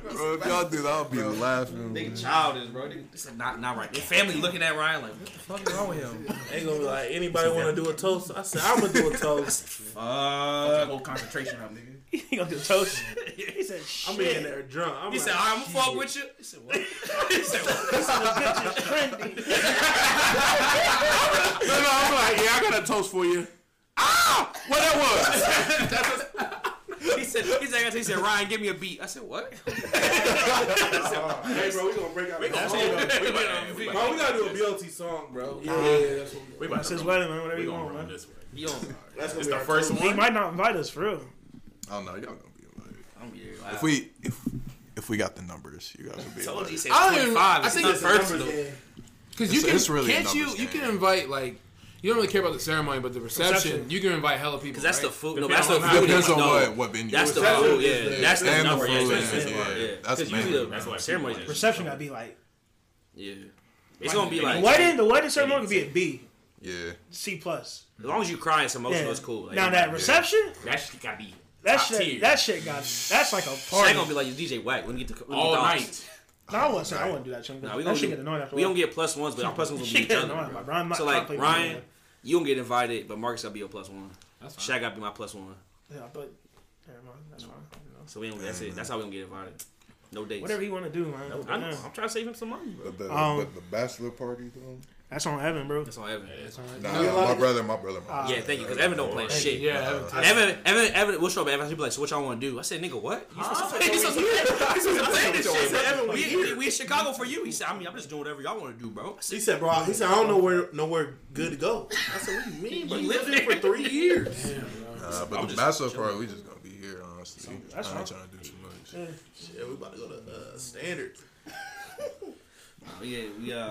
[SPEAKER 6] bro.
[SPEAKER 8] Bro, if y'all do that, I'll be laughing.
[SPEAKER 6] Nigga childish, bro. Nigga, this is not not right. Your family looking at Ryan like, what the fuck is wrong with him?
[SPEAKER 10] They gonna be like, anybody want to do a toast? I said, I'm gonna do a toast.
[SPEAKER 9] that
[SPEAKER 6] Fuck.
[SPEAKER 9] whole concentration up, nigga.
[SPEAKER 1] He gonna do toast. He said,
[SPEAKER 10] I'm
[SPEAKER 1] "Shit,
[SPEAKER 10] in there drunk. I'm
[SPEAKER 6] He
[SPEAKER 10] like,
[SPEAKER 6] said, alright, I'm gonna fuck with you. He said, what? He said, what?
[SPEAKER 1] the bitch is trendy."
[SPEAKER 4] No, no, I'm like, yeah, I got a toast for you. Ah, what that
[SPEAKER 6] He said, he said, he said, Ryan, give me a beat. I said, what?
[SPEAKER 10] hey, bro, we gonna break out. We
[SPEAKER 6] He
[SPEAKER 10] gonna,
[SPEAKER 6] said, "We about to- we about
[SPEAKER 10] bro, we gotta do a BLT song, bro. Yeah, that's what we.
[SPEAKER 9] We about
[SPEAKER 1] That's his
[SPEAKER 9] to
[SPEAKER 1] wedding, man. Whatever
[SPEAKER 9] we
[SPEAKER 1] you
[SPEAKER 9] gonna
[SPEAKER 1] want,
[SPEAKER 9] run
[SPEAKER 1] man.
[SPEAKER 9] this way.
[SPEAKER 6] to- You don't-
[SPEAKER 10] That's gonna
[SPEAKER 9] It's
[SPEAKER 10] be
[SPEAKER 9] the
[SPEAKER 10] our
[SPEAKER 9] first
[SPEAKER 10] toast.
[SPEAKER 1] He
[SPEAKER 9] one.
[SPEAKER 1] might not invite us for real.
[SPEAKER 8] I don't know. Y'all gonna be invited.
[SPEAKER 6] I'm here,
[SPEAKER 8] If
[SPEAKER 6] wow.
[SPEAKER 8] we if if we got the numbers, you guys will be
[SPEAKER 6] Told you, he
[SPEAKER 8] invited.
[SPEAKER 6] said
[SPEAKER 3] I don't even- I
[SPEAKER 6] 25. It's
[SPEAKER 3] think
[SPEAKER 6] not
[SPEAKER 3] it's
[SPEAKER 10] The numbers
[SPEAKER 6] personal.
[SPEAKER 10] game.
[SPEAKER 3] Because you
[SPEAKER 8] It's-
[SPEAKER 3] can,
[SPEAKER 8] it's really a
[SPEAKER 3] can't you?
[SPEAKER 8] numbers
[SPEAKER 3] You can
[SPEAKER 8] game.
[SPEAKER 3] invite like you don't really care about the ceremony, but the reception,
[SPEAKER 1] Reception.
[SPEAKER 3] you can invite hella people.
[SPEAKER 6] Cause that's the
[SPEAKER 3] right?
[SPEAKER 6] food. No, that's
[SPEAKER 9] Depends
[SPEAKER 6] the
[SPEAKER 9] on
[SPEAKER 6] food.
[SPEAKER 8] Depends on
[SPEAKER 6] no,
[SPEAKER 8] what what venue.
[SPEAKER 6] That's the
[SPEAKER 8] it's at.
[SPEAKER 6] food. Yeah, that's the
[SPEAKER 8] and the
[SPEAKER 6] number.
[SPEAKER 8] food.
[SPEAKER 6] Yeah,
[SPEAKER 8] is,
[SPEAKER 6] that's the
[SPEAKER 8] yeah,
[SPEAKER 6] number. Yeah,
[SPEAKER 8] that's
[SPEAKER 6] because
[SPEAKER 8] mainly,
[SPEAKER 6] usually
[SPEAKER 9] That's
[SPEAKER 6] the
[SPEAKER 9] what
[SPEAKER 6] ceremony.
[SPEAKER 9] people
[SPEAKER 6] is-
[SPEAKER 1] Reception gotta be like
[SPEAKER 6] Yeah, it's gonna be like as
[SPEAKER 1] wedding. The wedding ceremony could be a B,
[SPEAKER 8] Yeah.
[SPEAKER 1] C plus.
[SPEAKER 6] long as you cry, it's emotional.
[SPEAKER 1] Yeah.
[SPEAKER 6] It's cool. Like,
[SPEAKER 1] now that reception,
[SPEAKER 9] That shit gotta be
[SPEAKER 1] that
[SPEAKER 9] top
[SPEAKER 1] shit,
[SPEAKER 9] tier.
[SPEAKER 1] that shit got that's like a
[SPEAKER 6] Shaq
[SPEAKER 1] party.
[SPEAKER 6] gonna be like your DJ Whack. Let me get the let me
[SPEAKER 9] all
[SPEAKER 6] get the odds.
[SPEAKER 9] night.
[SPEAKER 1] No, I wouldn't. say I wouldn't do that. Chunk.
[SPEAKER 6] Nah,
[SPEAKER 1] Nah,
[SPEAKER 6] we
[SPEAKER 1] that
[SPEAKER 6] gonna
[SPEAKER 1] shit
[SPEAKER 6] get-
[SPEAKER 1] get annoying after a
[SPEAKER 6] We
[SPEAKER 1] while.
[SPEAKER 6] don't get plus ones, but our plus ones will be
[SPEAKER 1] Shit
[SPEAKER 6] each
[SPEAKER 1] get
[SPEAKER 6] other.
[SPEAKER 1] annoying,
[SPEAKER 6] bro.
[SPEAKER 1] bro. I'm not-
[SPEAKER 6] so
[SPEAKER 1] I
[SPEAKER 6] like
[SPEAKER 1] play
[SPEAKER 6] Ryan,
[SPEAKER 1] video.
[SPEAKER 6] you don't get invited, but Marcus gotta be your plus one.
[SPEAKER 3] That's fine.
[SPEAKER 6] Shaq gotta be my plus one.
[SPEAKER 1] Yeah, but never mind. That's fine. you know.
[SPEAKER 6] So we don't. That's it. That's how we gonna get invited. No dates.
[SPEAKER 1] Whatever you want to do, man.
[SPEAKER 6] I know. I'm trying to save him some money, bro.
[SPEAKER 8] But the,
[SPEAKER 1] Um,
[SPEAKER 8] but the bachelor party though.
[SPEAKER 1] That's on Evan, bro.
[SPEAKER 6] That's on Evan.
[SPEAKER 8] Nah, my brother, my brother,
[SPEAKER 2] Ah,
[SPEAKER 8] my brother.
[SPEAKER 6] yeah, thank you, because Evan don't play
[SPEAKER 8] Thank
[SPEAKER 6] shit.
[SPEAKER 8] you.
[SPEAKER 6] Yeah,
[SPEAKER 8] Yeah,
[SPEAKER 6] Evan, Evan, Evan, Evan, we'll show up at Evan. He be like, so what y'all want to do? I said, nigga, what? You supposed to play, you supposed to play, you supposed to play this shit. I said, Evan, we, we, we in Chicago for you. He said, I mean, I'm just doing whatever y'all want to do, bro. I said,
[SPEAKER 2] He said, bro, he said, I don't know where nowhere good to go. I said, what do you mean, bro? You lived here for three years.
[SPEAKER 8] Nah, but
[SPEAKER 2] I'm
[SPEAKER 8] the
[SPEAKER 2] just
[SPEAKER 8] bachelor part, we just gonna be here, honestly.
[SPEAKER 2] That's
[SPEAKER 8] I ain't
[SPEAKER 2] fine.
[SPEAKER 8] trying to do too much.
[SPEAKER 2] Yeah, Shit, we about to go to uh, standard.
[SPEAKER 6] oh, yeah, we, uh,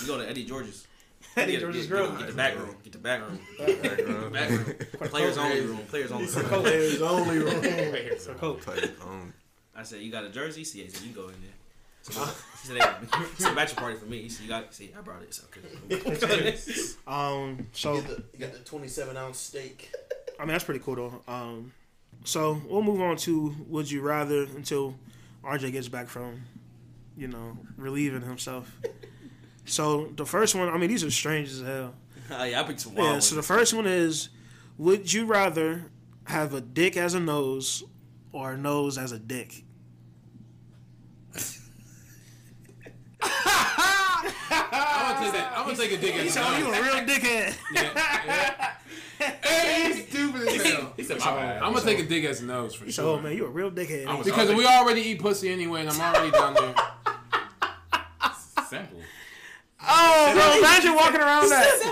[SPEAKER 6] we go to Eddie George's.
[SPEAKER 1] Eddie
[SPEAKER 6] Get-
[SPEAKER 1] George's
[SPEAKER 6] get-
[SPEAKER 1] grill.
[SPEAKER 6] Get, the back room. Get the back room.
[SPEAKER 1] Back
[SPEAKER 6] Back room. Back room. Players only room. Players only room.
[SPEAKER 2] Players only room.
[SPEAKER 6] Players
[SPEAKER 1] So cool.
[SPEAKER 8] only.
[SPEAKER 6] I said, "You got a jersey?" He said, yeah, so you can go in there. So he said, hey, "It's a bachelor party for me." He said, "You got?" See, I brought it. So okay.
[SPEAKER 1] Um, so
[SPEAKER 2] you got the, you got the 27 ounce steak.
[SPEAKER 1] I mean, that's pretty cool though. Um, so we'll move on to would you rather until RJ gets back from, you know, relieving himself. so the first one, I mean, these are strange as hell.
[SPEAKER 6] Oh, yeah, I picked some wild
[SPEAKER 1] Yeah.
[SPEAKER 6] ones.
[SPEAKER 1] So the first one is, would you rather have a dick as a nose or a nose as a dick?
[SPEAKER 3] I'm gonna take that. I'm gonna take a dick at
[SPEAKER 1] So you a
[SPEAKER 3] nose.
[SPEAKER 1] real dickhead.
[SPEAKER 3] Hey, you stupid as hell.
[SPEAKER 9] He said, my bad.
[SPEAKER 3] I'm gonna take a dick as nose for
[SPEAKER 1] So
[SPEAKER 3] sure.
[SPEAKER 1] man, you a real dickhead.
[SPEAKER 9] I'm
[SPEAKER 3] Because we already eat pussy anyway, and I'm already down there.
[SPEAKER 7] Simple.
[SPEAKER 1] Oh, bro, imagine walking around that.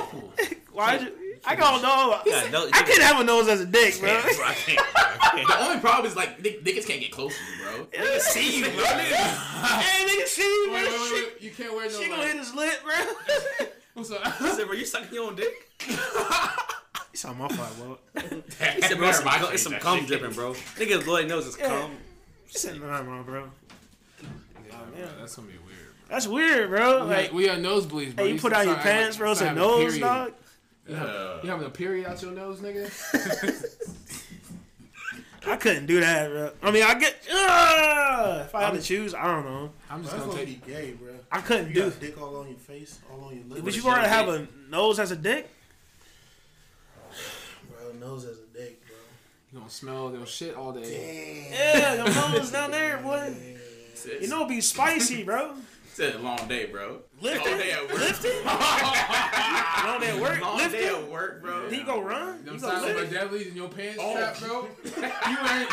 [SPEAKER 1] Why'd you? I don't know.
[SPEAKER 6] Yeah, no,
[SPEAKER 1] I couldn't have a nose as a dick, bro.
[SPEAKER 9] Bro, I can't. I can't. The only problem is like nigg- niggas can't get close to you, bro.
[SPEAKER 1] Nigga see you, bro. hey, nigga see you,
[SPEAKER 3] Wait,
[SPEAKER 1] bro.
[SPEAKER 3] wait, wait, wait. You can't wear no.
[SPEAKER 1] She gonna
[SPEAKER 3] like-
[SPEAKER 1] hit his lip, bro.
[SPEAKER 3] What's up?
[SPEAKER 1] Oh,
[SPEAKER 6] I said, "Bro, you sucking your own dick?"
[SPEAKER 1] It's on my fault, bro.
[SPEAKER 6] He said, "Bro, it's some, cum- it's some cum dripping, bro." Nigga, Lloyd knows it's cum.
[SPEAKER 1] She said, nah, bro, bro.
[SPEAKER 3] Yeah, that's gonna be weird.
[SPEAKER 1] That's weird, bro.
[SPEAKER 3] Bro. Like
[SPEAKER 1] Like,
[SPEAKER 3] we had nosebleeds, bro.
[SPEAKER 1] hey, you put out your
[SPEAKER 3] start having-
[SPEAKER 1] pants, bro. It's a
[SPEAKER 3] start having
[SPEAKER 1] nose,
[SPEAKER 3] period.
[SPEAKER 1] dog.
[SPEAKER 9] Uh,
[SPEAKER 3] You having a period out your nose, nigga?
[SPEAKER 1] I couldn't do that, bro. I mean, I get. Ugh, if I had to choose, I don't know.
[SPEAKER 3] I'm just
[SPEAKER 2] That's
[SPEAKER 3] gonna
[SPEAKER 2] gonna
[SPEAKER 3] take.
[SPEAKER 2] be gay, bro.
[SPEAKER 1] I couldn't
[SPEAKER 2] You
[SPEAKER 1] do.
[SPEAKER 2] got dick all on your face, all on your lips.
[SPEAKER 1] But you already have a nose as a dick.
[SPEAKER 2] Bro, nose as a dick, bro.
[SPEAKER 3] You gonna smell your shit all day.
[SPEAKER 1] Yeah, your nose down there, boy.
[SPEAKER 9] Said,
[SPEAKER 1] You know, it'd be spicy, bro.
[SPEAKER 9] said a long day, bro.
[SPEAKER 1] Lifting,
[SPEAKER 9] Long day at work.
[SPEAKER 1] lifting. Long day at work,
[SPEAKER 9] Long
[SPEAKER 1] lifting.
[SPEAKER 9] day at work, bro.
[SPEAKER 1] Then you go run.
[SPEAKER 3] Them
[SPEAKER 1] You go
[SPEAKER 3] silent
[SPEAKER 1] lift.
[SPEAKER 3] McDevillies in your pants strap, bro. You weren't.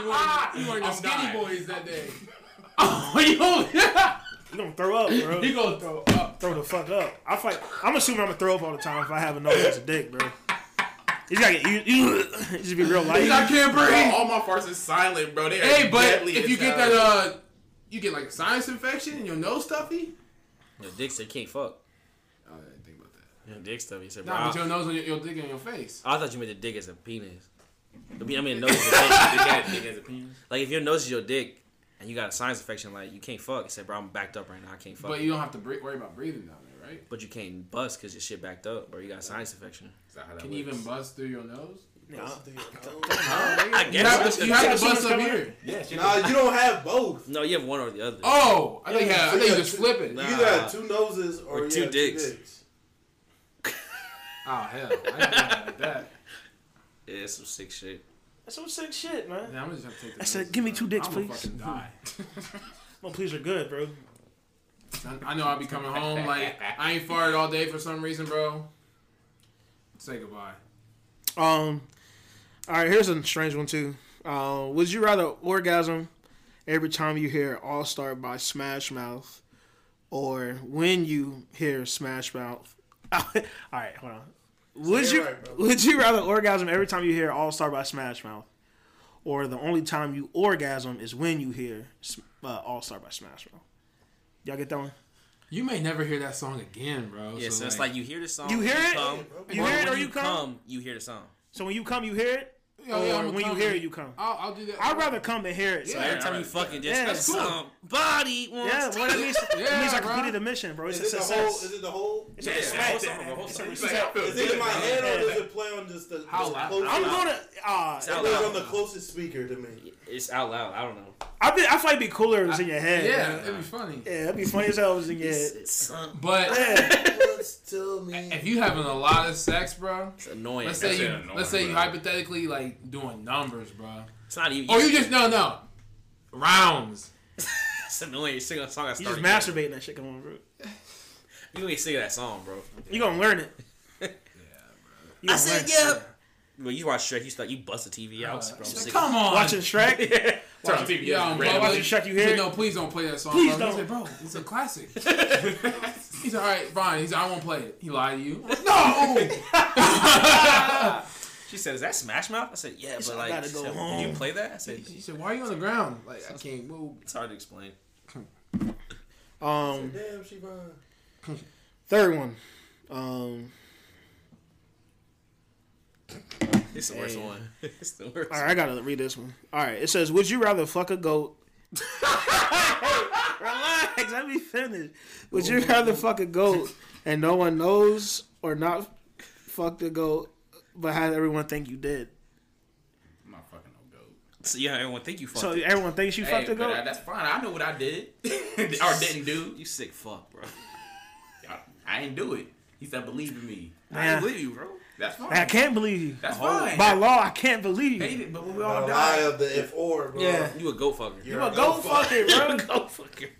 [SPEAKER 3] You weren't. You weren't the skinny boys that day. Oh,
[SPEAKER 1] You gonna throw up, bro.
[SPEAKER 3] yo, you gonna throw up?
[SPEAKER 1] throw the fuck up. I fight. I'm assuming I'm gonna throw up all the time if I have a nose as a dick, bro. You just gotta get you. you it just be real
[SPEAKER 3] I
[SPEAKER 1] light.
[SPEAKER 3] can't
[SPEAKER 9] Bro,
[SPEAKER 3] breathe.
[SPEAKER 9] all my farts is silent, bro. They are
[SPEAKER 3] Hey, but
[SPEAKER 9] deadly
[SPEAKER 3] if
[SPEAKER 9] as
[SPEAKER 3] you get
[SPEAKER 9] hell.
[SPEAKER 3] that, uh, you get like a sinus infection and your nose stuffy.
[SPEAKER 6] Your dick said, "Can't fuck."
[SPEAKER 3] Oh, I didn't think about that.
[SPEAKER 6] Your dick stuff. He said, "Bro."
[SPEAKER 3] Nah, but
[SPEAKER 6] I,
[SPEAKER 3] your nose on your, your dick on your face.
[SPEAKER 6] I thought you meant the dick as a penis. I mean, I mean, nose as a dick. You got a dick as a penis. Like, if your nose is your dick and you got a sinus infection, like you can't fuck. He said, "Bro, I'm backed up right now. I can't fuck."
[SPEAKER 3] But you don't have to bre- worry about breathing down there, right?
[SPEAKER 6] But you can't bust because your shit backed up, bro. You got a sinus infection.
[SPEAKER 9] Is that how that
[SPEAKER 3] Can you even
[SPEAKER 9] works?
[SPEAKER 3] bust through your nose?
[SPEAKER 6] I
[SPEAKER 3] You have
[SPEAKER 6] guess.
[SPEAKER 3] to, you have to bust up here.
[SPEAKER 2] Nah, you don't have both.
[SPEAKER 6] No, you have one or the other.
[SPEAKER 3] Oh, I think you
[SPEAKER 2] Yeah,
[SPEAKER 3] have- I
[SPEAKER 2] so
[SPEAKER 3] think you
[SPEAKER 2] you
[SPEAKER 3] just
[SPEAKER 2] got
[SPEAKER 3] flip it.
[SPEAKER 2] You
[SPEAKER 6] Nah.
[SPEAKER 2] either have two noses or,
[SPEAKER 6] Or
[SPEAKER 2] you
[SPEAKER 6] two
[SPEAKER 2] have
[SPEAKER 6] dicks.
[SPEAKER 2] Two dicks.
[SPEAKER 3] Oh hell, I didn't think about that.
[SPEAKER 6] Yeah, it's some sick shit.
[SPEAKER 1] That's some sick shit, man.
[SPEAKER 3] Yeah, I'm just gonna take the
[SPEAKER 1] I said,
[SPEAKER 3] noses,
[SPEAKER 1] "Give me
[SPEAKER 3] bro.
[SPEAKER 1] two dicks,
[SPEAKER 3] I'm gonna
[SPEAKER 1] please."
[SPEAKER 3] fucking die.
[SPEAKER 1] Well, please are good, bro.
[SPEAKER 3] I, I know I'll be coming home like I ain't farted all day for some reason, bro. Say goodbye.
[SPEAKER 1] Um, all right. Here's a strange one too. Uh, would you rather orgasm every time you hear "All Star" by Smash Mouth, or when you hear Smash Mouth? all right, hold on. Would
[SPEAKER 2] Say it
[SPEAKER 1] you
[SPEAKER 2] right, bro.
[SPEAKER 1] would you rather orgasm every time you hear "All Star" by Smash Mouth, or the only time you orgasm is when you hear Sm- uh, "All Star" by Smash Mouth? Y'all get that one?
[SPEAKER 3] You may never hear that song again, bro.
[SPEAKER 6] Yeah, so, it's like you hear the song.
[SPEAKER 1] You hear
[SPEAKER 6] when
[SPEAKER 1] it?
[SPEAKER 6] Come,
[SPEAKER 1] You hear it
[SPEAKER 6] when
[SPEAKER 1] or you come?
[SPEAKER 6] You hear the song.
[SPEAKER 1] So when you come, you hear it,
[SPEAKER 3] Yeah, yeah,
[SPEAKER 1] or
[SPEAKER 3] I'ma
[SPEAKER 1] when you
[SPEAKER 3] come.
[SPEAKER 1] hear it, you come.
[SPEAKER 3] I'll, I'll do that.
[SPEAKER 1] I'd rather come than hear it. so
[SPEAKER 3] Yeah,
[SPEAKER 6] Every time
[SPEAKER 9] I'd
[SPEAKER 6] you
[SPEAKER 9] rather-
[SPEAKER 6] fucking just
[SPEAKER 1] Yeah, that's
[SPEAKER 3] cool.
[SPEAKER 6] somebody wants
[SPEAKER 1] Yeah,
[SPEAKER 6] to-
[SPEAKER 1] well, that means, that
[SPEAKER 3] Yeah,
[SPEAKER 1] means I
[SPEAKER 3] bro.
[SPEAKER 1] completed the mission, bro. It's
[SPEAKER 2] Is
[SPEAKER 1] a
[SPEAKER 2] it the whole?
[SPEAKER 1] success.
[SPEAKER 2] Is it the whole?
[SPEAKER 1] It's a
[SPEAKER 6] Yeah,
[SPEAKER 1] respect.
[SPEAKER 6] whole song, bro, whole
[SPEAKER 1] It's a
[SPEAKER 6] song.
[SPEAKER 1] respect.
[SPEAKER 2] Is it in my head or does it play on just the?
[SPEAKER 3] How
[SPEAKER 2] just
[SPEAKER 3] loud-
[SPEAKER 2] close-
[SPEAKER 1] I'm gonna. Uh,
[SPEAKER 6] It's out
[SPEAKER 2] It plays on
[SPEAKER 6] loud.
[SPEAKER 2] the closest speaker to me.
[SPEAKER 6] It's out loud. I don't know.
[SPEAKER 1] I be, I feel like it'd be cooler if it was in your head.
[SPEAKER 3] Yeah,
[SPEAKER 1] man.
[SPEAKER 3] it'd be funny.
[SPEAKER 1] yeah, it'd be funny as hell if it was in your head.
[SPEAKER 6] It's,
[SPEAKER 3] But
[SPEAKER 1] Yeah.
[SPEAKER 2] Once to me.
[SPEAKER 3] if you having a lot of sex, bro,
[SPEAKER 6] it's annoying.
[SPEAKER 3] let's say
[SPEAKER 7] That's
[SPEAKER 3] you
[SPEAKER 7] it, annoying,
[SPEAKER 3] let's say you
[SPEAKER 7] bro.
[SPEAKER 3] hypothetically like doing numbers, bro.
[SPEAKER 6] it's not even.
[SPEAKER 3] Or Oh, you just no no rounds.
[SPEAKER 6] It's annoying. You sing a song. I
[SPEAKER 1] You just
[SPEAKER 6] started.
[SPEAKER 1] masturbating that shit. Come on, bro.
[SPEAKER 6] You gonna get sick of that song, bro.
[SPEAKER 1] You gonna learn it. You
[SPEAKER 6] I
[SPEAKER 1] gonna learn
[SPEAKER 6] said,
[SPEAKER 1] it.
[SPEAKER 6] yeah. Well, you watch Shrek, you start, you bust the TV out. bro. I'm sick of
[SPEAKER 1] Come
[SPEAKER 6] it.
[SPEAKER 1] on. Watching Shrek?
[SPEAKER 6] Yeah. Turn on TV.
[SPEAKER 3] Yeah, I'm
[SPEAKER 6] Random.
[SPEAKER 3] probably-
[SPEAKER 1] Shrek, you
[SPEAKER 3] he said,
[SPEAKER 1] hear it?
[SPEAKER 3] No, please don't play that song.
[SPEAKER 1] Please
[SPEAKER 3] bro.
[SPEAKER 1] don't.
[SPEAKER 3] He said, bro, it's a classic. he said, all right, fine. He said, I won't play it. He lied to you. I'm like, no.
[SPEAKER 6] She said, "Is that Smash Mouth?" I said, "Yeah," but
[SPEAKER 1] I
[SPEAKER 6] like,
[SPEAKER 1] gotta
[SPEAKER 6] she
[SPEAKER 1] go
[SPEAKER 6] said, "Can
[SPEAKER 1] home."
[SPEAKER 6] you play that?" I said,
[SPEAKER 3] She said, why are you on the ground? Like, I can't move.
[SPEAKER 6] "It's hard to explain."
[SPEAKER 1] Um,
[SPEAKER 10] Damn, she fine.
[SPEAKER 1] third one. Um,
[SPEAKER 6] It's the worst
[SPEAKER 1] Damn.
[SPEAKER 6] one. It's the worst.
[SPEAKER 1] all right, I gotta read this one. All right, it says, "Would you rather fuck a goat?" Relax, let me finish. Would you rather fuck a goat and no one knows, or not fuck the goat but have everyone think you did?
[SPEAKER 7] I'm not fucking no goat.
[SPEAKER 6] So yeah, everyone think you fucked.
[SPEAKER 1] So
[SPEAKER 6] it.
[SPEAKER 1] everyone thinks you
[SPEAKER 9] Hey,
[SPEAKER 1] fucked a
[SPEAKER 9] but
[SPEAKER 1] goat.
[SPEAKER 9] I- that's fine. I know what I did or didn't do.
[SPEAKER 6] You sick fuck, bro.
[SPEAKER 9] I, I didn't do it. He said, "Believe in me."
[SPEAKER 6] I
[SPEAKER 1] Yeah.
[SPEAKER 6] didn't believe you, bro.
[SPEAKER 9] That's fine.
[SPEAKER 1] I can't believe you.
[SPEAKER 9] That's fine.
[SPEAKER 1] By law, I can't believe
[SPEAKER 9] Hate
[SPEAKER 1] you.
[SPEAKER 9] it, but we
[SPEAKER 2] The
[SPEAKER 7] Oh,
[SPEAKER 9] all
[SPEAKER 2] lie
[SPEAKER 9] die.
[SPEAKER 2] of the if or, bro.
[SPEAKER 1] Yeah.
[SPEAKER 6] You a goat fucker.
[SPEAKER 2] You're
[SPEAKER 1] You a goat fucker, bro.
[SPEAKER 6] goat fucker.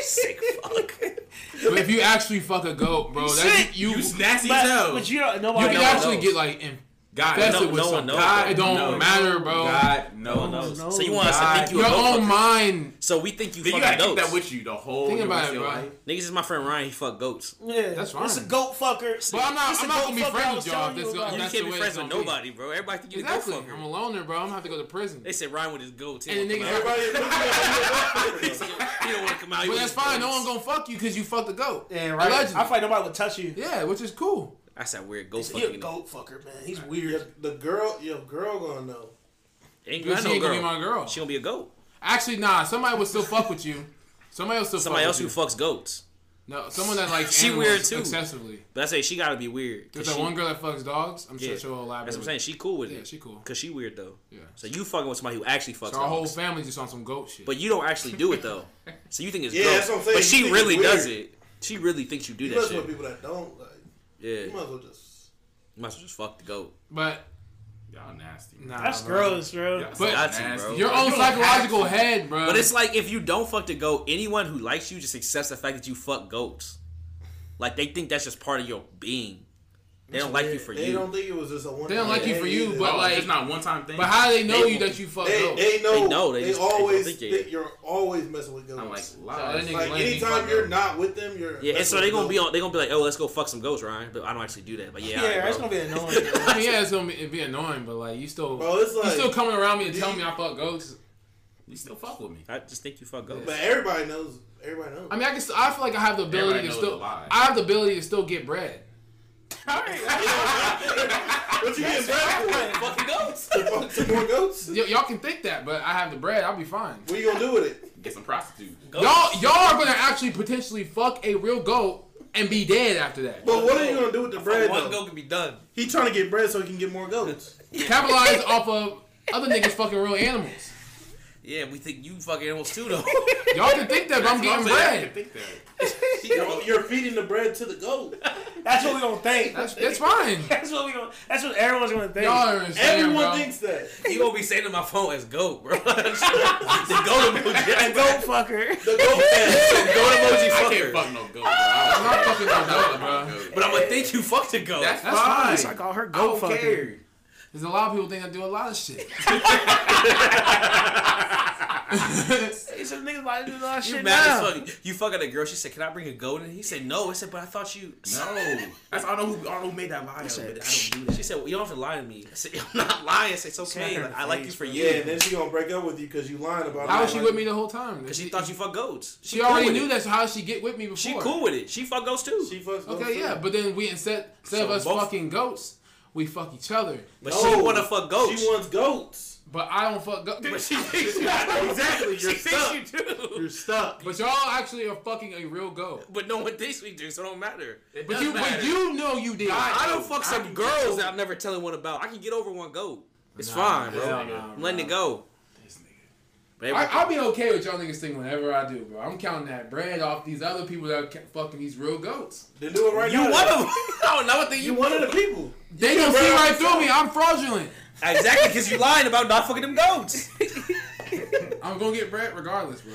[SPEAKER 6] sick fuck.
[SPEAKER 3] But if you actually fuck a goat, bro, that, you, you,
[SPEAKER 9] You nasty
[SPEAKER 1] But,
[SPEAKER 9] as hell.
[SPEAKER 1] but you don't.
[SPEAKER 3] you
[SPEAKER 1] Nobody
[SPEAKER 3] can
[SPEAKER 6] no
[SPEAKER 1] knows.
[SPEAKER 6] one
[SPEAKER 3] actually
[SPEAKER 6] knows.
[SPEAKER 3] get, like, in,
[SPEAKER 9] God,
[SPEAKER 3] That's
[SPEAKER 9] no,
[SPEAKER 3] it with
[SPEAKER 6] no one
[SPEAKER 3] some
[SPEAKER 6] knows.
[SPEAKER 3] God,
[SPEAKER 6] bro.
[SPEAKER 3] it don't
[SPEAKER 6] No.
[SPEAKER 3] matter, bro.
[SPEAKER 9] God, no.
[SPEAKER 6] No one
[SPEAKER 1] No,
[SPEAKER 6] knows.
[SPEAKER 1] no.
[SPEAKER 6] So you want us to think you
[SPEAKER 3] Your
[SPEAKER 6] a goat
[SPEAKER 3] own
[SPEAKER 6] fucker?
[SPEAKER 3] mind.
[SPEAKER 6] So we think you
[SPEAKER 9] Then you gotta
[SPEAKER 6] fucking goats.
[SPEAKER 9] keep that with you the whole
[SPEAKER 3] Think
[SPEAKER 9] the
[SPEAKER 3] about
[SPEAKER 9] rest
[SPEAKER 3] it,
[SPEAKER 9] of your
[SPEAKER 3] bro.
[SPEAKER 9] life.
[SPEAKER 6] Niggas is my friend Ryan. He fuck goats.
[SPEAKER 1] Yeah,
[SPEAKER 3] That's fine.
[SPEAKER 1] It's a goat fucker.
[SPEAKER 3] But I'm not,
[SPEAKER 1] It's a
[SPEAKER 3] I'm not
[SPEAKER 1] goat
[SPEAKER 3] going to be
[SPEAKER 1] fucker I
[SPEAKER 3] friends
[SPEAKER 1] was
[SPEAKER 3] with y'all if
[SPEAKER 1] telling you
[SPEAKER 3] that's,
[SPEAKER 1] about.
[SPEAKER 3] go, if
[SPEAKER 6] you
[SPEAKER 3] that's
[SPEAKER 6] can't
[SPEAKER 3] the
[SPEAKER 6] be
[SPEAKER 3] way
[SPEAKER 6] friends
[SPEAKER 3] it's
[SPEAKER 6] with
[SPEAKER 3] gonna be.
[SPEAKER 6] nobody, bro. Everybody think you
[SPEAKER 3] Exactly.
[SPEAKER 6] a goat
[SPEAKER 3] I'm
[SPEAKER 6] fucker.
[SPEAKER 3] a loner, bro. I'm going to have to go to prison.
[SPEAKER 6] They said Ryan with his goats. He
[SPEAKER 3] And
[SPEAKER 6] don't
[SPEAKER 3] the
[SPEAKER 6] come out.
[SPEAKER 2] Everybody looks at you.
[SPEAKER 6] he don't want to come out. He
[SPEAKER 3] But
[SPEAKER 6] with
[SPEAKER 3] that's
[SPEAKER 6] his
[SPEAKER 3] fine. No
[SPEAKER 6] goats.
[SPEAKER 3] one's going to fuck you because you fucked a goat.
[SPEAKER 1] Yeah, right.
[SPEAKER 3] Allegedly.
[SPEAKER 1] I feel like nobody would touch you.
[SPEAKER 3] Yeah, which is cool.
[SPEAKER 6] That's that weird goat
[SPEAKER 1] He a
[SPEAKER 6] fucking.
[SPEAKER 1] goat fucker, man. He's
[SPEAKER 2] Your-
[SPEAKER 1] weird.
[SPEAKER 2] The girl, your girl gonna know.
[SPEAKER 6] Ain't
[SPEAKER 3] But
[SPEAKER 6] got
[SPEAKER 3] she
[SPEAKER 6] no
[SPEAKER 3] ain't gonna be
[SPEAKER 6] girl.
[SPEAKER 3] my girl.
[SPEAKER 6] She gonna be a goat.
[SPEAKER 3] Actually, nah. Somebody would still fuck with you. Somebody else still.
[SPEAKER 6] Somebody
[SPEAKER 3] fuck
[SPEAKER 6] else who
[SPEAKER 3] with
[SPEAKER 6] fucks goats.
[SPEAKER 3] you. No, someone that like
[SPEAKER 6] She
[SPEAKER 3] animals
[SPEAKER 6] weird, too.
[SPEAKER 3] Excessively.
[SPEAKER 6] But I say she gotta be weird. 'cause
[SPEAKER 3] There's that
[SPEAKER 6] she-
[SPEAKER 3] one girl that fucks dogs. I'm
[SPEAKER 6] Yeah.
[SPEAKER 3] sure she'll elaborate.
[SPEAKER 6] That's what I'm saying. She cool with
[SPEAKER 3] Yeah,
[SPEAKER 6] it.
[SPEAKER 3] she cool.
[SPEAKER 6] Cause she weird though.
[SPEAKER 3] Yeah.
[SPEAKER 6] So you fucking with somebody who actually fucks
[SPEAKER 3] So our whole
[SPEAKER 6] dogs.
[SPEAKER 3] family just on some goat shit.
[SPEAKER 6] But you don't actually do it though. So you think it's
[SPEAKER 2] Yeah,
[SPEAKER 6] gross.
[SPEAKER 2] that's what I'm saying.
[SPEAKER 6] But
[SPEAKER 2] You
[SPEAKER 6] she
[SPEAKER 2] think it's
[SPEAKER 6] really
[SPEAKER 2] weird.
[SPEAKER 6] does it. She really thinks you do
[SPEAKER 2] You
[SPEAKER 6] that
[SPEAKER 2] mess
[SPEAKER 6] shit.
[SPEAKER 2] with people that don't like.
[SPEAKER 6] yeah.
[SPEAKER 2] You
[SPEAKER 6] You
[SPEAKER 2] might as well just.
[SPEAKER 6] might as well just fuck the goat.
[SPEAKER 3] but
[SPEAKER 9] Y'all nasty. bro.
[SPEAKER 3] nah,
[SPEAKER 1] That's
[SPEAKER 3] bro.
[SPEAKER 1] gross, bro.
[SPEAKER 9] Y'all so
[SPEAKER 3] But-
[SPEAKER 6] Got to, bro.
[SPEAKER 3] Your own
[SPEAKER 9] You don't have
[SPEAKER 3] psychological
[SPEAKER 9] to.
[SPEAKER 3] head, bro.
[SPEAKER 6] But it's like if you don't fuck the goat, anyone who likes you just accepts the fact that you fuck goats. Like they think that's just part of your being. They don't like you for
[SPEAKER 2] They
[SPEAKER 6] you.
[SPEAKER 2] don't think it was just a one.
[SPEAKER 3] They don't like you for you,
[SPEAKER 9] But
[SPEAKER 3] but
[SPEAKER 9] like,
[SPEAKER 3] like-
[SPEAKER 9] it's not one time thing.
[SPEAKER 3] But how do they know
[SPEAKER 6] They-
[SPEAKER 3] you that you fuck
[SPEAKER 2] They,
[SPEAKER 3] goat?
[SPEAKER 2] they know.
[SPEAKER 6] They
[SPEAKER 2] They
[SPEAKER 6] know, they just- they don't
[SPEAKER 2] always
[SPEAKER 6] think
[SPEAKER 2] think,
[SPEAKER 6] you-
[SPEAKER 2] you're always messing with girls.
[SPEAKER 9] I'm like,
[SPEAKER 3] So that
[SPEAKER 9] lies.
[SPEAKER 3] nigga
[SPEAKER 2] like
[SPEAKER 3] Glenn, he
[SPEAKER 2] anytime
[SPEAKER 3] fuck
[SPEAKER 2] you're
[SPEAKER 3] goat.
[SPEAKER 2] not with them, you're.
[SPEAKER 6] Yeah, and
[SPEAKER 2] messing
[SPEAKER 6] so they
[SPEAKER 2] with
[SPEAKER 6] gonna be
[SPEAKER 2] girls.
[SPEAKER 6] on. They gonna be like, oh, let's go fuck some goats, Ryan. But I don't actually do that. But yeah,
[SPEAKER 1] Yeah,
[SPEAKER 6] alright,
[SPEAKER 1] that's
[SPEAKER 6] bro.
[SPEAKER 1] gonna be annoying. bro.
[SPEAKER 3] I mean, yeah, it's gonna be, it'd be annoying, but like you still,
[SPEAKER 2] Bro, it's
[SPEAKER 3] you
[SPEAKER 2] like-
[SPEAKER 3] still coming around me and
[SPEAKER 2] Do
[SPEAKER 3] telling
[SPEAKER 2] you-
[SPEAKER 3] me I fuck goats.
[SPEAKER 9] You still fuck with me.
[SPEAKER 6] I just think you fuck goats.
[SPEAKER 2] But everybody knows. Everybody knows.
[SPEAKER 3] I mean, I can. Still, I feel like I have the ability
[SPEAKER 9] Everybody
[SPEAKER 3] to
[SPEAKER 9] knows
[SPEAKER 3] still.
[SPEAKER 9] the lie.
[SPEAKER 3] I have the ability to still get bread.
[SPEAKER 2] what you getting back
[SPEAKER 6] Fucking goats.
[SPEAKER 2] for? Some more goats?
[SPEAKER 3] Y- y'all can think that, but I have the bread. I'll be fine.
[SPEAKER 2] What you gonna do with it?
[SPEAKER 9] Get some prostitutes.
[SPEAKER 3] Y'all, y'all are gonna actually potentially fuck a real goat and be dead after that.
[SPEAKER 2] But what are you gonna do with the bread?
[SPEAKER 6] One
[SPEAKER 2] Though?
[SPEAKER 6] goat can be done.
[SPEAKER 2] He trying to get bread so he can get more goats.
[SPEAKER 3] Capitalize off of other niggas fucking real animals.
[SPEAKER 6] Yeah, we think you fucking animals too, though.
[SPEAKER 3] Y'all can think that, but I'm getting bread.
[SPEAKER 9] Think that.
[SPEAKER 2] you're, oh, you're feeding the bread to the goat.
[SPEAKER 1] That's what we gonna think.
[SPEAKER 3] That's, that's fine.
[SPEAKER 1] That's what we gonna. That's what everyone's gonna think.
[SPEAKER 3] Y'all are insane,
[SPEAKER 2] Everyone
[SPEAKER 3] bro.
[SPEAKER 2] thinks that.
[SPEAKER 6] you gonna be saying to my phone as goat, bro. the goat emoji.
[SPEAKER 1] goat fucker.
[SPEAKER 2] The goat.
[SPEAKER 6] The goat emoji
[SPEAKER 9] I can't
[SPEAKER 6] fucker.
[SPEAKER 9] fuck no goat, bro. I
[SPEAKER 3] I'm not fucking no goat, bro.
[SPEAKER 9] don't-
[SPEAKER 6] But I'm gonna think you fucked a goat.
[SPEAKER 9] That's,
[SPEAKER 3] That's
[SPEAKER 9] fine.
[SPEAKER 1] I call
[SPEAKER 9] I
[SPEAKER 1] her
[SPEAKER 9] don't
[SPEAKER 1] goat fucker.
[SPEAKER 9] care.
[SPEAKER 3] There's a lot of people think I do a lot of shit.
[SPEAKER 1] Hey, some niggas about to do that
[SPEAKER 6] you
[SPEAKER 1] shit
[SPEAKER 6] mad as
[SPEAKER 1] now.
[SPEAKER 6] fuck. You fucking a girl. She said, "Can I bring a goat?" And he said, "No." I said, "But I thought you."
[SPEAKER 9] No, that's I don't know who I don't know who made that lie, up, but I don't do that.
[SPEAKER 6] She said, well, "You don't have to lie to me." I said, "I'm not lying. I said, it's
[SPEAKER 1] Smack
[SPEAKER 6] okay.
[SPEAKER 1] her
[SPEAKER 6] Like,
[SPEAKER 1] in
[SPEAKER 6] I
[SPEAKER 1] the
[SPEAKER 6] like
[SPEAKER 1] face,
[SPEAKER 6] you for
[SPEAKER 1] bro.
[SPEAKER 2] Yeah,
[SPEAKER 6] you."
[SPEAKER 2] and then she gonna break up with you because you lying about.
[SPEAKER 3] How
[SPEAKER 2] it.
[SPEAKER 3] was she with me the whole time?
[SPEAKER 6] Cause she thought you fucked goats.
[SPEAKER 3] She already
[SPEAKER 6] cool with
[SPEAKER 3] knew
[SPEAKER 6] it.
[SPEAKER 3] that. So how did she get with me before?
[SPEAKER 6] She cool with it. She fuck goats too.
[SPEAKER 2] She fucks. goats
[SPEAKER 3] Okay,
[SPEAKER 2] too.
[SPEAKER 3] yeah, but then we instead instead of
[SPEAKER 6] So
[SPEAKER 3] us
[SPEAKER 6] both-
[SPEAKER 3] fucking goats, we fuck each other.
[SPEAKER 6] but
[SPEAKER 2] No,
[SPEAKER 6] she wanna fuck goats.
[SPEAKER 2] She wants goats.
[SPEAKER 3] But I don't fuck goats.
[SPEAKER 6] but she thinks you exactly.
[SPEAKER 2] you're
[SPEAKER 6] she thinks you do.
[SPEAKER 2] You're stuck.
[SPEAKER 3] But y'all actually are fucking a real goat.
[SPEAKER 6] But no one thinks we do, so it don't matter.
[SPEAKER 9] It
[SPEAKER 3] But
[SPEAKER 9] doesn't
[SPEAKER 3] you, but
[SPEAKER 9] matter.
[SPEAKER 3] you know you did.
[SPEAKER 6] I don't fuck
[SPEAKER 9] I
[SPEAKER 6] some
[SPEAKER 9] can
[SPEAKER 6] girls that I'm never telling one about. I can get over one goat. It's fine, bro.
[SPEAKER 3] hell nah,
[SPEAKER 6] I'm letting it go. But
[SPEAKER 3] I,
[SPEAKER 6] everyone-
[SPEAKER 3] I'll be okay with y'all niggas thing whenever I do, bro. I'm counting that bread off these other people that are ca- fucking these real goats.
[SPEAKER 2] Then do it right
[SPEAKER 6] you
[SPEAKER 2] now.
[SPEAKER 6] one of them. I don't know what thing
[SPEAKER 2] You
[SPEAKER 6] you
[SPEAKER 2] one of the people.
[SPEAKER 3] They gonna see right through me. I'm fraudulent.
[SPEAKER 6] Exactly, because you lying about not fucking them goats.
[SPEAKER 3] I'm gonna get bread regardless, bro.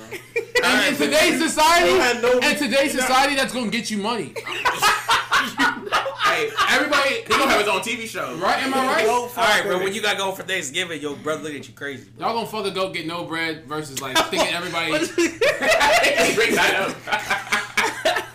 [SPEAKER 3] and in today's
[SPEAKER 10] You
[SPEAKER 3] society,
[SPEAKER 10] had no-
[SPEAKER 3] in today's society, that's gonna get you money.
[SPEAKER 6] Hey,
[SPEAKER 3] everybody,
[SPEAKER 6] he gonna have his own TV show,
[SPEAKER 3] Right, am I right?
[SPEAKER 6] All right, bro. When you got going for Thanksgiving, your brother look at you crazy.
[SPEAKER 3] Y'all gonna fucking go get no bread versus like thinking everybody.
[SPEAKER 6] Bring that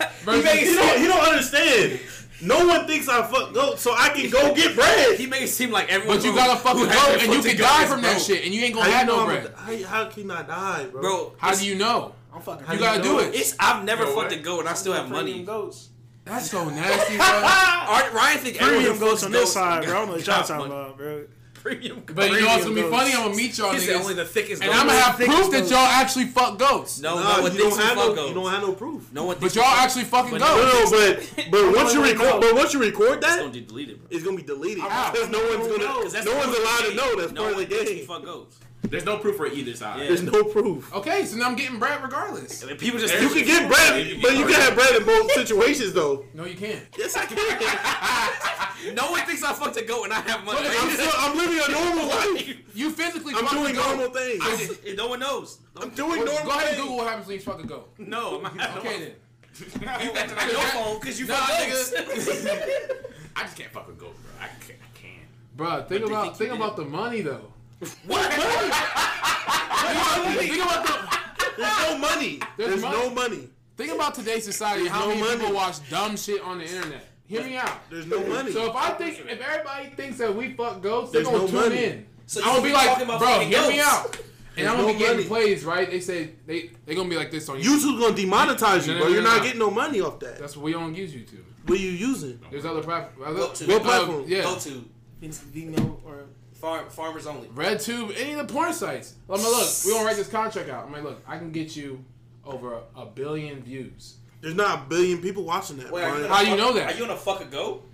[SPEAKER 6] up.
[SPEAKER 2] He don't, he don't understand. No one thinks I fuck goat, so I can go get bread.
[SPEAKER 6] He made it seem like everyone.
[SPEAKER 3] But you
[SPEAKER 6] who-
[SPEAKER 3] gotta fucking
[SPEAKER 6] who has
[SPEAKER 3] go
[SPEAKER 6] their
[SPEAKER 3] and you
[SPEAKER 6] foot
[SPEAKER 3] can
[SPEAKER 6] together
[SPEAKER 3] die
[SPEAKER 6] is
[SPEAKER 3] from that
[SPEAKER 6] broke.
[SPEAKER 3] shit and you ain't
[SPEAKER 2] How
[SPEAKER 3] gonna
[SPEAKER 2] you
[SPEAKER 3] have
[SPEAKER 2] know
[SPEAKER 3] no
[SPEAKER 2] I'm a-
[SPEAKER 3] bread.
[SPEAKER 2] How, how can I die, bro?
[SPEAKER 6] bro.
[SPEAKER 3] How do you know?
[SPEAKER 1] I'm fucking.
[SPEAKER 3] You gotta do it.
[SPEAKER 6] It's I've never
[SPEAKER 9] Yo,
[SPEAKER 6] fucked
[SPEAKER 9] what?
[SPEAKER 6] a goat and I still have money.
[SPEAKER 1] Goats.
[SPEAKER 3] That's so nasty, bro.
[SPEAKER 6] Art- Ryan think
[SPEAKER 1] Premium
[SPEAKER 6] everyone who
[SPEAKER 1] goats
[SPEAKER 6] fucks
[SPEAKER 1] on this
[SPEAKER 6] goats
[SPEAKER 1] side, bro. I don't know what y'all
[SPEAKER 6] got
[SPEAKER 1] talking
[SPEAKER 6] money.
[SPEAKER 1] about, bro.
[SPEAKER 6] Premium goats.
[SPEAKER 3] But you know what's gonna be
[SPEAKER 1] Premium
[SPEAKER 3] funny? I'm gonna meet y'all
[SPEAKER 6] He said only
[SPEAKER 3] niggas,
[SPEAKER 6] the thickest.
[SPEAKER 3] and
[SPEAKER 6] goat.
[SPEAKER 3] I'm gonna have
[SPEAKER 1] thick
[SPEAKER 3] proof that
[SPEAKER 1] goats.
[SPEAKER 3] y'all actually fuck goats.
[SPEAKER 6] no,
[SPEAKER 2] Nah,
[SPEAKER 6] no one
[SPEAKER 2] you don't
[SPEAKER 6] thinks we
[SPEAKER 2] have
[SPEAKER 6] fuck
[SPEAKER 2] no.
[SPEAKER 6] goats.
[SPEAKER 2] You don't have no proof.
[SPEAKER 6] No one.
[SPEAKER 3] But
[SPEAKER 6] thinks
[SPEAKER 3] y'all
[SPEAKER 6] we fuck
[SPEAKER 3] actually fucking
[SPEAKER 6] But
[SPEAKER 2] No,
[SPEAKER 3] goats.
[SPEAKER 2] no, but but once you
[SPEAKER 1] no,
[SPEAKER 2] record,
[SPEAKER 1] no.
[SPEAKER 2] but once you record
[SPEAKER 6] It's gonna
[SPEAKER 2] that,
[SPEAKER 6] get deleted, bro.
[SPEAKER 2] it's gonna be deleted
[SPEAKER 3] Ow.
[SPEAKER 2] because no one's gonna, no one's allowed to know. That's
[SPEAKER 6] no
[SPEAKER 2] part of the
[SPEAKER 6] one thinks we
[SPEAKER 2] game.
[SPEAKER 6] Fuck goats.
[SPEAKER 9] There's no proof for either side.
[SPEAKER 2] There's no proof.
[SPEAKER 3] Okay, so now I'm getting bread regardless.
[SPEAKER 6] I mean, people just
[SPEAKER 2] You can get bread, but you can have bread in both situations though.
[SPEAKER 3] No, you can't.
[SPEAKER 2] Yes, I can.
[SPEAKER 6] No one thinks I fucked a goat and I have money.
[SPEAKER 2] I'm still, I'm living a normal life.
[SPEAKER 3] You physically.
[SPEAKER 2] I'm
[SPEAKER 3] fuck a
[SPEAKER 2] doing
[SPEAKER 3] goat.
[SPEAKER 2] normal things.
[SPEAKER 6] I just- no one knows.
[SPEAKER 2] I'm doing
[SPEAKER 3] Go
[SPEAKER 2] normal
[SPEAKER 3] ahead and
[SPEAKER 2] things.
[SPEAKER 3] Google what happens when you fuck a goat.
[SPEAKER 6] No, I'm not.
[SPEAKER 3] Okay then.
[SPEAKER 6] You got to your phone because you
[SPEAKER 3] Nah,
[SPEAKER 6] fuck goats.
[SPEAKER 9] I just can't fuck a goat, bro. I can't. I can't.
[SPEAKER 3] Bruh, think
[SPEAKER 6] you
[SPEAKER 3] about
[SPEAKER 6] think
[SPEAKER 3] think
[SPEAKER 6] you
[SPEAKER 3] about the money though.
[SPEAKER 2] Think about the- There's no money.
[SPEAKER 3] There's
[SPEAKER 2] There's,
[SPEAKER 3] money.
[SPEAKER 2] no money.
[SPEAKER 3] Think about today's society.
[SPEAKER 2] There's
[SPEAKER 3] How
[SPEAKER 2] no
[SPEAKER 3] many people
[SPEAKER 2] money.
[SPEAKER 3] watch dumb shit on the internet? Hear me out.
[SPEAKER 2] There's no money.
[SPEAKER 3] So if I think if everybody thinks that we fuck goats, they're
[SPEAKER 2] There's
[SPEAKER 3] gonna
[SPEAKER 2] no
[SPEAKER 3] tune
[SPEAKER 2] money.
[SPEAKER 3] in.
[SPEAKER 6] So
[SPEAKER 3] I'm gonna
[SPEAKER 6] you
[SPEAKER 3] be
[SPEAKER 6] keep
[SPEAKER 3] like,
[SPEAKER 6] talking about
[SPEAKER 3] bro,
[SPEAKER 6] fucking
[SPEAKER 3] hear me
[SPEAKER 6] goats."
[SPEAKER 3] out. And I'm gonna
[SPEAKER 2] There's
[SPEAKER 3] be
[SPEAKER 2] no
[SPEAKER 3] getting
[SPEAKER 2] money.
[SPEAKER 3] plays, right? They say they they gonna be like this on YouTube.
[SPEAKER 2] YouTube's gonna demonetize you,
[SPEAKER 3] No, no,
[SPEAKER 2] bro.
[SPEAKER 3] no,
[SPEAKER 2] You're
[SPEAKER 3] no,
[SPEAKER 2] not
[SPEAKER 3] no.
[SPEAKER 2] getting no money off that.
[SPEAKER 3] That's what we on use YouTube.
[SPEAKER 2] What are you using?
[SPEAKER 3] There's other platforms.
[SPEAKER 6] to-
[SPEAKER 2] What platform?
[SPEAKER 3] yeah.
[SPEAKER 6] Go to
[SPEAKER 1] Vimeo or
[SPEAKER 6] farm farmers only.
[SPEAKER 3] RedTube, any of the porn sites. I'm like, look, we gonna write this contract out. I'm like, look, I can get you over a billion views.
[SPEAKER 2] There's not a billion people watching that.
[SPEAKER 6] Wait, are
[SPEAKER 2] Brian.
[SPEAKER 6] gonna
[SPEAKER 3] How you
[SPEAKER 6] fuck-
[SPEAKER 3] know that?
[SPEAKER 6] Are you gonna fuck a goat?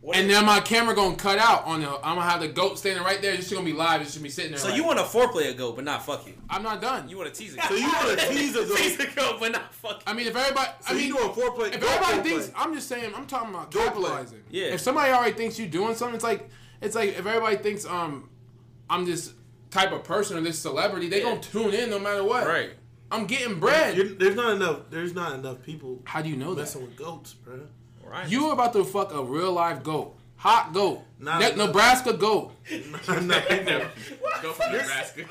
[SPEAKER 6] What
[SPEAKER 3] And
[SPEAKER 6] is-
[SPEAKER 3] then my camera gonna cut out on the. I'm gonna have the goat standing right there. This shit gonna be live. This should be sitting there.
[SPEAKER 6] so
[SPEAKER 3] like,
[SPEAKER 6] you want to foreplay a goat, but not fuck it.
[SPEAKER 3] I'm not done.
[SPEAKER 6] You want to tease it.
[SPEAKER 2] So you want to tease a goat?
[SPEAKER 6] tease a goat, but not fuck it.
[SPEAKER 3] I mean, if everybody, I
[SPEAKER 2] So
[SPEAKER 3] mean,
[SPEAKER 2] you doing foreplay?
[SPEAKER 3] if
[SPEAKER 2] goat
[SPEAKER 3] everybody
[SPEAKER 2] foreplay.
[SPEAKER 3] thinks, I'm just saying, I'm talking about
[SPEAKER 2] Goat play.
[SPEAKER 3] capitalizing.
[SPEAKER 6] Yeah.
[SPEAKER 3] If somebody already thinks you're doing something, it's like, it's like if everybody thinks, um, I'm this type of person or this celebrity, they
[SPEAKER 6] Yeah.
[SPEAKER 3] gonna tune in no matter what.
[SPEAKER 6] Right.
[SPEAKER 3] I'm getting bread.
[SPEAKER 2] You're- there's not enough, there's not enough people
[SPEAKER 3] How do you know that?
[SPEAKER 2] messing with goats, bro.
[SPEAKER 6] Right.
[SPEAKER 3] You about to fuck a real life goat, hot goat,
[SPEAKER 2] Nah,
[SPEAKER 3] ne-
[SPEAKER 2] nah.
[SPEAKER 3] Nebraska goat,
[SPEAKER 2] Not enough people.
[SPEAKER 9] Go from Nebraska.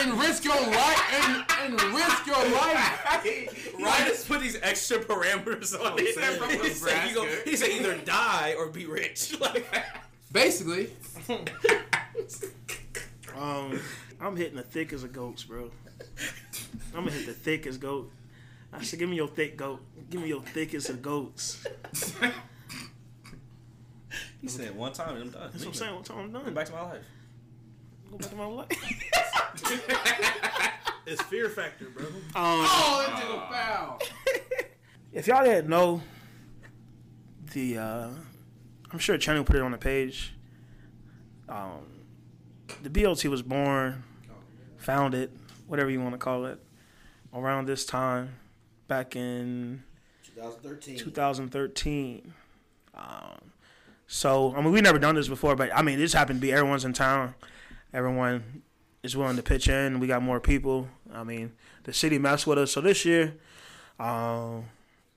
[SPEAKER 3] and risk your life and, and risk your life.
[SPEAKER 6] Ryan just put these extra parameters
[SPEAKER 9] Oh,
[SPEAKER 6] on it.
[SPEAKER 9] saying from
[SPEAKER 6] He said, you go,
[SPEAKER 9] Nebraska.
[SPEAKER 6] he said either die or be rich. Like,
[SPEAKER 3] Basically,
[SPEAKER 1] Um, I'm hitting the thick as a goat's, bro. I'm gonna hit the thick as goat. I said, give me your thick goat. Give me your thickest of goats.
[SPEAKER 6] he said one time and I'm done.
[SPEAKER 1] That's what I'm saying. What time I'm
[SPEAKER 6] I'm
[SPEAKER 1] done?
[SPEAKER 6] back to my life.
[SPEAKER 1] Go back to my life.
[SPEAKER 2] It's fear factor, bro.
[SPEAKER 1] Um,
[SPEAKER 3] oh, that did a foul.
[SPEAKER 1] if y'all didn't know, the uh, I'm sure Channing put it on the page. Um, the BLT was born, founded, whatever you want to call it, around this time, back in
[SPEAKER 11] 2013.
[SPEAKER 1] 2013. Um, so I mean, we never done this before, but I mean, this happened to be everyone's in town. Everyone is willing to pitch in. We got more people. I mean, the city messed with us, so this year, um,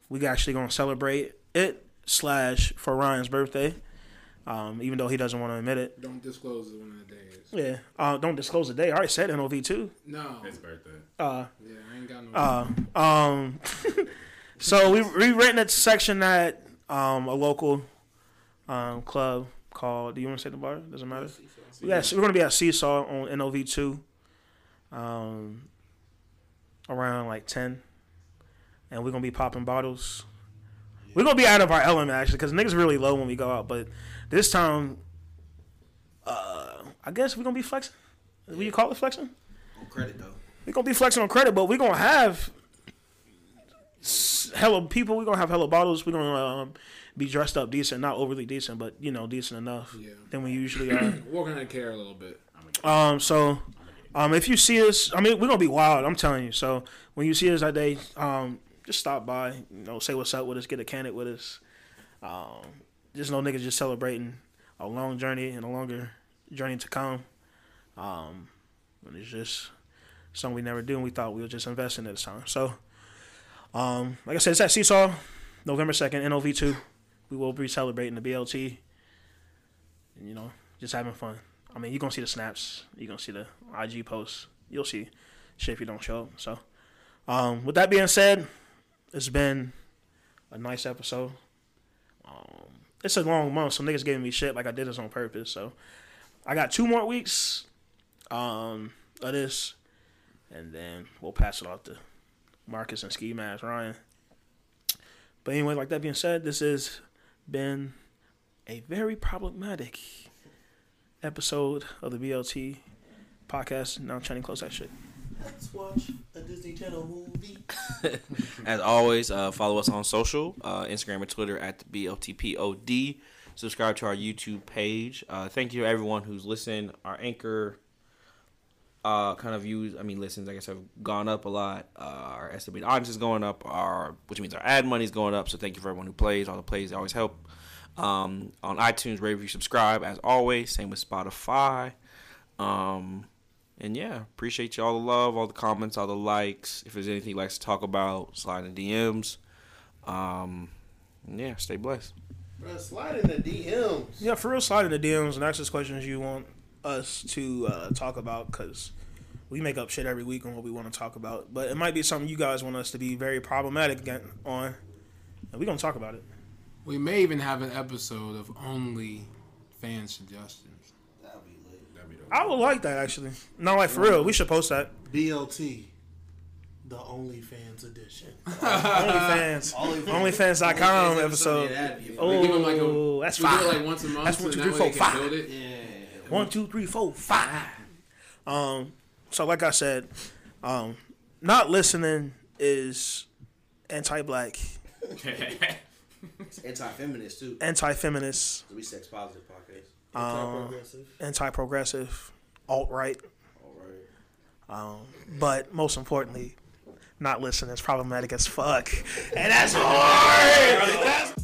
[SPEAKER 1] we actually gonna celebrate it slash for Ryan's birthday. Um, even though he doesn't want to admit it.
[SPEAKER 3] Don't disclose the one of the days.
[SPEAKER 1] Yeah. Uh, don't disclose the day. I already said NOV too.
[SPEAKER 3] No.
[SPEAKER 7] His birthday.
[SPEAKER 1] Uh,
[SPEAKER 3] Yeah, I ain't got no.
[SPEAKER 1] Um, so we we renting a section at um, a local um, club called. Do you want to say the bar? Doesn't matter. We got, we're gonna be at Seesaw on NOV two, um, around like ten, and we're gonna be popping bottles. We're gonna be out of our element actually, cause niggas really low when we go out. But this time, uh, I guess we're gonna be flexing. Will you call it flexing?
[SPEAKER 11] On credit though.
[SPEAKER 1] we're gonna be flexing on credit, but we're gonna have s- hella people. We're gonna have hella bottles. We're gonna um, be dressed up decent, not overly decent, but you know, decent enough
[SPEAKER 3] Yeah.
[SPEAKER 1] than we usually are.
[SPEAKER 3] We're gonna care a little bit.
[SPEAKER 1] Um, so, um, if you see us, I mean, we're gonna be wild. I'm telling you. So when you see us that day, um, just stop by. You know, say what's up with us. Get a candid with us. Um, just no niggas just celebrating a long journey and a longer journey to come. Um, and it's just something we never do, and we thought we were just investing at the time. So, um, like I said, it's at Seesaw, November second, NOV two. We will be celebrating the BLT, and you know, just having fun. I mean, you're gonna see the snaps, you're gonna see the IG posts, you'll see shit if you don't show up. So, um, with that being said, it's been a nice episode. Um, it's a long month, so niggas giving me shit like I did this on purpose. So, I got two more weeks um, of this, and then we'll pass it off to Marcus and Ski Mask Ryan. But anyway, like that being said, this has been a very problematic episode of the BLT podcast. Now I'm trying to close that shit.
[SPEAKER 11] Let's watch a Disney Channel movie.
[SPEAKER 6] As always, uh, follow us on social uh, Instagram and Twitter at the BLTPOD. Subscribe to our YouTube page. Uh, thank you to everyone who's listened. Our anchor uh, kind of views, I mean, listens, I guess, have gone up a lot. Uh, our estimated audience is going up, our which means our ad money is going up. So thank you for everyone who plays. All the plays always help. Um, on iTunes, rate, review, subscribe, as always. Same with Spotify. Um, and yeah, appreciate you all the love, all the comments, all the likes. If there's anything you'd like to talk about, slide in the DMs. Um, yeah, stay blessed.
[SPEAKER 11] Bro, slide in the DM.
[SPEAKER 1] Yeah, for real, slide in the DMs and ask us questions you want us to uh, talk about because we make up shit every week on what we want to talk about. But it might be something you guys want us to be very problematic again on, and we're gonna talk about it.
[SPEAKER 3] We may even have an episode of only fan suggestions.
[SPEAKER 1] I would like that actually. No, like for real, we should post that.
[SPEAKER 2] BLT, the OnlyFans edition.
[SPEAKER 1] OnlyFans, OnlyFans.com episode.
[SPEAKER 3] We give 'em like a-
[SPEAKER 1] Oh, that's
[SPEAKER 3] we do it
[SPEAKER 1] five.
[SPEAKER 3] like once a month,
[SPEAKER 1] That's
[SPEAKER 3] so
[SPEAKER 1] one, two,
[SPEAKER 3] that
[SPEAKER 1] three,
[SPEAKER 3] way
[SPEAKER 1] four,
[SPEAKER 3] they can
[SPEAKER 1] five.
[SPEAKER 3] build it.
[SPEAKER 1] One, two, three, four, five. Um, so like I said, um, not listening is anti-black,
[SPEAKER 11] it's anti-feminist too.
[SPEAKER 1] anti-feminist,
[SPEAKER 11] we sex positive podcast.
[SPEAKER 1] um, anti-progressive, alt-right. Um, but most importantly, not listening is problematic as fuck, and that's hard. That's